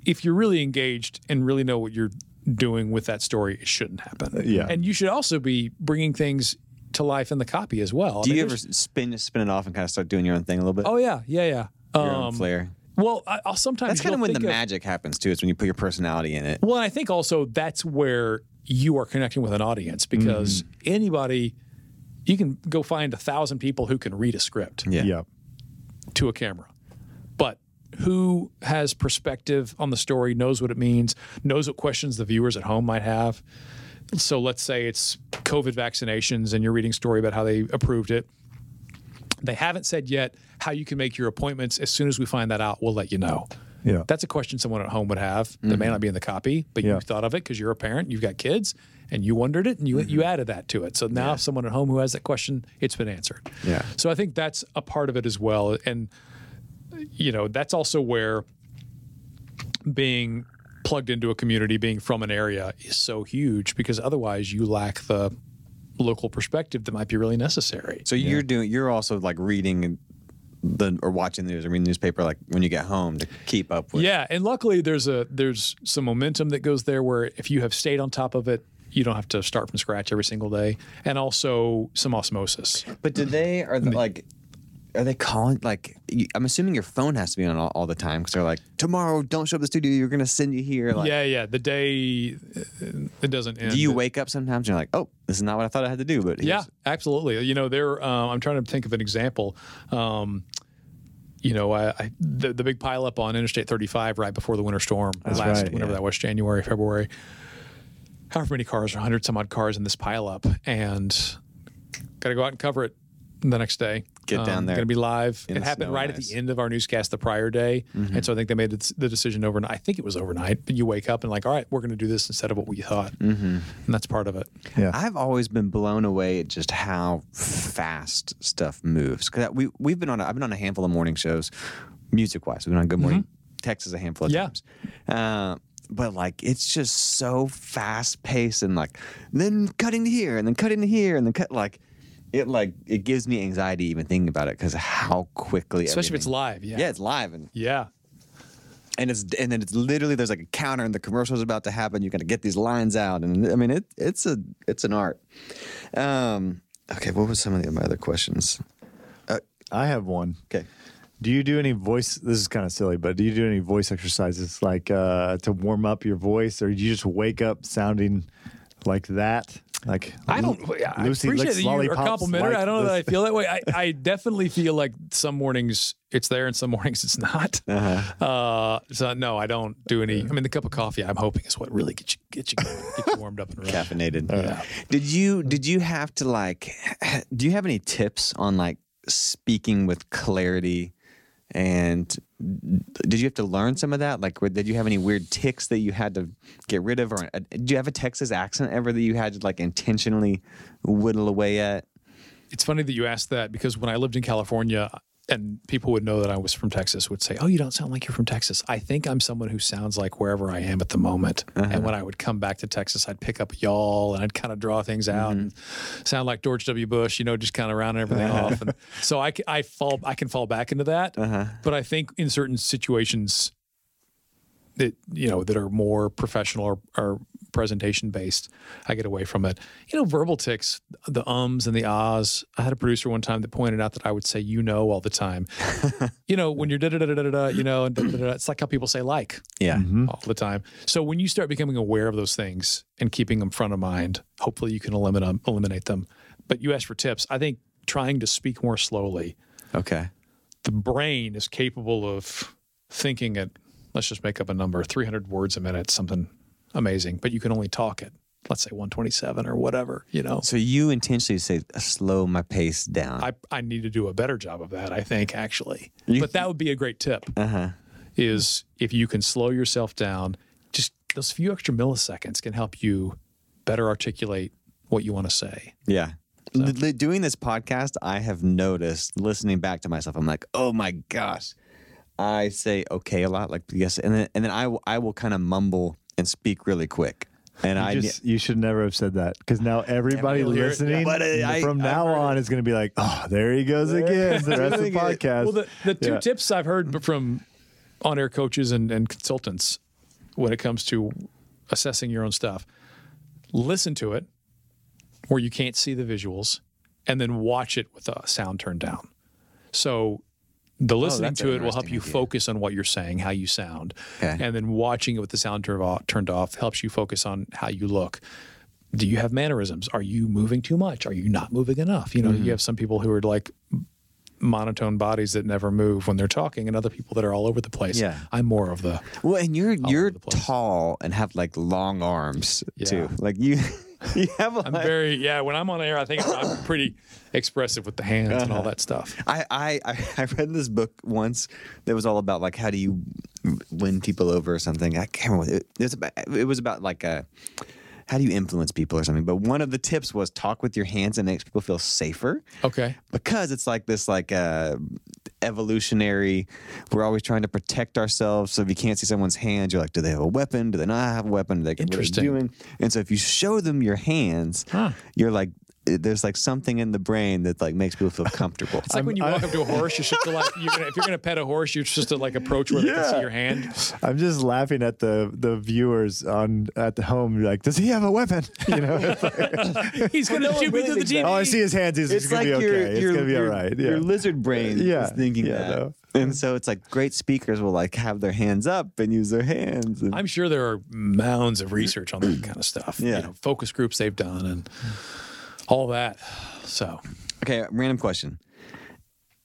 Speaker 3: if you're really engaged and really know what you're doing with that story, it shouldn't happen.
Speaker 2: yeah.
Speaker 3: and you should also be bringing things to life in the copy as well.
Speaker 1: do
Speaker 3: I mean,
Speaker 1: you ever
Speaker 3: there's-
Speaker 1: spin spin it off and kind of start doing your own thing a little bit
Speaker 3: Oh yeah, yeah, yeah.
Speaker 1: your own
Speaker 3: Um,
Speaker 1: flair
Speaker 3: well, I, I'll sometimes
Speaker 1: that's kind of
Speaker 3: you'll
Speaker 1: when the
Speaker 3: think
Speaker 1: magic happens too it's when you put your personality in it
Speaker 3: Well, I think also that's where you are connecting with an audience
Speaker 1: Mm-hmm.
Speaker 3: because anybody, you can go find a thousand people who can read a script.
Speaker 1: yeah
Speaker 2: Yeah.
Speaker 3: to a camera. But who has perspective on the story, knows what it means, knows what questions the viewers at home might have. So let's say it's COVID vaccinations and you're reading a story about how they approved it. They haven't said yet how you can make your appointments. As soon as we find that out, we'll let you know.
Speaker 2: Yeah.
Speaker 3: That's a question someone at home would have that may not be in the copy, but
Speaker 2: Yeah.
Speaker 3: you thought of it because you're a parent, you've got kids, and you wondered it and you, you added that to it. So now someone at home who has that question, it's been answered.
Speaker 1: Yeah.
Speaker 3: So I think that's a part of it as well. And, you know, that's also where being plugged into a community, being from an area is so huge because otherwise you lack the local perspective that might be really necessary.
Speaker 1: So you're doing. You're also like reading the or watching the news or reading the newspaper like when you get home to keep up with.
Speaker 3: Yeah, and luckily there's a there's some momentum that goes there where if you have stayed on top of it, you don't have to start from scratch every single day, and also some osmosis.
Speaker 1: But do they are
Speaker 3: Mm-hmm.
Speaker 1: they, like. Are they calling like? you- I'm assuming your phone has to be on all, all the time because they're like, tomorrow, don't show up at the studio. You're gonna send you here. Like,
Speaker 3: yeah, yeah. The day uh, it doesn't end.
Speaker 1: Do you wake up sometimes? and You're like, oh, this is not what I thought I had to do. But here's-
Speaker 3: Yeah, absolutely. You know, there. Um, I'm trying to think of an example. Um, you know, I, I the, the big pileup on Interstate 35 right before the winter storm last
Speaker 2: right,
Speaker 3: whenever that was January, February. However many cars, or hundred some odd cars in this pileup, and got to go out and cover it the next day.
Speaker 1: Get down there.
Speaker 3: Going to be live.
Speaker 1: In
Speaker 3: it
Speaker 1: the
Speaker 3: happened
Speaker 1: snow
Speaker 3: right
Speaker 1: and
Speaker 3: at
Speaker 1: ice. Mm-hmm.
Speaker 3: the end of our newscast the prior day, and so I think they made the- the decision overnight. I think it was overnight. But you wake up and like, all right, we're going to do this instead of what we thought, mm-hmm. and that's part of it.
Speaker 1: I've always been blown away at just how fast stuff moves. Because we we've been on a, I've been on a handful of morning shows, music wise. We've been on Good Morning Texas a handful of
Speaker 3: Mm-hmm. Yeah.
Speaker 1: times. Uh, but like it's just so fast paced and like then cutting to here and then cutting to here and then cut like it like it gives me anxiety even thinking about it because how quickly
Speaker 3: Especially if it's
Speaker 1: everything-
Speaker 3: live. Yeah.
Speaker 1: yeah it's live and
Speaker 3: Yeah.
Speaker 1: and it's and then it's literally there's like a counter and the commercial's about to happen. You got to get these lines out, and I mean it it's a it's an art. Um, okay, what was some of the, my other questions?
Speaker 2: I have one.
Speaker 1: Okay,
Speaker 2: Do you do any voice? This is kind of silly, but do you do any voice exercises like uh, to warm up your voice, or you just wake up sounding like that? Like
Speaker 3: I don't.
Speaker 2: Lu-
Speaker 3: I appreciate
Speaker 2: licks
Speaker 3: that you are
Speaker 2: lollipops
Speaker 3: complimentary.
Speaker 2: like
Speaker 3: I don't know
Speaker 2: this.
Speaker 3: that I feel that way. I, I definitely feel like some mornings it's there and some mornings it's not.
Speaker 2: Uh-huh.
Speaker 3: uh so no, I don't do any. I mean, the cup of coffee I'm hoping is what really gets you get you, get you warmed up and ready.
Speaker 1: caffeinated. Did you did you have to like? Do you have any tips on like speaking with clarity? And did you have to learn some of that? Like, were- did you have any weird ticks that you had to get rid of, or uh, do you have a Texas accent ever that you had to like intentionally whittle away at?
Speaker 3: It's funny that you asked that because when I lived in California, and people would know that I was from Texas would say, "Oh, you don't sound like you're from Texas." I think I'm someone who sounds like wherever I am at the moment. And when I would come back to Texas, I'd pick up y'all and I'd kind of draw things out and sound like George W. Bush, you know, just kind of rounding everything off. And so I, c- I fall I can fall back into that. But I think in certain situations that you know that are more professional or, or presentation based, I get away from it. You know, verbal tics, the ums and the ahs. I had a producer one time that pointed out that I would say "you know" all the time. you know, when you're da da da da da da, you know, and da, da, da, da, it's like how people say "like"
Speaker 1: Yeah.
Speaker 3: all the time. So when you start becoming aware of those things and keeping them front of mind, hopefully you can eliminate eliminate them. But you asked for tips. I think trying to speak more slowly
Speaker 1: Okay.
Speaker 3: the brain is capable of thinking at let's just make up a number 300 words a minute something amazing but you can only talk at let's say 127 or whatever you know
Speaker 1: So you intentionally say uh, slow my pace down.
Speaker 3: i, I need to do a better job of that i think actually
Speaker 1: You-
Speaker 3: but that would be a great tip
Speaker 1: Uh huh.
Speaker 3: is if you can slow yourself down just those few extra milliseconds can help you better articulate what you want to say
Speaker 1: Yeah. L- li- doing this podcast, I have noticed listening back to myself. I'm like, oh my gosh, I say okay a lot, like yes, and then and then I will- I will kind of mumble and speak really quick, and I
Speaker 2: You, just, you should never have said that because now everybody
Speaker 3: Everybody will hear it.
Speaker 2: listening
Speaker 1: But, uh, I-
Speaker 2: from
Speaker 1: I
Speaker 2: now
Speaker 1: heard
Speaker 2: on is going to be like, oh, there he goes again. The rest of the
Speaker 1: Doing it.
Speaker 2: podcast.
Speaker 3: Well, the, the two
Speaker 2: Yeah.
Speaker 3: tips I've heard from on air coaches and, and consultants when it comes to assessing your own stuff listen to it where you can't see the visuals and then watch it with the sound turned down. So the
Speaker 1: Oh,
Speaker 3: listening
Speaker 1: that's
Speaker 3: to
Speaker 1: an
Speaker 3: it will help
Speaker 1: interesting
Speaker 3: you
Speaker 1: idea.
Speaker 3: focus on what you're saying, how you sound.
Speaker 1: Okay.
Speaker 3: And then watching it with the sound turned off, turned off helps you focus on how you look. Do you have mannerisms? Are you moving too much? Are you not moving enough? You know,
Speaker 2: Mm-hmm.
Speaker 3: you have some people who are like monotone bodies that never move when they're talking and other people that are all over the place.
Speaker 1: Yeah.
Speaker 3: I'm more of the
Speaker 1: Well, and you're you're
Speaker 3: the place.
Speaker 1: tall and have like long arms
Speaker 3: Yeah.
Speaker 1: too. Like you, you have.
Speaker 3: I'm
Speaker 1: like-
Speaker 3: very yeah, when I'm on air I think I'm pretty expressive with the hands and
Speaker 2: Uh-huh.
Speaker 3: all that stuff.
Speaker 1: I, I I I read this book once that was all about like how do you win people over or something. I can't remember. It, it was about it was about like a how do you influence people or something. But one of the tips was talk with your hands and it makes people feel safer
Speaker 3: Okay.
Speaker 1: because it's like this like uh, evolutionary we're always trying to protect ourselves so if you can't see someone's hand you're like do they have a weapon do they not have a weapon do they what are they
Speaker 3: Interesting.
Speaker 1: doing and so if you show them your hands you're like eh, there's like something in the brain that like makes people feel comfortable
Speaker 3: It's like when you walk up to a horse, you should to like you're gonna, if you're gonna pet a horse, you're supposed to like approach where they can see
Speaker 2: Yeah.
Speaker 3: your hand.
Speaker 2: I'm just laughing at the the viewers on at the home. You're like, does he have a weapon? You know, it's like,
Speaker 3: He's gonna shoot me through the TV.
Speaker 2: oh, I see his hands. He's,
Speaker 1: it's
Speaker 2: gonna
Speaker 1: like
Speaker 2: be okay.
Speaker 1: your,
Speaker 2: it's
Speaker 1: your,
Speaker 2: gonna be
Speaker 1: your,
Speaker 2: all right.
Speaker 1: your
Speaker 2: Yeah.
Speaker 1: lizard brain
Speaker 2: Yeah,
Speaker 1: is thinking
Speaker 2: yeah,
Speaker 1: that.
Speaker 2: no.
Speaker 1: And so it's like great speakers will like have their hands up and use their hands. And,
Speaker 3: I'm sure there are mounds of research on that kind of stuff.
Speaker 1: Yeah.
Speaker 3: You know, focus groups they've done and all that. So
Speaker 1: okay, random question: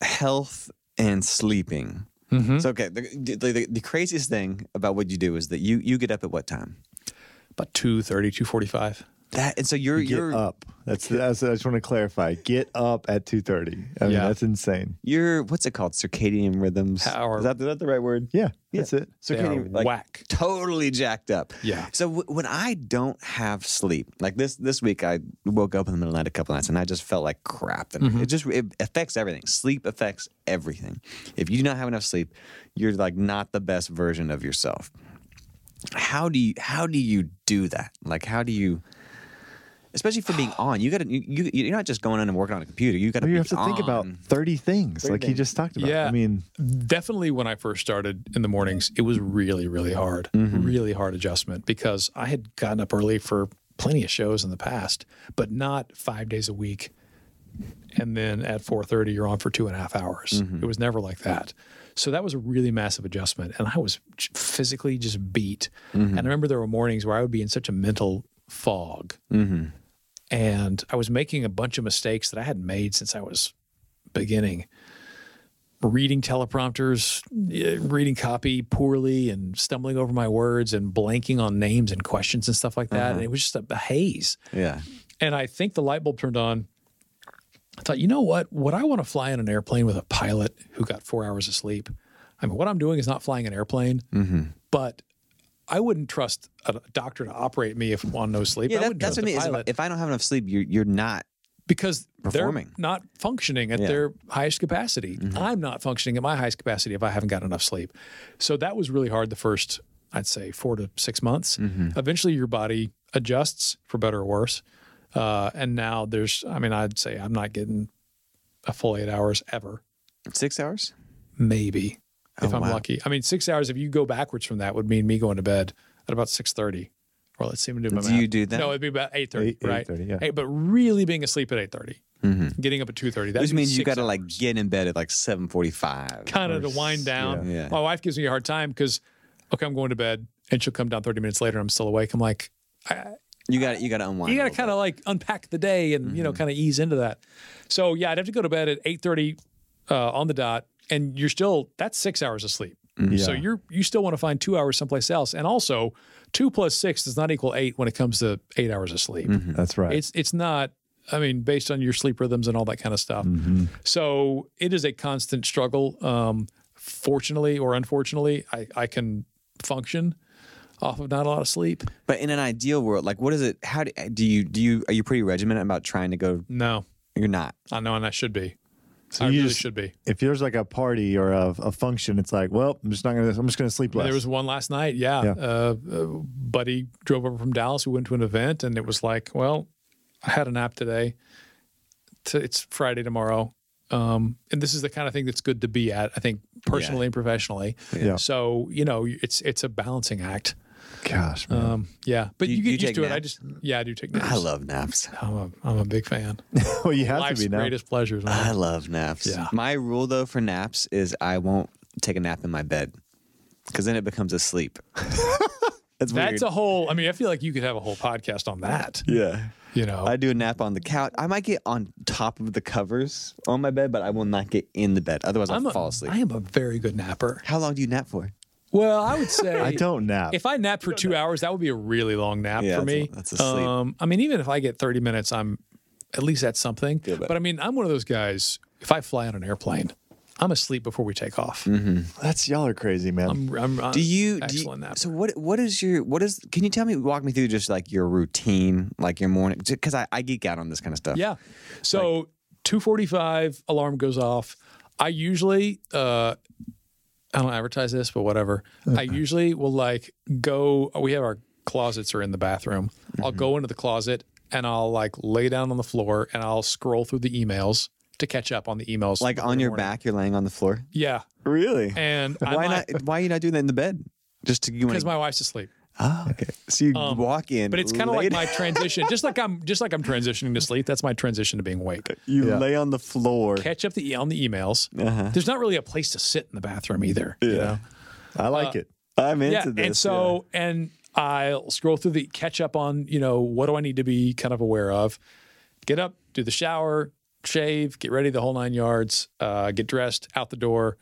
Speaker 1: health and sleeping.
Speaker 2: Mm-hmm.
Speaker 1: So okay, the, the, the, the craziest thing about what you do is that you you get up at what time?
Speaker 3: about 230, 245.
Speaker 1: That and so you're
Speaker 2: Get
Speaker 1: you're
Speaker 2: up. That's, that's I just want to clarify. Get up at two thirty. I mean,
Speaker 3: Yeah.
Speaker 2: that's insane.
Speaker 1: you're what's it called? Circadian rhythms.
Speaker 3: Our-
Speaker 1: Is that, is that the right word?
Speaker 2: Yeah, that's it.
Speaker 1: So
Speaker 3: They
Speaker 1: can
Speaker 3: are
Speaker 1: you, like,
Speaker 3: whack.
Speaker 1: Totally jacked up.
Speaker 3: Yeah.
Speaker 1: So w- when I don't have sleep, like this this week, I woke up in the middle of the night a couple nights and I just felt like crap. And
Speaker 2: Mm-hmm.
Speaker 1: it just it affects everything. Sleep affects everything. If you do not have enough sleep, you're like not the best version of yourself. How do you how do you do that? Like how do you? Especially for being on, you got to you, you you're not just going in and working on a computer. You got to
Speaker 2: You have to think about thirty things, like he
Speaker 1: things.
Speaker 2: just talked about.
Speaker 3: Yeah.
Speaker 2: I mean,
Speaker 3: Definitely when I first started in the mornings, it was really, really hard.
Speaker 2: Mm-hmm.
Speaker 3: Really hard adjustment because I had gotten up early for plenty of shows in the past, but not five days a week. And then at 4.30, you're on for two and a half hours.
Speaker 2: Mm-hmm.
Speaker 3: It was never like that. So that was a really massive adjustment. And I was j- physically just beat.
Speaker 2: Mm-hmm.
Speaker 3: And I remember there were mornings where I would be in such a mental fog.
Speaker 2: Mm-hmm.
Speaker 3: And I was making a bunch of mistakes that I hadn't made since I was beginning reading teleprompters, eh, reading copy poorly, and stumbling over my words and blanking on names and questions and stuff like that. And it was just a, a haze.
Speaker 1: Yeah.
Speaker 3: And I think the light bulb turned on. I thought, you know what? Would I want to fly in an airplane with a pilot who got four hours of sleep? I mean, what I'm doing is not flying an airplane, but I wouldn't trust a doctor to operate me if on no sleep.
Speaker 1: Yeah,
Speaker 3: I
Speaker 1: that,
Speaker 3: wouldn't
Speaker 1: that's
Speaker 3: trust
Speaker 1: what I
Speaker 3: a
Speaker 1: mean. is If, I-
Speaker 3: pilot.
Speaker 1: if I don't have enough sleep, you're you're not
Speaker 3: because
Speaker 1: Performing.
Speaker 3: they're not functioning at
Speaker 1: Yeah. Mm-hmm.
Speaker 3: their highest capacity. I'm not functioning at my highest capacity if I haven't got enough sleep. So that was really hard the first, I'd say, four to six months.
Speaker 2: Mm-hmm.
Speaker 1: Mm-hmm.
Speaker 3: Eventually, your body adjusts for better or worse. Uh, and now there's, I mean, I'd say I'm not getting a full eight hours ever,
Speaker 1: Six hours?
Speaker 3: maybe if
Speaker 1: Oh,
Speaker 3: I'm
Speaker 1: wow.
Speaker 3: lucky. I mean, six hours if you go backwards from that would mean me going to bed at about six thirty. Or let's see, if I do my
Speaker 1: Do
Speaker 3: math.
Speaker 1: you do that?
Speaker 3: No, it'd be about eight thirty,
Speaker 2: Eight-
Speaker 3: right?
Speaker 2: 8:30, yeah.
Speaker 3: Hey, but really being asleep at eight thirty,
Speaker 1: Mm-hmm.
Speaker 3: getting up at two thirty. That
Speaker 1: Which means you got
Speaker 3: got
Speaker 1: to like get in bed at like 7:45.
Speaker 3: kind of to wind down.
Speaker 1: Yeah. Yeah.
Speaker 3: My wife gives me a hard time because okay, I'm going to bed, and she'll come down thirty minutes later. I'm still awake. I'm like,
Speaker 1: You got to you got to unwind.
Speaker 3: you
Speaker 1: a
Speaker 3: got to
Speaker 1: little
Speaker 3: kind of like unpack the day and
Speaker 1: Mm-hmm.
Speaker 3: you know kind of ease into that. So yeah, I'd have to go to bed at eight thirty uh, on the dot, and you're still that's six hours of sleep.
Speaker 1: Mm-hmm.
Speaker 3: So
Speaker 2: Yeah.
Speaker 3: you're you still want to find two hours someplace else, and also two plus six does not equal eight when it comes to eight hours of sleep.
Speaker 1: Mm-hmm.
Speaker 2: That's right.
Speaker 3: It's it's not. I mean, based on your sleep rhythms and all that kind of stuff. So it is a constant struggle. Um, fortunately or unfortunately, I, I can function off of not a lot of sleep.
Speaker 1: But in an ideal world, like what is it? How do, do you do you are you pretty regimented about trying to go?
Speaker 3: No,
Speaker 1: You're not.
Speaker 3: I know, and I should be. I
Speaker 2: you
Speaker 3: really
Speaker 2: just-
Speaker 3: should be.
Speaker 2: if there's like a party or a, a function, it's like, well, I'm just not gonna. I'm just gonna sleep less.
Speaker 3: There was one last night. Yeah.
Speaker 2: Yeah.
Speaker 3: Uh, a buddy drove over from Dallas. We went to an event and it was like, well, I had a nap today. T- It's Friday tomorrow. Um, and this is the kind of thing that's good to be at, I think, personally and professionally.
Speaker 2: Yeah.
Speaker 3: So, you know, it's it's a balancing act.
Speaker 2: Gosh, man.
Speaker 3: Um, yeah. But
Speaker 1: Do
Speaker 3: you,
Speaker 1: you-
Speaker 3: get
Speaker 1: do you
Speaker 3: used
Speaker 1: take
Speaker 3: to it. I
Speaker 1: naps?
Speaker 3: just, yeah, I do take naps.
Speaker 1: I love naps.
Speaker 3: I'm a, I'm a big fan.
Speaker 2: well, you have
Speaker 3: Life's
Speaker 2: to be now.
Speaker 3: greatest pleasures. man.
Speaker 1: I love naps.
Speaker 3: Yeah.
Speaker 1: My rule though for naps is I won't take a nap in my bed because then it becomes a sleep. That's weird.
Speaker 3: That's a whole, I mean, I feel like you could have a whole podcast on that,
Speaker 1: yeah.
Speaker 3: you know.
Speaker 1: I do a nap on the couch. I might get on top of the covers on my bed, but I will not get in the bed. Otherwise, I'll
Speaker 3: I'm a,
Speaker 1: fall asleep.
Speaker 3: I am a very good napper.
Speaker 1: How long do you nap for?
Speaker 3: Well, I would say
Speaker 2: I don't nap.
Speaker 3: If I nap for two hours, that would be a really long nap
Speaker 1: Yeah,
Speaker 3: for
Speaker 1: that's a-
Speaker 3: me.
Speaker 1: that's a sleep.
Speaker 3: Um, I mean, even if I get 30 minutes, I'm at least that's something.
Speaker 1: better.
Speaker 3: But I mean, I'm one of those guys, if I fly on an airplane, I'm asleep before we take off.
Speaker 2: That's y'all are crazy, man.
Speaker 3: I'm, I'm, I'm
Speaker 1: Mm-hmm. Do you do you-
Speaker 3: excellent nap?
Speaker 1: so what what is your what is can you tell me walk me through just like your routine like your morning because I, I geek out on this kind of stuff
Speaker 3: Yeah. So 245 alarm goes off. I usually uh I don't advertise this, but whatever. I usually will like go we have our closets are in the bathroom. I'll
Speaker 1: Mm-hmm.
Speaker 3: go into the closet and I'll like lay down on the floor and I'll scroll through the emails to catch up on the emails.
Speaker 1: like uh,
Speaker 3: before
Speaker 1: on
Speaker 3: the
Speaker 1: your
Speaker 3: morning.
Speaker 1: back you're laying on the floor
Speaker 3: Yeah.
Speaker 1: really
Speaker 3: And I
Speaker 1: why
Speaker 3: might,
Speaker 1: not why are you not doing that in the bed just to you want
Speaker 3: because my wife's asleep.
Speaker 1: oh, okay so you
Speaker 3: Um,
Speaker 1: walk in
Speaker 3: But it's kind of like my transition. just like I'm just like I'm transitioning to sleep, that's my transition to being awake.
Speaker 1: you
Speaker 2: Yeah.
Speaker 1: lay on the floor
Speaker 3: Catch up the e- on the emails.
Speaker 1: uh-huh.
Speaker 3: There's not really a place to sit in the bathroom either. You know?
Speaker 2: I like
Speaker 3: Uh,
Speaker 2: it.
Speaker 1: I'm into
Speaker 3: yeah,
Speaker 1: this
Speaker 3: and so and I'll scroll through the catch up on you know what do I need to be kind of aware of. Get up, do the shower, shave, get ready, the whole nine yards. Uh, get dressed, out the door.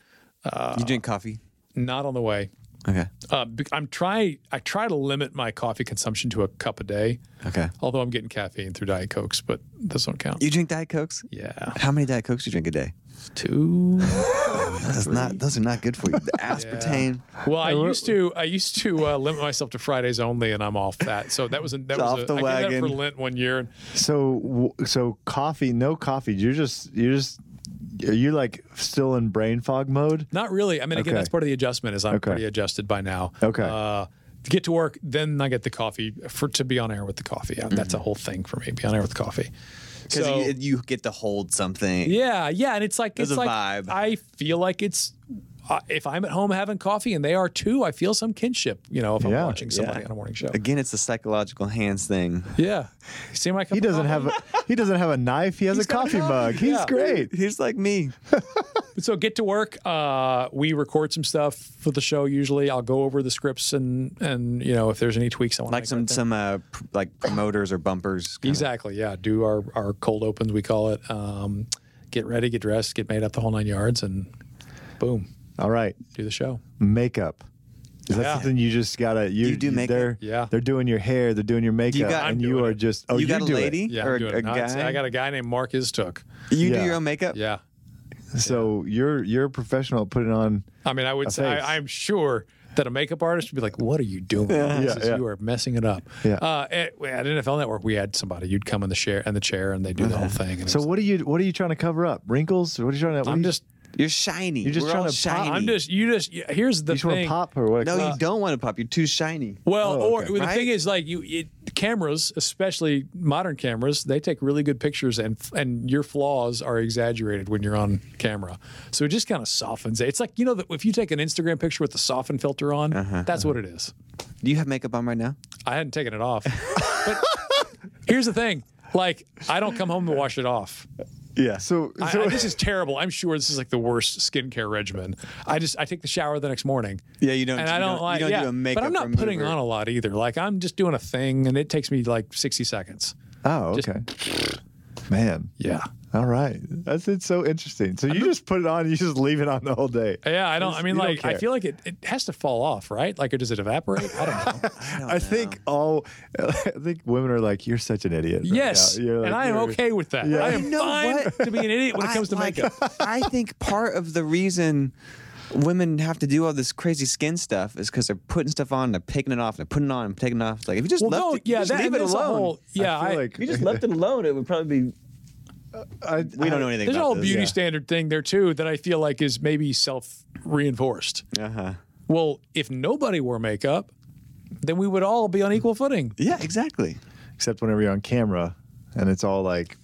Speaker 1: yeah. you drink coffee
Speaker 3: Not on the way.
Speaker 1: okay
Speaker 3: Uh, be- I'm try I try to limit my coffee consumption to a cup a day.
Speaker 1: okay
Speaker 3: Although I'm getting caffeine through diet cokes, but those don't count.
Speaker 1: you drink diet cokes
Speaker 3: Yeah,
Speaker 1: how many diet cokes do you drink a day
Speaker 3: two.
Speaker 1: that's not those are not good for you the aspartame
Speaker 3: Well, I used to I used to uh, limit myself to Fridays only, and I'm off that. So that was a, that
Speaker 1: It's
Speaker 3: was
Speaker 1: off
Speaker 3: a,
Speaker 1: the
Speaker 3: I did that
Speaker 1: wagon.
Speaker 3: for Lent one year. And
Speaker 2: So w- so coffee, no coffee. You're just you're just are you like still in brain fog mode?
Speaker 3: Not really. I mean, again,
Speaker 2: Okay.
Speaker 3: that's part of the adjustment. Is I'm
Speaker 2: Okay.
Speaker 3: pretty adjusted by now.
Speaker 2: Okay.
Speaker 3: Uh, to get to work, then I get the coffee for to be on air with the coffee. Yeah, That's
Speaker 2: Mm-hmm.
Speaker 3: a whole thing for me. Be on air with coffee.
Speaker 1: because
Speaker 3: So-
Speaker 1: you, you get to hold something
Speaker 3: yeah, yeah, and it's like
Speaker 1: There's
Speaker 3: it's
Speaker 1: a
Speaker 3: like
Speaker 1: vibe.
Speaker 3: I feel like it's uh, if I'm at home having coffee and they are too, I feel some kinship. You know, if I'm
Speaker 2: Yeah,
Speaker 3: watching somebody
Speaker 1: yeah.
Speaker 3: on a morning show.
Speaker 1: again it's the psychological hands thing
Speaker 3: Yeah. You see my cup
Speaker 2: He
Speaker 3: of
Speaker 2: doesn't have
Speaker 3: coffee?
Speaker 2: a he doesn't have a knife. He has a
Speaker 3: got a
Speaker 2: coffee
Speaker 3: coffee.
Speaker 2: mug. He's
Speaker 3: Yeah.
Speaker 2: great.
Speaker 1: He's like me.
Speaker 3: So get to work. Uh, we record some stuff for the show. Usually, I'll go over the scripts and and you know if there's any tweaks I want to
Speaker 1: Like
Speaker 3: make.
Speaker 1: some some uh pr- like promoters or bumpers. kinda.
Speaker 3: Exactly. Yeah. Do our, our cold opens, we call it. Um, get ready, get dressed, get made up the whole nine yards, and boom,
Speaker 2: All right,
Speaker 3: do the show.
Speaker 2: makeup. Is that
Speaker 3: Yeah.
Speaker 2: something you just gotta you,
Speaker 1: You do makeup?
Speaker 2: They're,
Speaker 3: Yeah.
Speaker 2: they're doing your hair, they're doing your makeup,
Speaker 1: got-
Speaker 2: and
Speaker 3: I'm
Speaker 2: you
Speaker 3: doing
Speaker 2: are
Speaker 3: it.
Speaker 2: just oh you,
Speaker 1: you got
Speaker 2: do
Speaker 1: a
Speaker 2: it.
Speaker 1: lady
Speaker 3: Yeah.
Speaker 1: or
Speaker 3: I'm
Speaker 1: a,
Speaker 3: doing
Speaker 1: a
Speaker 3: it. No, I'd say
Speaker 1: guy?
Speaker 3: I got a guy named Mark Istook.
Speaker 1: you
Speaker 2: Yeah.
Speaker 1: do your own makeup?
Speaker 3: Yeah.
Speaker 2: So you're you're a professional at putting on.
Speaker 3: I mean, I would
Speaker 2: A
Speaker 3: say
Speaker 2: face.
Speaker 3: I, I'm sure that a makeup artist would be like, "What are you doing? This
Speaker 2: Yeah,
Speaker 3: is-
Speaker 2: yeah.
Speaker 3: You are messing it up."
Speaker 2: Yeah.
Speaker 3: Uh, at, at NFL Network, we had somebody. You'd come in the chair and the chair, and they do the whole thing. And
Speaker 2: Uh-huh. So what are you what are you trying to cover up? Wrinkles? What are you trying to? what
Speaker 3: I'm
Speaker 2: are you-
Speaker 3: just,
Speaker 4: You're shiny.
Speaker 2: You're just
Speaker 4: We're
Speaker 2: trying
Speaker 4: all
Speaker 2: to pop-
Speaker 4: shiny.
Speaker 3: I'm just, you just. Here's the
Speaker 2: you just want
Speaker 3: thing.
Speaker 2: to pop or what?
Speaker 4: No,
Speaker 2: Uh,
Speaker 4: you don't want to pop. You're too shiny.
Speaker 3: Well,
Speaker 2: Oh,
Speaker 3: or
Speaker 2: okay.
Speaker 3: the
Speaker 4: Right?
Speaker 3: thing is, like you, it, cameras, especially modern cameras, they take really good pictures, and and your flaws are exaggerated when you're on camera. So it just kind of softens it. It's like you know, that if you take an Instagram picture with the soften filter on, that's what it is.
Speaker 4: Do you have makeup on right now?
Speaker 3: I hadn't taken it off. but here's the thing: like I don't come home to wash it off.
Speaker 2: yeah. So,
Speaker 3: I-
Speaker 2: so
Speaker 3: I- this is terrible. I'm sure this is like the worst skincare regimen. I just I take the shower the next morning.
Speaker 4: Yeah, you don't-
Speaker 3: And
Speaker 4: you
Speaker 3: I don't
Speaker 4: don't- you
Speaker 3: like
Speaker 4: don't do
Speaker 3: yeah,
Speaker 4: a makeup
Speaker 3: But I'm not putting
Speaker 4: remover.
Speaker 3: on a lot either. Like I'm just doing a thing, and it takes me like 60 seconds.
Speaker 2: oh,
Speaker 3: just-
Speaker 2: okay. Man.
Speaker 3: Yeah.
Speaker 2: All right. That's it's so interesting. So you just put it on, you just leave it on the whole day.
Speaker 3: Yeah, I don't. I mean,
Speaker 2: you don't
Speaker 3: like, I
Speaker 2: care.
Speaker 3: feel like it, it has to fall off, right? Like, or does it evaporate? I don't know.
Speaker 2: I, think all I think women are like, You're such an idiot. right
Speaker 3: yes,
Speaker 2: now." You're like,
Speaker 3: and I am
Speaker 2: "You're-
Speaker 3: okay with that.
Speaker 2: Yeah.
Speaker 3: I am
Speaker 4: You know
Speaker 3: fine
Speaker 4: what?
Speaker 3: to be an idiot when it
Speaker 4: I-
Speaker 3: comes to
Speaker 4: like,
Speaker 3: makeup.
Speaker 4: I think part of the reason women have to do all this crazy skin stuff is because they're putting stuff on, they're picking it off, they're putting it on and picking it off. Like if you just
Speaker 3: Well,
Speaker 4: left
Speaker 3: no,
Speaker 4: it,
Speaker 3: yeah,
Speaker 4: just
Speaker 3: that,
Speaker 4: leave it
Speaker 3: that's a
Speaker 4: alone.
Speaker 3: whole. Yeah,
Speaker 2: I feel
Speaker 3: I-
Speaker 2: like
Speaker 4: If you just left it alone, it would probably be.
Speaker 2: I,
Speaker 4: We don't know anything.
Speaker 3: There's a
Speaker 4: about
Speaker 3: whole
Speaker 4: this.
Speaker 3: beauty
Speaker 2: yeah.
Speaker 3: standard thing there too that I feel like is maybe self reinforced.
Speaker 4: Uh huh.
Speaker 3: Well, if nobody wore makeup, then we would all be on equal footing.
Speaker 4: Yeah, exactly.
Speaker 2: except whenever you're on camera and it's all like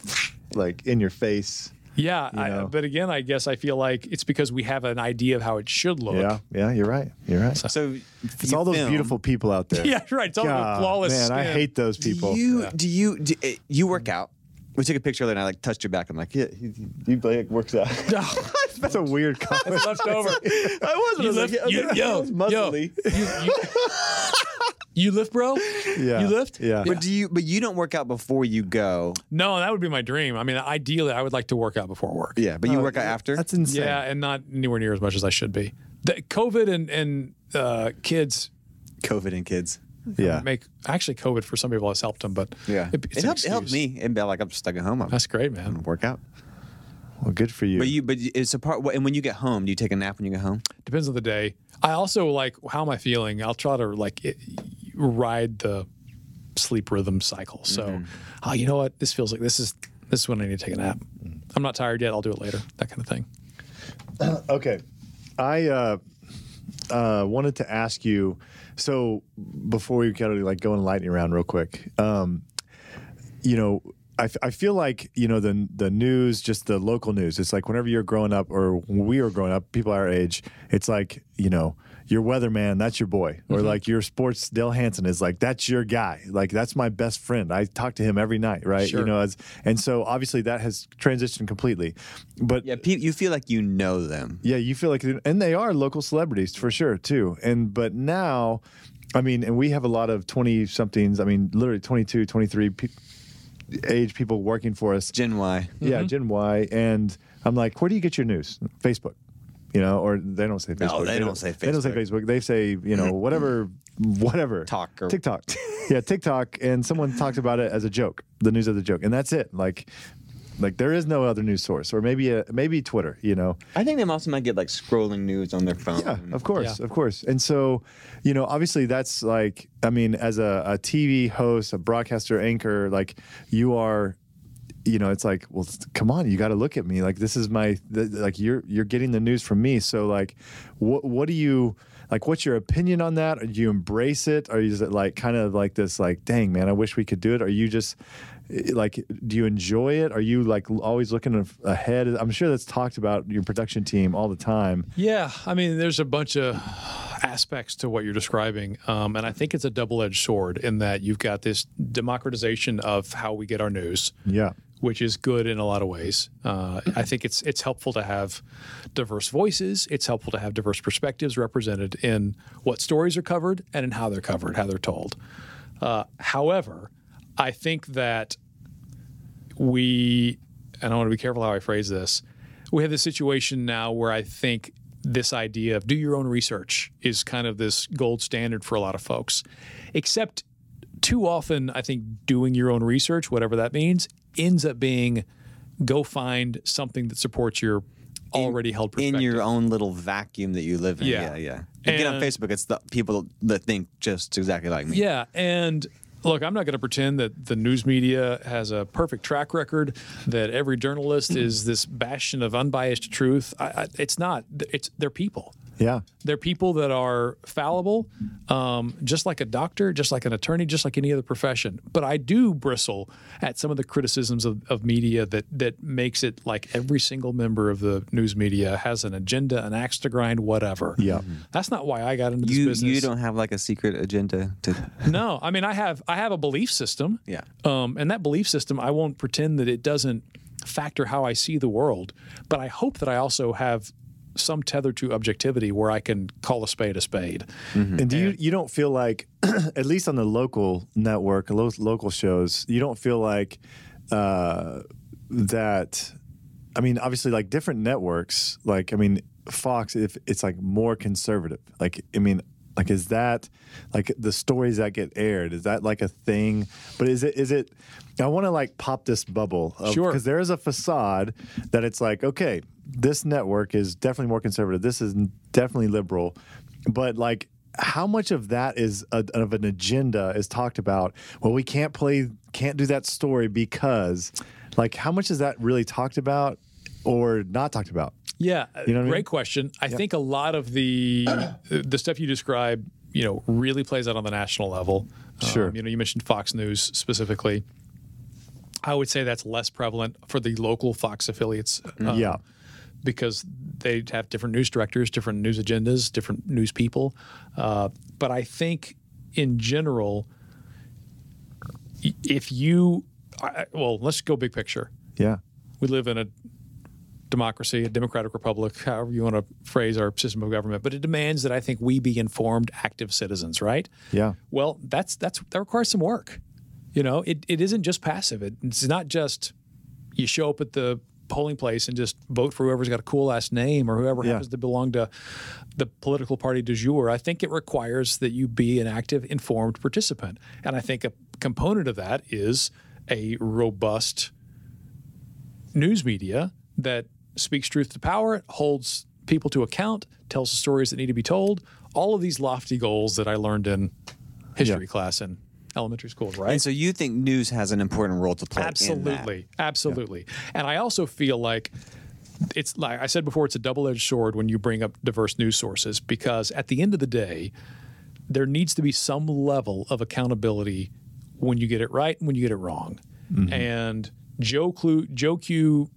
Speaker 2: like in your face.
Speaker 3: Yeah, I,
Speaker 2: know.
Speaker 3: but again, I guess I feel like it's because we have an idea of how it should look.
Speaker 2: Yeah, yeah, you're right. You're right.
Speaker 4: So
Speaker 2: it's all those beautiful people out there.
Speaker 3: Yeah, right. It's all about
Speaker 2: God,
Speaker 3: flawless.
Speaker 2: Man, I
Speaker 3: skin.
Speaker 2: hate those people.
Speaker 4: Do you do you do, eh, you work out? We took a picture the other night. Like touched your back. I'm like, yeah, he, he, he like works out.
Speaker 2: That's a weird comment.
Speaker 3: left over.
Speaker 4: I wasn't. I
Speaker 3: You
Speaker 4: was
Speaker 3: lift,
Speaker 4: like,
Speaker 3: you,
Speaker 4: yeah, I
Speaker 3: yo,
Speaker 4: was
Speaker 3: yo,
Speaker 4: muscly.
Speaker 3: you, you, you lift, bro.
Speaker 2: Yeah,
Speaker 3: you lift.
Speaker 2: yeah.
Speaker 4: But do you? But you don't work out before you go.
Speaker 3: No, that would be my dream. I mean, ideally, I would like to work out before work.
Speaker 4: Yeah, but you work out after.
Speaker 2: Oh, Uh, That's insane.
Speaker 3: Yeah, and not anywhere near as much as I should be. The COVID and and uh, kids
Speaker 4: COVID and kids.
Speaker 2: Yeah.
Speaker 3: make actually COVID for some people has helped them, but
Speaker 4: Yeah,
Speaker 3: it,
Speaker 4: it
Speaker 3: it's an
Speaker 4: helped, it helped
Speaker 3: excuse.
Speaker 4: me. And like I'm stuck at home. I'm
Speaker 3: That's great, man.
Speaker 4: work out.
Speaker 2: Well, good for you.
Speaker 4: But you, but it's a part. And when you get home, do you take a nap when you get home?
Speaker 3: Depends on the day. I also like how am I feeling. I'll try to like it, ride the sleep rhythm cycle. So, oh, you know what? This feels like this is this is when I need to take a nap. I'm not tired yet. I'll do it later. That kind of thing.
Speaker 2: okay. I uh, uh, wanted to ask you. So before we kind of like go in lightning round real quick, um, you know, I, f- I feel like you know the the news, just the local news. It's like whenever you're growing up, or when we were growing up, people our age, it's like you know your weatherman, that's your boy, or like your sports Dale Hansen is like that's your guy, like that's my best friend. I talk to him every night, right?
Speaker 3: Sure.
Speaker 2: You know, as and so obviously that has transitioned completely, but
Speaker 4: Yeah, pe- you feel like you know them.
Speaker 2: yeah, you feel like, and they are local celebrities for sure too. And but now, I mean, and we have a lot of twenty somethings. I mean, literally 22, 23 pe- age people working for us.
Speaker 4: Gen Y.
Speaker 2: Yeah, Gen Y. And I'm like, where do you get your news? Facebook. You know, or they don't say Facebook.
Speaker 4: No, they don't say Mm-hmm.
Speaker 2: They don't say Facebook. They say, you know, whatever, whatever.
Speaker 4: Talk or-
Speaker 2: TikTok. yeah, TikTok. And someone talks about it as a joke, the news of the joke. And that's it. Like, like there is no other news source, or maybe a, maybe Twitter. You know,
Speaker 4: I think they also might get like scrolling news on their phone.
Speaker 2: yeah,
Speaker 1: Mm-hmm.
Speaker 2: of course,
Speaker 3: Yeah.
Speaker 2: of course. And so, you know, obviously that's like, I mean, as a, a TV host, a broadcaster, anchor, like you are, you know, it's like, well, come on, you got to look at me. Like this is my, th- like you're you're getting the news from me. So like, what what do you like? What's your opinion on that? Or do you embrace it, or is it like kind of like this, like, dang man, I wish we could do it? Are you just eh, like do you enjoy it are you like l- always looking af- ahead i'm sure that's talked about your production team all the time
Speaker 3: Yeah, I mean, there's a bunch of aspects to what you're describing, um, and I think it's a double-edged sword in that you've got this democratization of how we get our news,
Speaker 2: yeah
Speaker 3: which is good in a lot of ways. Uh, I think it's it's helpful to have diverse voices. It's helpful to have diverse perspectives represented in what stories are covered and in how they're covered, how they're told. Uh, however, I think that we, and I want to be careful how I phrase this, we have this situation now where I think this idea of do your own research is kind of this gold standard for a lot of folks. Except too often, I think doing your own research, whatever that means, ends up being go find something that supports your already held perspective.
Speaker 1: in your own little vacuum that you live in. Yeah,
Speaker 3: Yeah.
Speaker 1: yeah. You get on
Speaker 3: And-
Speaker 1: Facebook, it's the people that think just exactly like me.
Speaker 3: Yeah, and look, I'm not going to pretend that the news media has a perfect track record. That every journalist is this bastion of unbiased truth. I, I, it's not. It's they're people.
Speaker 2: Yeah.
Speaker 3: They're people that are fallible, um, just like a doctor, just like an attorney, just like any other profession. But I do bristle at some of the criticisms of, of media that that makes it like every single member of the news media has an agenda, an axe to grind, whatever.
Speaker 2: Yeah.
Speaker 3: that's not why I got into this
Speaker 1: You
Speaker 3: business.
Speaker 1: you don't have like a secret agenda to
Speaker 3: No, I mean I have I have a belief system.
Speaker 1: Yeah.
Speaker 3: Um, and that belief system, I won't pretend that it doesn't factor how I see the world, but I hope that I also have some tether to objectivity where I can call a spade a spade.
Speaker 2: And do you you don't feel like at least on the local network, lo- local shows, you don't feel like uh, that. I mean, obviously, like different networks, like I mean, Fox, if it's like more conservative, like I mean, like is that like the stories that get aired? Is that like a thing? But is it is it? I want to like pop this bubble, of,
Speaker 3: Sure.
Speaker 2: Because there is a facade that it's like okay, this network is definitely more conservative. This is definitely liberal, but like how much of that is a, of an agenda is talked about well we can't play can't do that story because like how much is that really talked about or not talked about
Speaker 3: Yeah,
Speaker 2: know what I
Speaker 3: great
Speaker 2: mean?
Speaker 3: question. I think a lot of the uh, the stuff you describe, you know, really plays out on the national level. Um,
Speaker 2: Sure.
Speaker 3: you know, you mentioned Fox News specifically. I would say that's less prevalent for the local Fox affiliates. um,
Speaker 2: yeah
Speaker 3: because they have different news directors, different news agendas, different news people. Uh, but I think in general, i- if you, I- I, well, let's go big picture.
Speaker 2: yeah
Speaker 3: We live in a democracy, a democratic republic, however you want to phrase our system of government, but it demands that I think we be informed, active citizens, right?
Speaker 2: yeah
Speaker 3: Well, that's that's that requires some work. You know, it, it isn't just passive. It, it's not just you show up at the polling place and just vote for whoever's got a cool ass name or whoever
Speaker 2: Yeah.
Speaker 3: happens to belong to the political party du jour. I think it requires that you be an active, informed participant. And I think a component of that is a robust news media that speaks truth to power, holds people to account, tells the stories that need to be told. All of these lofty goals that I learned in history class in elementary school, right?
Speaker 1: And so you think news has an important role to play. in that.
Speaker 3: Absolutely, absolutely. And I also feel like it's like I said before, it's a double-edged sword when you bring up diverse news sources because at the end of the day, there needs to be some level of accountability when you get it right and when you get it wrong.
Speaker 1: Mm-hmm.
Speaker 3: And Joe Clue, Joe Q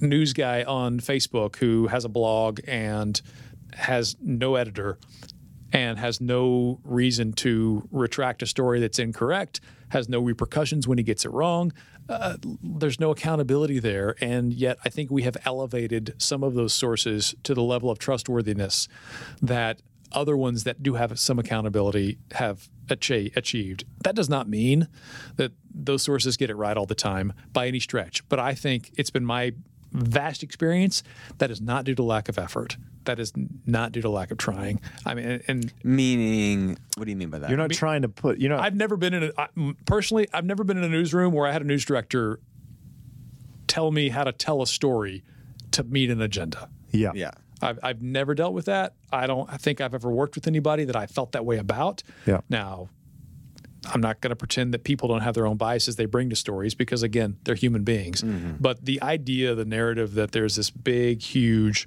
Speaker 3: news guy on Facebook who has a blog and has no editor and has no reason to retract a story that's incorrect, has no repercussions when he gets it wrong. Uh, there's no accountability there. And yet, I think we have elevated some of those sources to the level of trustworthiness that other ones that do have some accountability have achi- achieved. That does not mean that those sources get it right all the time by any stretch, but I think it's been my vast experience that is not due to lack of effort. That is not due to lack of trying. I mean, and- and
Speaker 1: Meaning, what do you mean by that?
Speaker 2: you're not trying to put you know
Speaker 3: I've never been in a I- m- personally. I've never been in a newsroom where I had a news director tell me how to tell a story to meet an agenda.
Speaker 2: yeah
Speaker 1: yeah.
Speaker 3: I've, I've never dealt with that. I don't I think I've ever worked with anybody that I felt that way about.
Speaker 2: Yeah.
Speaker 3: Now, I'm not going to pretend that people don't have their own biases they bring to stories because, again, they're human beings. But the idea, the narrative that there's this big, huge,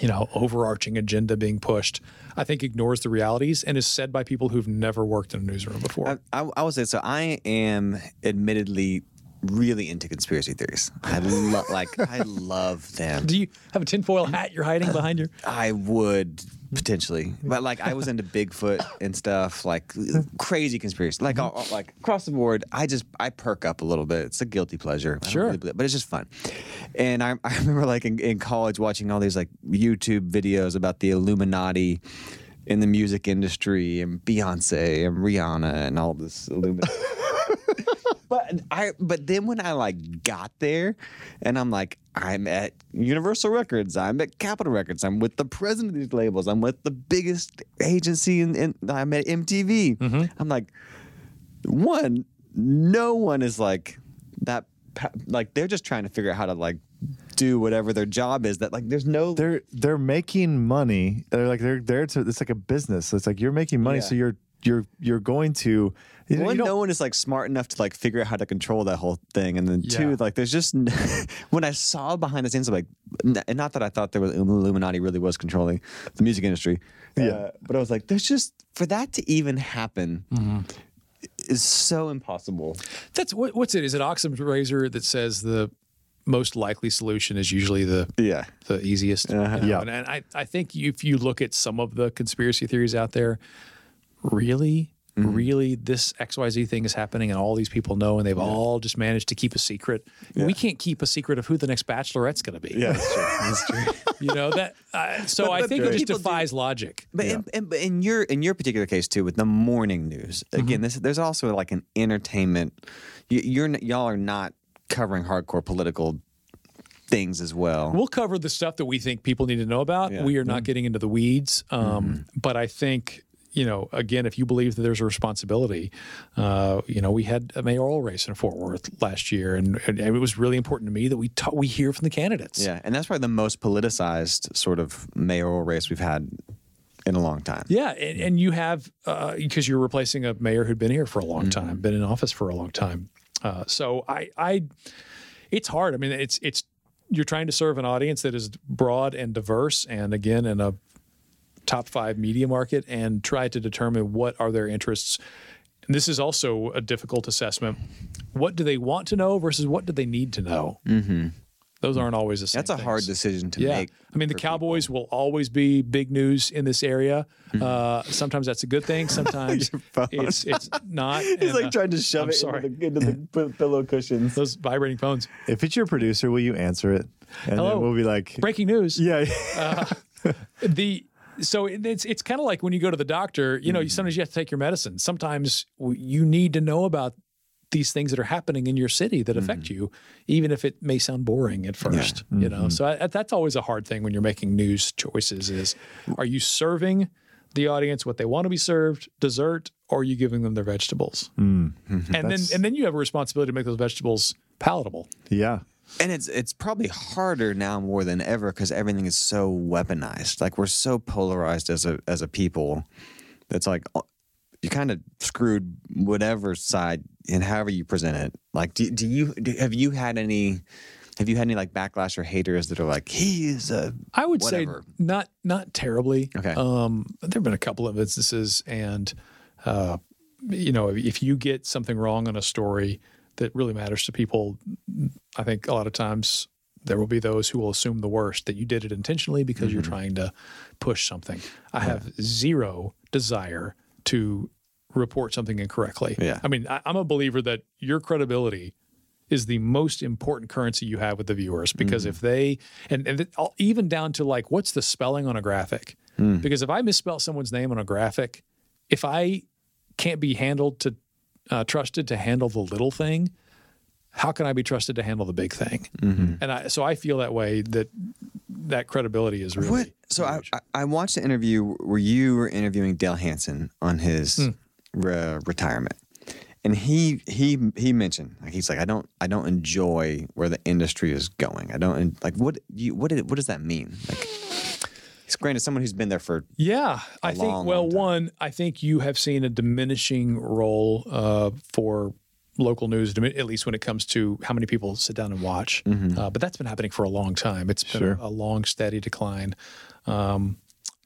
Speaker 3: you know, overarching agenda being pushed, I think ignores the realities and is said by people who've never worked in a newsroom before.
Speaker 1: I, I, I would say so. I am admittedly really into conspiracy theories. I love like I love them.
Speaker 3: Do you have a tinfoil hat you're hiding behind your?
Speaker 1: I would potentially, but like I was into Bigfoot and stuff, like crazy conspiracy, like all, all- like across the board. I just I perk up a little bit. It's a guilty pleasure, I don't
Speaker 3: Sure.
Speaker 1: really believe- but it's just fun. And I, I remember like in, in college watching all these like YouTube videos about the Illuminati in the music industry and Beyonce and Rihanna and all this Illuminati. But I but then when I like got there and I'm like, I'm at Universal Records, I'm at Capitol Records, I'm with the president of these labels, I'm with the biggest agency and in, I'm at MTV. I'm like, one, no one is like that pa- like they're just trying to figure out how to like do whatever their job is. That like, there's no
Speaker 2: they're they're making money. They're like they're there to. It's like a business. It's like you're making money,
Speaker 1: Yeah.
Speaker 2: so you're you're you're going to. You,
Speaker 1: one,
Speaker 2: you don't-
Speaker 1: no one is like smart enough to like figure out how to control that whole thing, and then two,
Speaker 3: Yeah.
Speaker 1: like there's just n- when I saw behind the scenes, I'm like, n- and not that I thought there was Illuminati really was controlling the music industry, yeah, but I was like, there's just for that to even happen is so impossible.
Speaker 3: That's what, what's it? Is it Oxum's razor that says the most likely solution is usually the
Speaker 1: Yeah,
Speaker 3: the easiest? you
Speaker 1: Uh-huh.
Speaker 3: know?
Speaker 2: Yeah.
Speaker 3: and, and I I think you- if you look at some of the conspiracy theories out there, really.
Speaker 1: Mm-hmm.
Speaker 3: Really, this XYZ thing is happening, and all these people know, and they've all just managed to keep a secret. We can't keep a secret of who the next bachelorette's going to be.
Speaker 1: yeah, that's true. That's true.
Speaker 3: You know, that. Uh, so
Speaker 1: But-
Speaker 3: I
Speaker 1: but
Speaker 3: think it just
Speaker 1: people do-
Speaker 3: defies logic.
Speaker 1: But in, in, but in your in your particular case too, with the morning news again, this, there's also like an entertainment. You, you're n- y'all are not covering hardcore political things as well.
Speaker 3: We'll cover the stuff that we think people need to know about.
Speaker 1: Yeah. Mm-hmm.
Speaker 3: We are not getting into the weeds, um, but I think you know. Again, if you believe that there's a responsibility, uh, you know, we had a mayoral race in Fort Worth last year, and, and it was really important to me that we ta- we hear from the candidates.
Speaker 1: Yeah, and that's probably the most politicized sort of mayoral race we've had in a long time.
Speaker 3: Yeah, and, and you have because you're replacing a mayor who'd been here for a long
Speaker 1: Mm-hmm.
Speaker 3: time, been in office for a long time. Uh, so I, I, it's hard. I mean, it's it's you're trying to serve an audience that is broad and diverse, and again, in a top five media market, and try to determine what are their interests. And this is also a difficult assessment. What do they want to know versus what do they need to know? Mm-hmm. Those aren't always the same.
Speaker 1: That's a hard
Speaker 3: things.
Speaker 1: decision to
Speaker 3: Yeah.
Speaker 1: make.
Speaker 3: I mean, the Cowboys will always be big news in this area.
Speaker 1: Mm-hmm.
Speaker 3: Uh, sometimes that's a good thing. Sometimes it's it's not.
Speaker 1: He's like
Speaker 3: uh,
Speaker 1: trying to shove
Speaker 3: I'm
Speaker 1: it
Speaker 3: sorry.
Speaker 1: into the, into the p- pillow cushions.
Speaker 3: those vibrating phones.
Speaker 2: if it's your producer, will you answer it? And
Speaker 3: Hello.
Speaker 2: then we'll be like,
Speaker 3: Breaking news.
Speaker 2: yeah,
Speaker 3: The so it- it's it's kind of like when you go to the doctor. You know, sometimes you have to take your medicine. Sometimes w- you need to know about these things that are happening in your city that affect you, even if it may sound boring at 1st You know, so I, that's always a hard thing when you're making news choices: is are you serving the audience what they want to be served, dessert, or are you giving them their vegetables? and then
Speaker 2: That's-
Speaker 3: and then you have a responsibility to make those vegetables palatable.
Speaker 2: yeah.
Speaker 1: And it's it's probably harder now more than ever because everything is so weaponized. Like we're so polarized as a as a people. That's like uh, you're kind of screwed whatever side and however you present it. Like, do, do you do, have you had any? Have you had any like backlash or haters that are like he is a
Speaker 3: I would
Speaker 1: Whatever.
Speaker 3: say not not terribly.
Speaker 1: Okay.
Speaker 3: Um, there have been a couple of instances, and uh, you know, if you get something wrong on a story that really matters to people, I think a lot of times there will be those who will assume the worst that you did it intentionally because
Speaker 1: Mm-hmm.
Speaker 3: you're trying to push something. I have zero desire to report something incorrectly.
Speaker 1: Yeah.
Speaker 3: I mean, I, I'm a believer that your credibility is the most important currency you have with the viewers because if they and, and it- all- even down to like what's the spelling on a graphic because if i misspell someone's name on a graphic if i can't be handled to uh, trusted to handle the little thing how can i be trusted to handle the big thing and i so i feel that way that that credibility is really
Speaker 1: What? So I, I I watched an interview where you were interviewing Dale Hansen on his
Speaker 3: Hmm.
Speaker 1: re- retirement, and he he he mentioned like he's like I don't I don't enjoy where the industry is going. I don't en- like what you what did, what does that mean? Like, it's granted someone who's been there for
Speaker 3: Yeah, I think.
Speaker 1: long,
Speaker 3: well,
Speaker 1: long time.
Speaker 3: one, I think you have seen a diminishing role uh, for local news, at least when it comes to how many people sit down and watch.
Speaker 1: mm-hmm.
Speaker 3: Uh, but that's been happening for a long time. It's been a, a long, steady decline, um,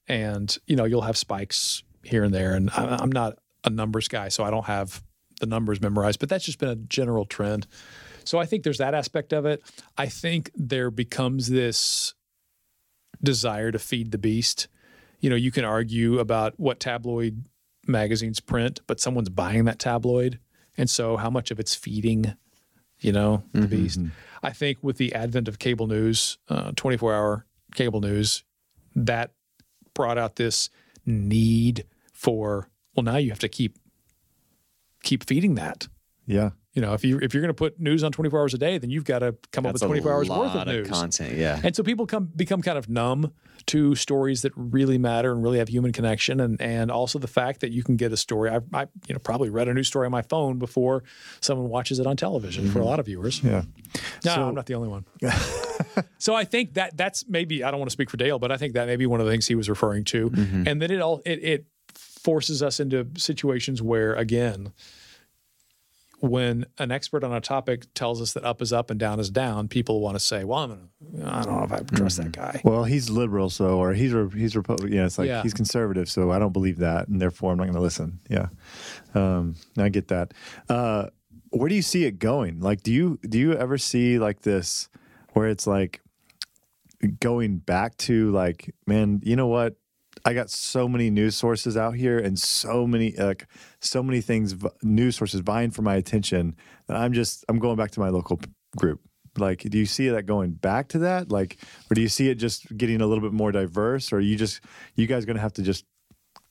Speaker 3: and you know you'll have spikes here and there. And I, I'm not a numbers guy, so I don't have the numbers memorized. But that's just been a general trend. So I think there's that aspect of it. I think there becomes this desire to feed the beast. You know, you can argue about what tabloid magazines print, but someone's buying that tabloid. And so how much of it's feeding, you know, the beast. I think with the advent of cable news, uh, 24 hour cable news, that brought out this need for, well, now you have to keep keep feeding that.
Speaker 2: Yeah.
Speaker 3: You know, if you if you're going to put news on 24 hours a day, then you've got to come up with
Speaker 1: that's a
Speaker 3: 24 hours worth
Speaker 1: lot
Speaker 3: of news.
Speaker 1: content. Yeah,
Speaker 3: And so people come become kind of numb to stories that really matter and really have human connection, and and also the fact that you can get a story. I, I you know probably read a news story on my phone
Speaker 1: Mm-hmm.
Speaker 3: before someone watches it on television for a lot of viewers.
Speaker 2: Yeah.
Speaker 3: No,
Speaker 2: So-
Speaker 3: I'm not the only one. so I think that that's maybe I don't want to speak for Dale, but I think that may be one of the things he was referring to. And then it all it, it forces us into situations where again, when an expert on a topic tells us that up is up and down is down, people want to say, "Well, I'm gonna, I don't know if I trust that guy."
Speaker 2: Well, he's liberal, so or he's re- he's Republican. Yeah, it's like
Speaker 3: Yeah.
Speaker 2: he's conservative, so I don't believe that, and therefore I'm not going to listen. Yeah, um, I get that. Uh, where do you see it going? Like, do you do you ever see like this, where it's like going back to like, man, you know what? I got so many news sources out here, and so many like so many things, v- news sources vying for my attention that I'm just I'm going back to my local p- group. Like, do you see that going back to that? Like, or do you see it just getting a little bit more diverse? Or you just you guys gonna have to just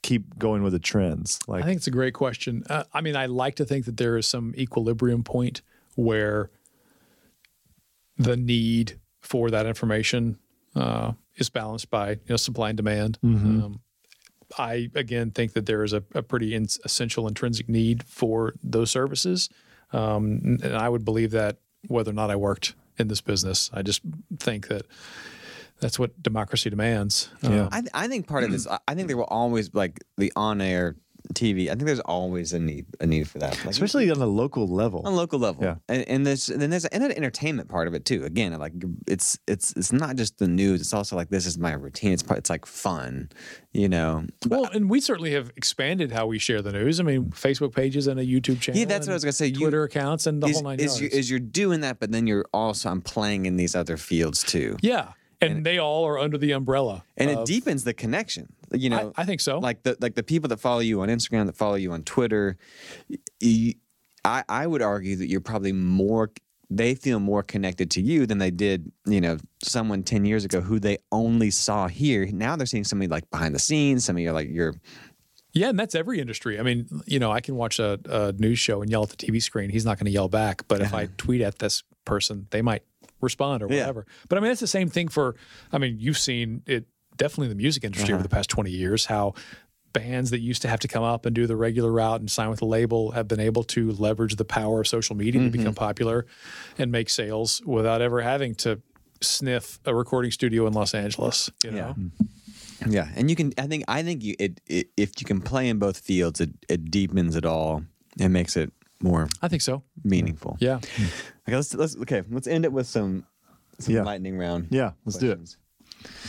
Speaker 2: keep going with the trends? Like,
Speaker 3: I think it's a great question. Uh, I mean, I like to think that there is some equilibrium point where the need for that information uh, is balanced by you know supply and demand.
Speaker 2: Mm-hmm.
Speaker 3: Um, I again think that there is a, a pretty in- essential intrinsic need for those services, um, n- and I would believe that whether or not I worked in this business, I just think that that's what democracy demands. Um,
Speaker 2: Yeah.
Speaker 1: I, th- I think part of this, I- I think there will always like the on-air TV. I think there's always a need a need for that, like,
Speaker 2: especially on a local level.
Speaker 1: on a local level.
Speaker 2: Yeah.
Speaker 1: And, and there's and then there's and an entertainment part of it too. Again, like it's it's it's not just the news. It's also like this is my routine. It's part, it's like fun, you know.
Speaker 3: Well, and we certainly have expanded how we share the news. I mean, Facebook pages and a YouTube channel.
Speaker 1: Yeah, that's what I was
Speaker 3: and
Speaker 1: gonna say. You-
Speaker 3: Twitter accounts and the
Speaker 1: is,
Speaker 3: whole nine
Speaker 1: is, you,
Speaker 3: yards.
Speaker 1: is you're doing that, but then you're also I'm playing in these other fields too,
Speaker 3: yeah, and, they all are under the umbrella.
Speaker 1: and it
Speaker 3: of-
Speaker 1: deepens the connection. You know,
Speaker 3: I, I think so.
Speaker 1: like the like the people that follow you on Instagram, that follow you on Twitter, y- I I would argue that you're probably more they feel more connected to you than they did, you know, someone 10 years ago who they only saw here. Now they're seeing somebody like behind the scenes, some of you like you're
Speaker 3: yeah, and that's every industry. I mean, you know, I can watch a, a news show and yell at the TV screen. He's not going to yell back, but if I tweet at this person, they might respond or
Speaker 1: Yeah.
Speaker 3: whatever. But I mean, it's the same thing for. I mean, you've seen it definitely in the music industry over the past twenty years how. Bands that used to have to come up and do the regular route and sign with a label have been able to leverage the power of social media to become popular and make sales without ever having to sniff a recording studio in Los Angeles. You know?
Speaker 1: yeah, and you can I think I think you it, it if you can play in both fields, it it deepens it all and makes it more
Speaker 3: I think so.
Speaker 1: meaningful.
Speaker 3: Yeah.
Speaker 1: Okay, let's let's okay, let's end it with some some
Speaker 2: Yeah.
Speaker 1: lightning round.
Speaker 2: yeah, let's
Speaker 1: questions.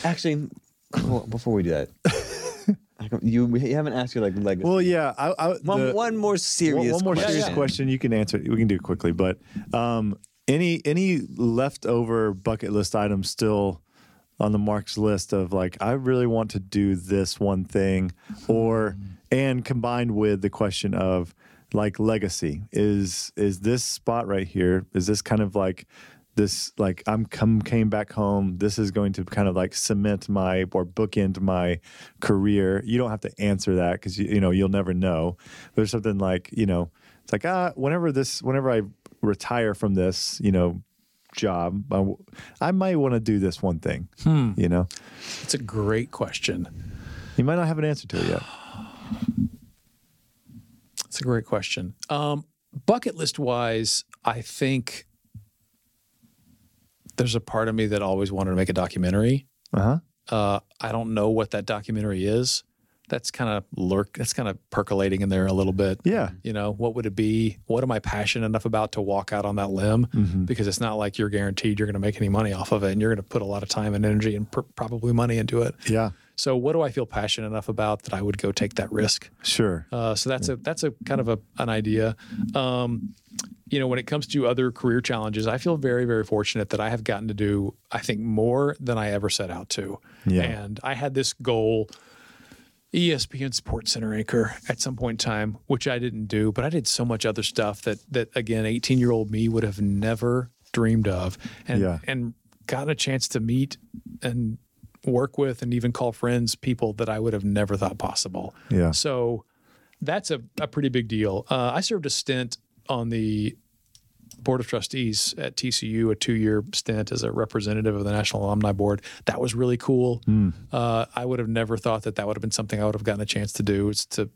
Speaker 1: Actually, well, before we do that, I don't- you we haven't asked your like legacy.
Speaker 2: do it. Well, yeah. I, I,
Speaker 1: one,
Speaker 2: the-
Speaker 1: one more
Speaker 2: one-
Speaker 1: serious.
Speaker 2: one more
Speaker 1: question.
Speaker 2: serious question. You can answer. it. We can do it quickly, but um, any any leftover bucket list items still on the Mark's list of like I really want to do this one thing, or and combined with the question of like legacy is is this spot right here is this kind of like this like I'm come came back home this is going to kind of like cement my or bookend my career you don't have to answer that because you, you know you'll never know but there's something like you know it's like ah whenever this whenever I retire from this you know job I, w- I might want to do this one thing you know
Speaker 3: It's a great question.
Speaker 2: you might not have an answer to it yet
Speaker 3: That's a great question. Um, bucket list wise, I think there's a part of me that always wanted to make a documentary.
Speaker 2: uh-huh
Speaker 3: Uh, I don't know what that documentary is. That's kind of lurk. That's kind of percolating in there a little bit.
Speaker 2: yeah
Speaker 3: You know, what would it be? What am I passionate enough about to walk out on that limb? Because it's not like you're guaranteed you're going to make any money off of it, and you're going to put a lot of time and energy and pr- probably money into it.
Speaker 2: yeah
Speaker 3: So, what do I feel passionate enough about that I would go take that risk?
Speaker 2: sure
Speaker 3: Uh, so that's a that's a kind of a, an idea. Um, you know, when it comes to other career challenges, I feel very very fortunate that I have gotten to do I think more than I ever set out to.
Speaker 2: Yeah.
Speaker 3: And I had this goal, E ESPN Sports Center anchor at some point in time, which I didn't do, but I did so much other stuff that that again, eighteen year old me would have never dreamed of, and
Speaker 2: Yeah.
Speaker 3: and got a chance to meet and work with and even call friends people that I would have never thought possible.
Speaker 2: Yeah.
Speaker 3: So that's a, a pretty big deal. Uh, I served a stint on the Board of Trustees at TCU, a two year stint as a representative of the National Alumni Board. That was really cool. Uh, I would have never thought that that would have been something I would have gotten a chance to do, is to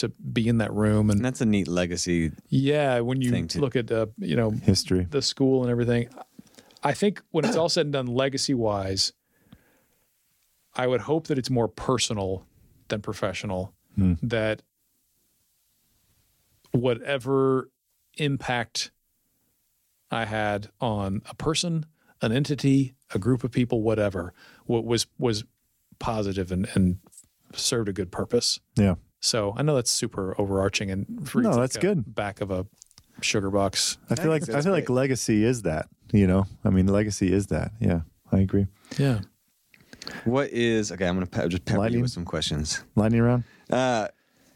Speaker 3: to be in that room and
Speaker 1: And that's a neat legacy.
Speaker 3: yeah, when you
Speaker 1: Thing to-
Speaker 3: look at uh, you know
Speaker 2: history
Speaker 3: the school and everything. I think when it's all said and done, legacy wise, I would hope that it's more personal than professional.
Speaker 2: Hmm.
Speaker 3: That whatever impact I had on a person, an entity, a group of people, whatever, what was was positive and, and served a good purpose.
Speaker 2: Yeah.
Speaker 3: So I know that's super overarching and
Speaker 2: No,
Speaker 3: reads
Speaker 2: that's
Speaker 3: a
Speaker 2: good.
Speaker 3: Back of a sugar box.
Speaker 2: I feel like
Speaker 1: think
Speaker 2: I
Speaker 1: that's
Speaker 2: feel like
Speaker 1: great.
Speaker 2: legacy is that. You know, I mean, legacy is that. Yeah, I agree.
Speaker 3: Yeah.
Speaker 1: What is okay? I'm gonna pe- just pepper
Speaker 2: Lightning?
Speaker 1: you with some questions.
Speaker 2: Lightning round.
Speaker 1: Uh,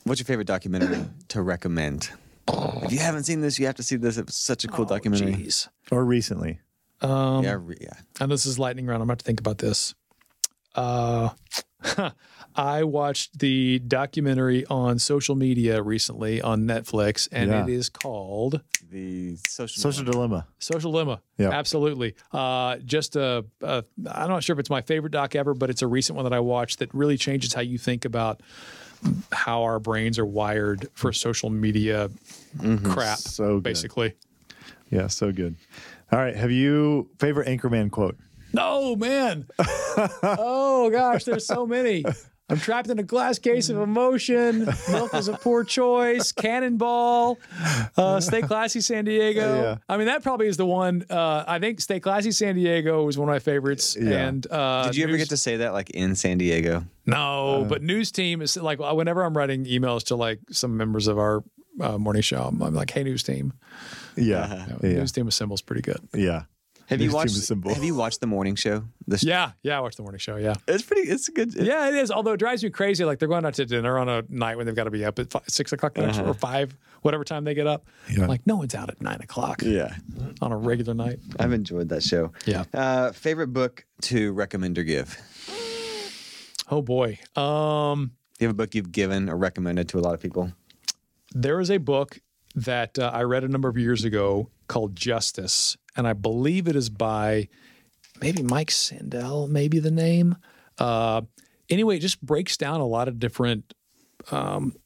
Speaker 1: what's your favorite documentary to recommend? If you haven't seen this, you have to see this. It's such a
Speaker 2: Oh,
Speaker 1: cool documentary.
Speaker 3: Jeez.
Speaker 2: Or recently,
Speaker 3: Um,
Speaker 1: yeah, re- yeah.
Speaker 3: And this is lightning round. I'm about to think about this. Uh, I watched the documentary on social media recently on Netflix, and
Speaker 2: Yeah.
Speaker 3: it is called
Speaker 1: The social
Speaker 2: social dilemma.
Speaker 3: Social Dilemma.
Speaker 2: Yeah.
Speaker 3: absolutely. Uh, just a, a, I'm not sure if it's my favorite doc ever, but it's a recent one that I watched that really changes how you think about how our brains are wired for social media crap.
Speaker 2: Mm-hmm. So good.
Speaker 3: basically,
Speaker 2: Yeah, so good. All right, have you favorite Anchorman quote?
Speaker 3: No, man. oh, gosh, there's so many. I'm trapped in a glass case of emotion. Milk is a poor choice. Cannonball. Uh, Stay classy, San Diego.
Speaker 2: Yeah.
Speaker 3: I mean, that probably is the one. Uh, I think Stay classy, San Diego was one of my favorites.
Speaker 2: Yeah.
Speaker 3: And uh,
Speaker 1: Did you ever
Speaker 3: News-
Speaker 1: get to say that like in San Diego?
Speaker 2: Uh.
Speaker 3: no, but news team is like whenever I'm writing emails to like some members of our uh, morning show, I'm, I'm like, hey, news team.
Speaker 2: Yeah,
Speaker 3: No,
Speaker 2: yeah,
Speaker 3: News team assembles pretty good.
Speaker 2: yeah.
Speaker 1: Have
Speaker 2: News
Speaker 1: you
Speaker 2: team
Speaker 1: watched?
Speaker 2: assemble.
Speaker 1: Have you watched the morning show? This
Speaker 3: Yeah, yeah. I watch the morning show. Yeah.
Speaker 1: it's pretty. It's a good.
Speaker 3: Yeah, it is. Although it drives me crazy. Like they're going out to dinner on a night when they've got to be up at five, six o'clock the next or five, whatever time they get up.
Speaker 2: Yeah.
Speaker 3: Like no one's out at nine o'clock
Speaker 1: yeah.
Speaker 3: on a regular night.
Speaker 1: I've enjoyed that show.
Speaker 3: Yeah.
Speaker 1: Uh, favorite book to recommend or give?
Speaker 3: Oh boy. Um,
Speaker 1: Do you have a book you've given or recommended to a lot of people?
Speaker 3: there is a book that uh, I read a number of years ago called Justice, and I believe it is by maybe Mike Sandel, maybe the name. Uh, anyway, it just breaks down a lot of different um,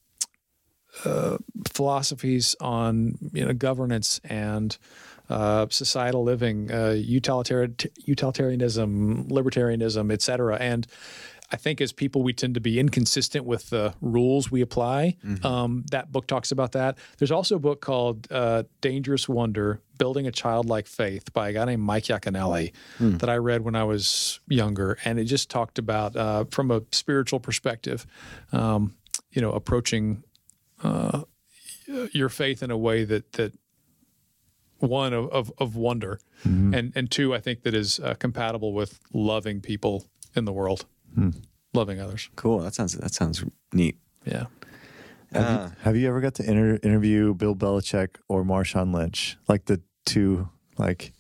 Speaker 3: uh, philosophies on you know governance and uh, societal living, uh, utilitarian, utilitarianism, libertarianism, et cetera. And I think as people, we tend to be inconsistent with the rules we apply. Um, that book talks about that. There's also a book called uh, Dangerous Wonder Building a Childlike Faith by a guy named Mike Iaconelli that I read when I was younger. And it just talked about, uh, from a spiritual perspective, um, you know, approaching uh, your faith in a way that, that one of, of, of wonder
Speaker 2: Mm-hmm.
Speaker 3: and and two i think that is uh, compatible with loving people in the world
Speaker 2: Hmm.
Speaker 3: loving others
Speaker 1: Cool. That sounds. That sounds neat.
Speaker 3: yeah
Speaker 1: Uh.
Speaker 2: Have you ever got to inter- interview Bill Belichick or Marshawn Lynch? Like the two, like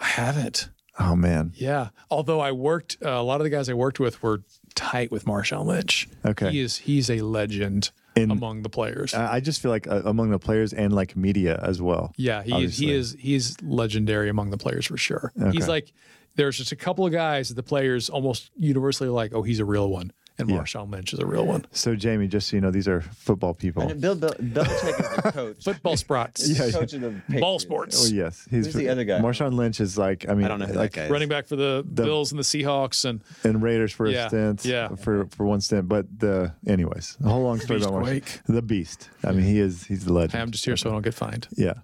Speaker 3: i haven't
Speaker 2: oh man,
Speaker 3: yeah although i worked uh, a lot of the guys i worked with were tight with marshawn lynch
Speaker 2: Okay.
Speaker 3: he is he's a legend
Speaker 2: In-
Speaker 3: among the players
Speaker 2: I I just feel like uh, among the players and like media as well.
Speaker 3: yeah he is,
Speaker 2: obviously.
Speaker 3: he is he's legendary among the players for sure
Speaker 2: Okay.
Speaker 3: he's like there's just a couple of guys that the players almost universally are like oh he's a real one and marshawn lynch is a real one
Speaker 2: So Jamie, just so you know, these are football people.
Speaker 1: And Bill, Bill Belichick is the coach.
Speaker 3: football sprots
Speaker 1: He's the coach of the Patriots.
Speaker 3: ball sports
Speaker 2: Oh yes, he's
Speaker 1: Who's the other guy?
Speaker 2: Marshawn Lynch is like I mean,
Speaker 1: I don't know who
Speaker 2: like
Speaker 1: that guy is.
Speaker 3: running back for the, bills and the seahawks and
Speaker 2: and Raiders for
Speaker 3: Yeah,
Speaker 2: a stint,
Speaker 3: yeah.
Speaker 2: for for one stint. But the anyways, a whole long story
Speaker 3: Beast
Speaker 2: about Marshawn.
Speaker 3: Wake.
Speaker 2: The beast. I mean, he is he's the
Speaker 3: Hey,
Speaker 2: legend.
Speaker 3: I'm just here so I don't get fined.
Speaker 2: yeah,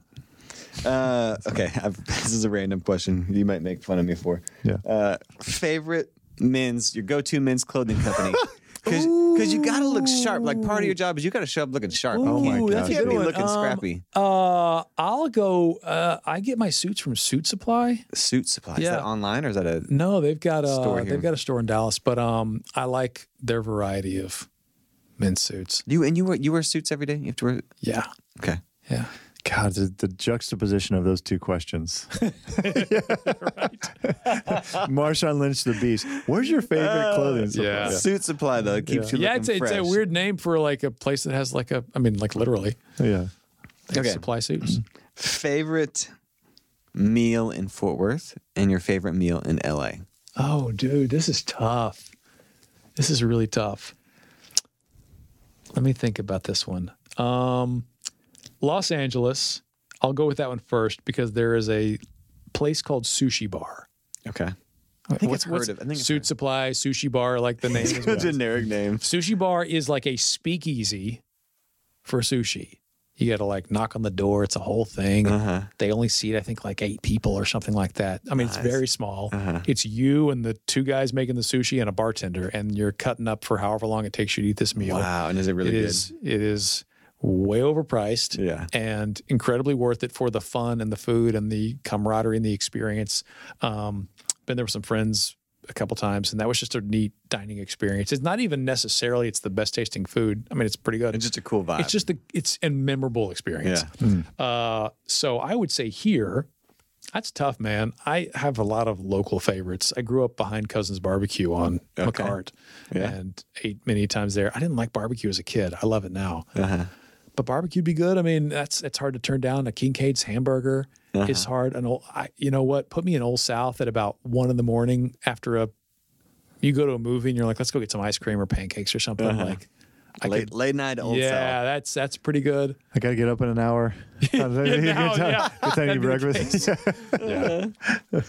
Speaker 1: Uh, okay, I've, this is a random question. You might make fun of me for.
Speaker 2: Yeah.
Speaker 1: Uh, favorite men's your go-to men's clothing company. Because you gotta look sharp. Like part of your job is you gotta show up looking sharp.
Speaker 3: Ooh,
Speaker 1: you can't,
Speaker 3: Oh that's a
Speaker 1: you can't
Speaker 3: good
Speaker 1: be
Speaker 3: one.
Speaker 1: looking
Speaker 3: Um,
Speaker 1: scrappy.
Speaker 3: Uh, I'll go. Uh, I get my suits from Suit Supply.
Speaker 1: Suit supply. Is
Speaker 3: yeah.
Speaker 1: that online or is that a
Speaker 3: No, they've got a
Speaker 1: Store here.
Speaker 3: they've got a store in Dallas, but um, I like their variety of men's suits.
Speaker 1: you and you wear you wear suits every day? You have to wear
Speaker 3: Yeah,
Speaker 1: Okay.
Speaker 3: yeah.
Speaker 2: God, the, the juxtaposition of those two questions. Marshawn Lynch, the beast. Where's your favorite clothing? supply?
Speaker 3: Uh, yeah.
Speaker 1: Suit supply though. It keeps you
Speaker 3: yeah, it's,
Speaker 1: looking
Speaker 3: it's
Speaker 1: fresh.
Speaker 3: a weird name for like a place that has like a. I mean, like literally,
Speaker 2: yeah, yeah.
Speaker 3: they
Speaker 1: Okay.
Speaker 3: supply suits.
Speaker 1: favorite meal in Fort Worth and your favorite meal in LA.
Speaker 3: Oh, dude, this is tough. This is really tough. Let me think about this one. Um, Los Angeles. I'll go with that one first because there is a place called Sushi Bar.
Speaker 1: Okay. I think it's heard of. I think it's
Speaker 3: Suit Supply, Sushi Bar, like the name is.
Speaker 1: a generic name.
Speaker 3: Sushi Bar is like a speakeasy for sushi. You got to like knock on the door. It's a whole thing.
Speaker 1: Uh-huh.
Speaker 3: They only seat, I think, like eight people or something like that. I mean, it's
Speaker 1: Nice.
Speaker 3: very small.
Speaker 1: Uh-huh.
Speaker 3: It's you and the two guys making the sushi and a bartender, and you're cutting up for however long it takes you to eat this meal.
Speaker 1: Wow. And is it really
Speaker 3: It
Speaker 1: good?
Speaker 3: is. It is way overpriced
Speaker 1: Yeah.
Speaker 3: and incredibly worth it for the fun and the food and the camaraderie and the experience. Um, been there with some friends a couple times, and that was just a neat dining experience. It's not even necessarily it's the best tasting food. I mean, it's pretty good.
Speaker 1: It's just a cool vibe.
Speaker 3: It's just the it's a memorable experience.
Speaker 1: Yeah. Hmm.
Speaker 3: Uh, so I would say here, that's tough, man. I have a lot of local favorites. I grew up behind Cousins Barbecue on
Speaker 1: Okay.
Speaker 3: McCart
Speaker 1: Yeah.
Speaker 3: and ate many times there. I didn't like barbecue as a kid. I love it now.
Speaker 1: Uh-huh.
Speaker 3: But barbecue'd be good. I mean, that's it's hard to turn down a Kincaid's hamburger.
Speaker 1: Uh-huh.
Speaker 3: It's hard. An old, I, you know what? Put me in Old South at about one in the morning after a. You go to a movie and you're like, let's go get some ice cream or pancakes or something. Like, I
Speaker 1: Uh-huh. late,
Speaker 3: could,
Speaker 1: late night old
Speaker 3: yeah, that's that's pretty good.
Speaker 2: I gotta get up in an hour. yeah,
Speaker 3: now,
Speaker 2: good time,
Speaker 3: yeah.
Speaker 2: good time to eat
Speaker 3: That'd be the
Speaker 2: breakfast. Oh,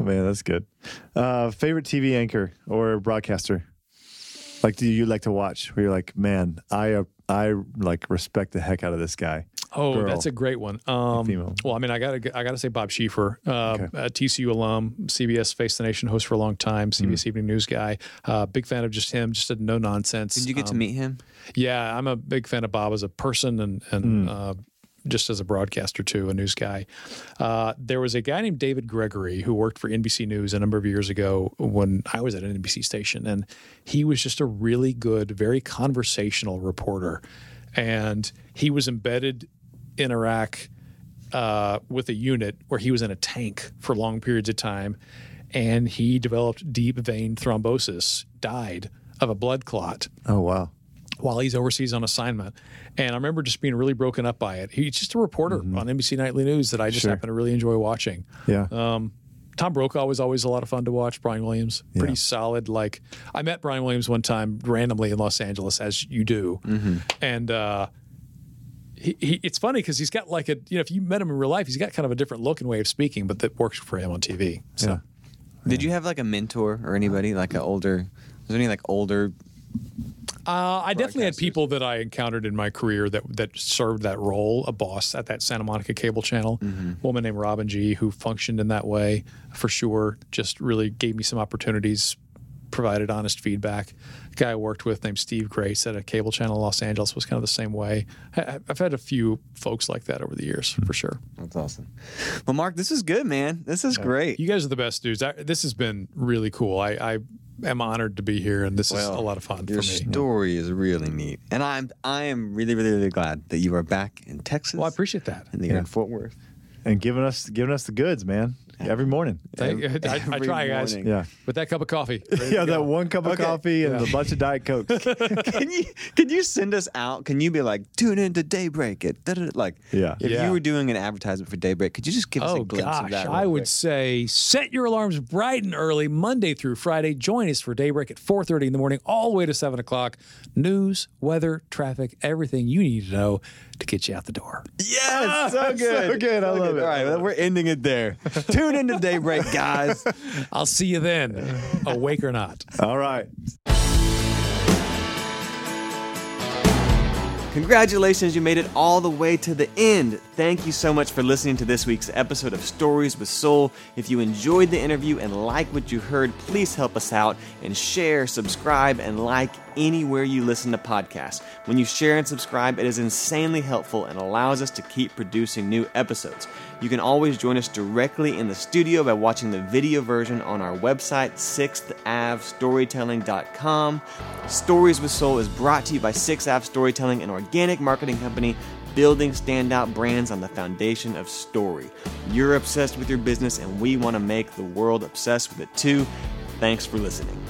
Speaker 2: Man, that's good. Uh, favorite TV anchor or broadcaster? Like, do you like to watch? Where you're like, man, I uh, I like respect the heck out of this guy.
Speaker 3: Oh,
Speaker 2: girl.
Speaker 3: that's a great one. Um,
Speaker 2: female.
Speaker 3: well, I mean, I gotta, g- I gotta say Bob Schieffer, uh,
Speaker 2: Okay.
Speaker 3: a TCU alum, CBS Face the Nation host for a long time, CBS
Speaker 2: Mm.
Speaker 3: Evening News guy. Uh, big fan of just him, just a no nonsense.
Speaker 1: Did you get to meet him?
Speaker 3: Yeah, I'm a big fan of Bob as a person and and uh, just as a broadcaster too, a news guy. Uh, there was a guy named David Gregory who worked for NBC News a number of years ago when I was at an NBC station, and he was just a really good, very conversational reporter, and he was embedded in Iraq uh, with a unit where he was in a tank for long periods of time, and he developed deep vein thrombosis, died of a blood clot
Speaker 2: Oh wow,
Speaker 3: while he's overseas on assignment. And I remember just being really broken up by it. He's just a reporter on NBC Nightly News that I just
Speaker 2: Mm-hmm. Sure.
Speaker 3: happen to really enjoy watching.
Speaker 2: yeah.
Speaker 3: Uh, Tom Brokaw was always a lot of fun to watch. Brian Williams, pretty solid. Like I met Brian Williams one time randomly in Los Angeles, as you do,
Speaker 2: Mm-hmm.
Speaker 3: and uh, he, he, it's funny because he's got like a you know if you met him in real life, he's got kind of a different look and way of speaking, but that works for him on TV. So.
Speaker 2: yeah.
Speaker 1: Did you have like a mentor or anybody like an older? Was there any like older?
Speaker 3: Uh, I definitely had
Speaker 1: broadcasters.
Speaker 3: people that I encountered in my career that that served that role. A boss at that Santa Monica cable channel,
Speaker 1: Mm-hmm.
Speaker 3: woman named Robin G, who functioned in that way for sure. Just really gave me some opportunities, provided honest feedback. A guy I worked with named Steve Grace at a cable channel in Los Angeles was kind of the same way. I, I've had a few folks like that over the years
Speaker 1: Hmm.
Speaker 3: for sure.
Speaker 1: That's awesome. Well, Mark, this is good, man. This is great.
Speaker 3: You guys are the best dudes. I, this has been really cool. I, I am honored to be here, and this is
Speaker 1: Well,
Speaker 3: a lot of fun for
Speaker 1: Your
Speaker 3: me.
Speaker 1: story is really neat, and I'm I am really really really glad that you are back in Texas.
Speaker 3: well, I appreciate that.
Speaker 1: and that you're
Speaker 2: Yeah.
Speaker 1: in Fort Worth.
Speaker 2: And giving us giving us the goods, man. Every morning.
Speaker 3: Thank, I, I
Speaker 1: every
Speaker 3: try, guys.
Speaker 1: morning.
Speaker 2: Yeah.
Speaker 3: with that cup of coffee.
Speaker 2: Yeah, that one cup of coffee and a bunch of diet coke.
Speaker 1: can you can you send us out? Can you be like tune in to Daybreak? It like
Speaker 2: Yeah.
Speaker 1: If
Speaker 3: Yeah.
Speaker 1: you were doing an advertisement for Daybreak, could you just give us a
Speaker 3: Oh
Speaker 1: glimpse of
Speaker 3: gosh,
Speaker 1: that?
Speaker 3: I
Speaker 1: real
Speaker 3: would
Speaker 1: quick?
Speaker 3: say set your alarms bright and early Monday through Friday. Join us for daybreak at 4:30 in the morning, all the way to seven o'clock. News, weather, traffic, everything you need to know to get you out the door. Ah,
Speaker 1: Yes, so good,
Speaker 2: good, I love it.
Speaker 1: All right, well, we're ending it there. Tune in to Daybreak, guys.
Speaker 3: I'll see you then, awake or not.
Speaker 2: All right.
Speaker 5: Congratulations, you made it all the way to the end. Thank you so much for listening to this week's episode of Stories with Soul. If you enjoyed the interview and like what you heard, please help us out and share, subscribe, and like anywhere you listen to podcasts. When you share and subscribe, it is insanely helpful and allows us to keep producing new episodes. You can always join us directly in the studio by watching the video version on our website, 6thavstorytelling.com. Stories with Soul is brought to you by 6av Storytelling, an organic marketing company building standout brands on the foundation of story. You're obsessed with your business, and we want to make the world obsessed with it too. Thanks for listening.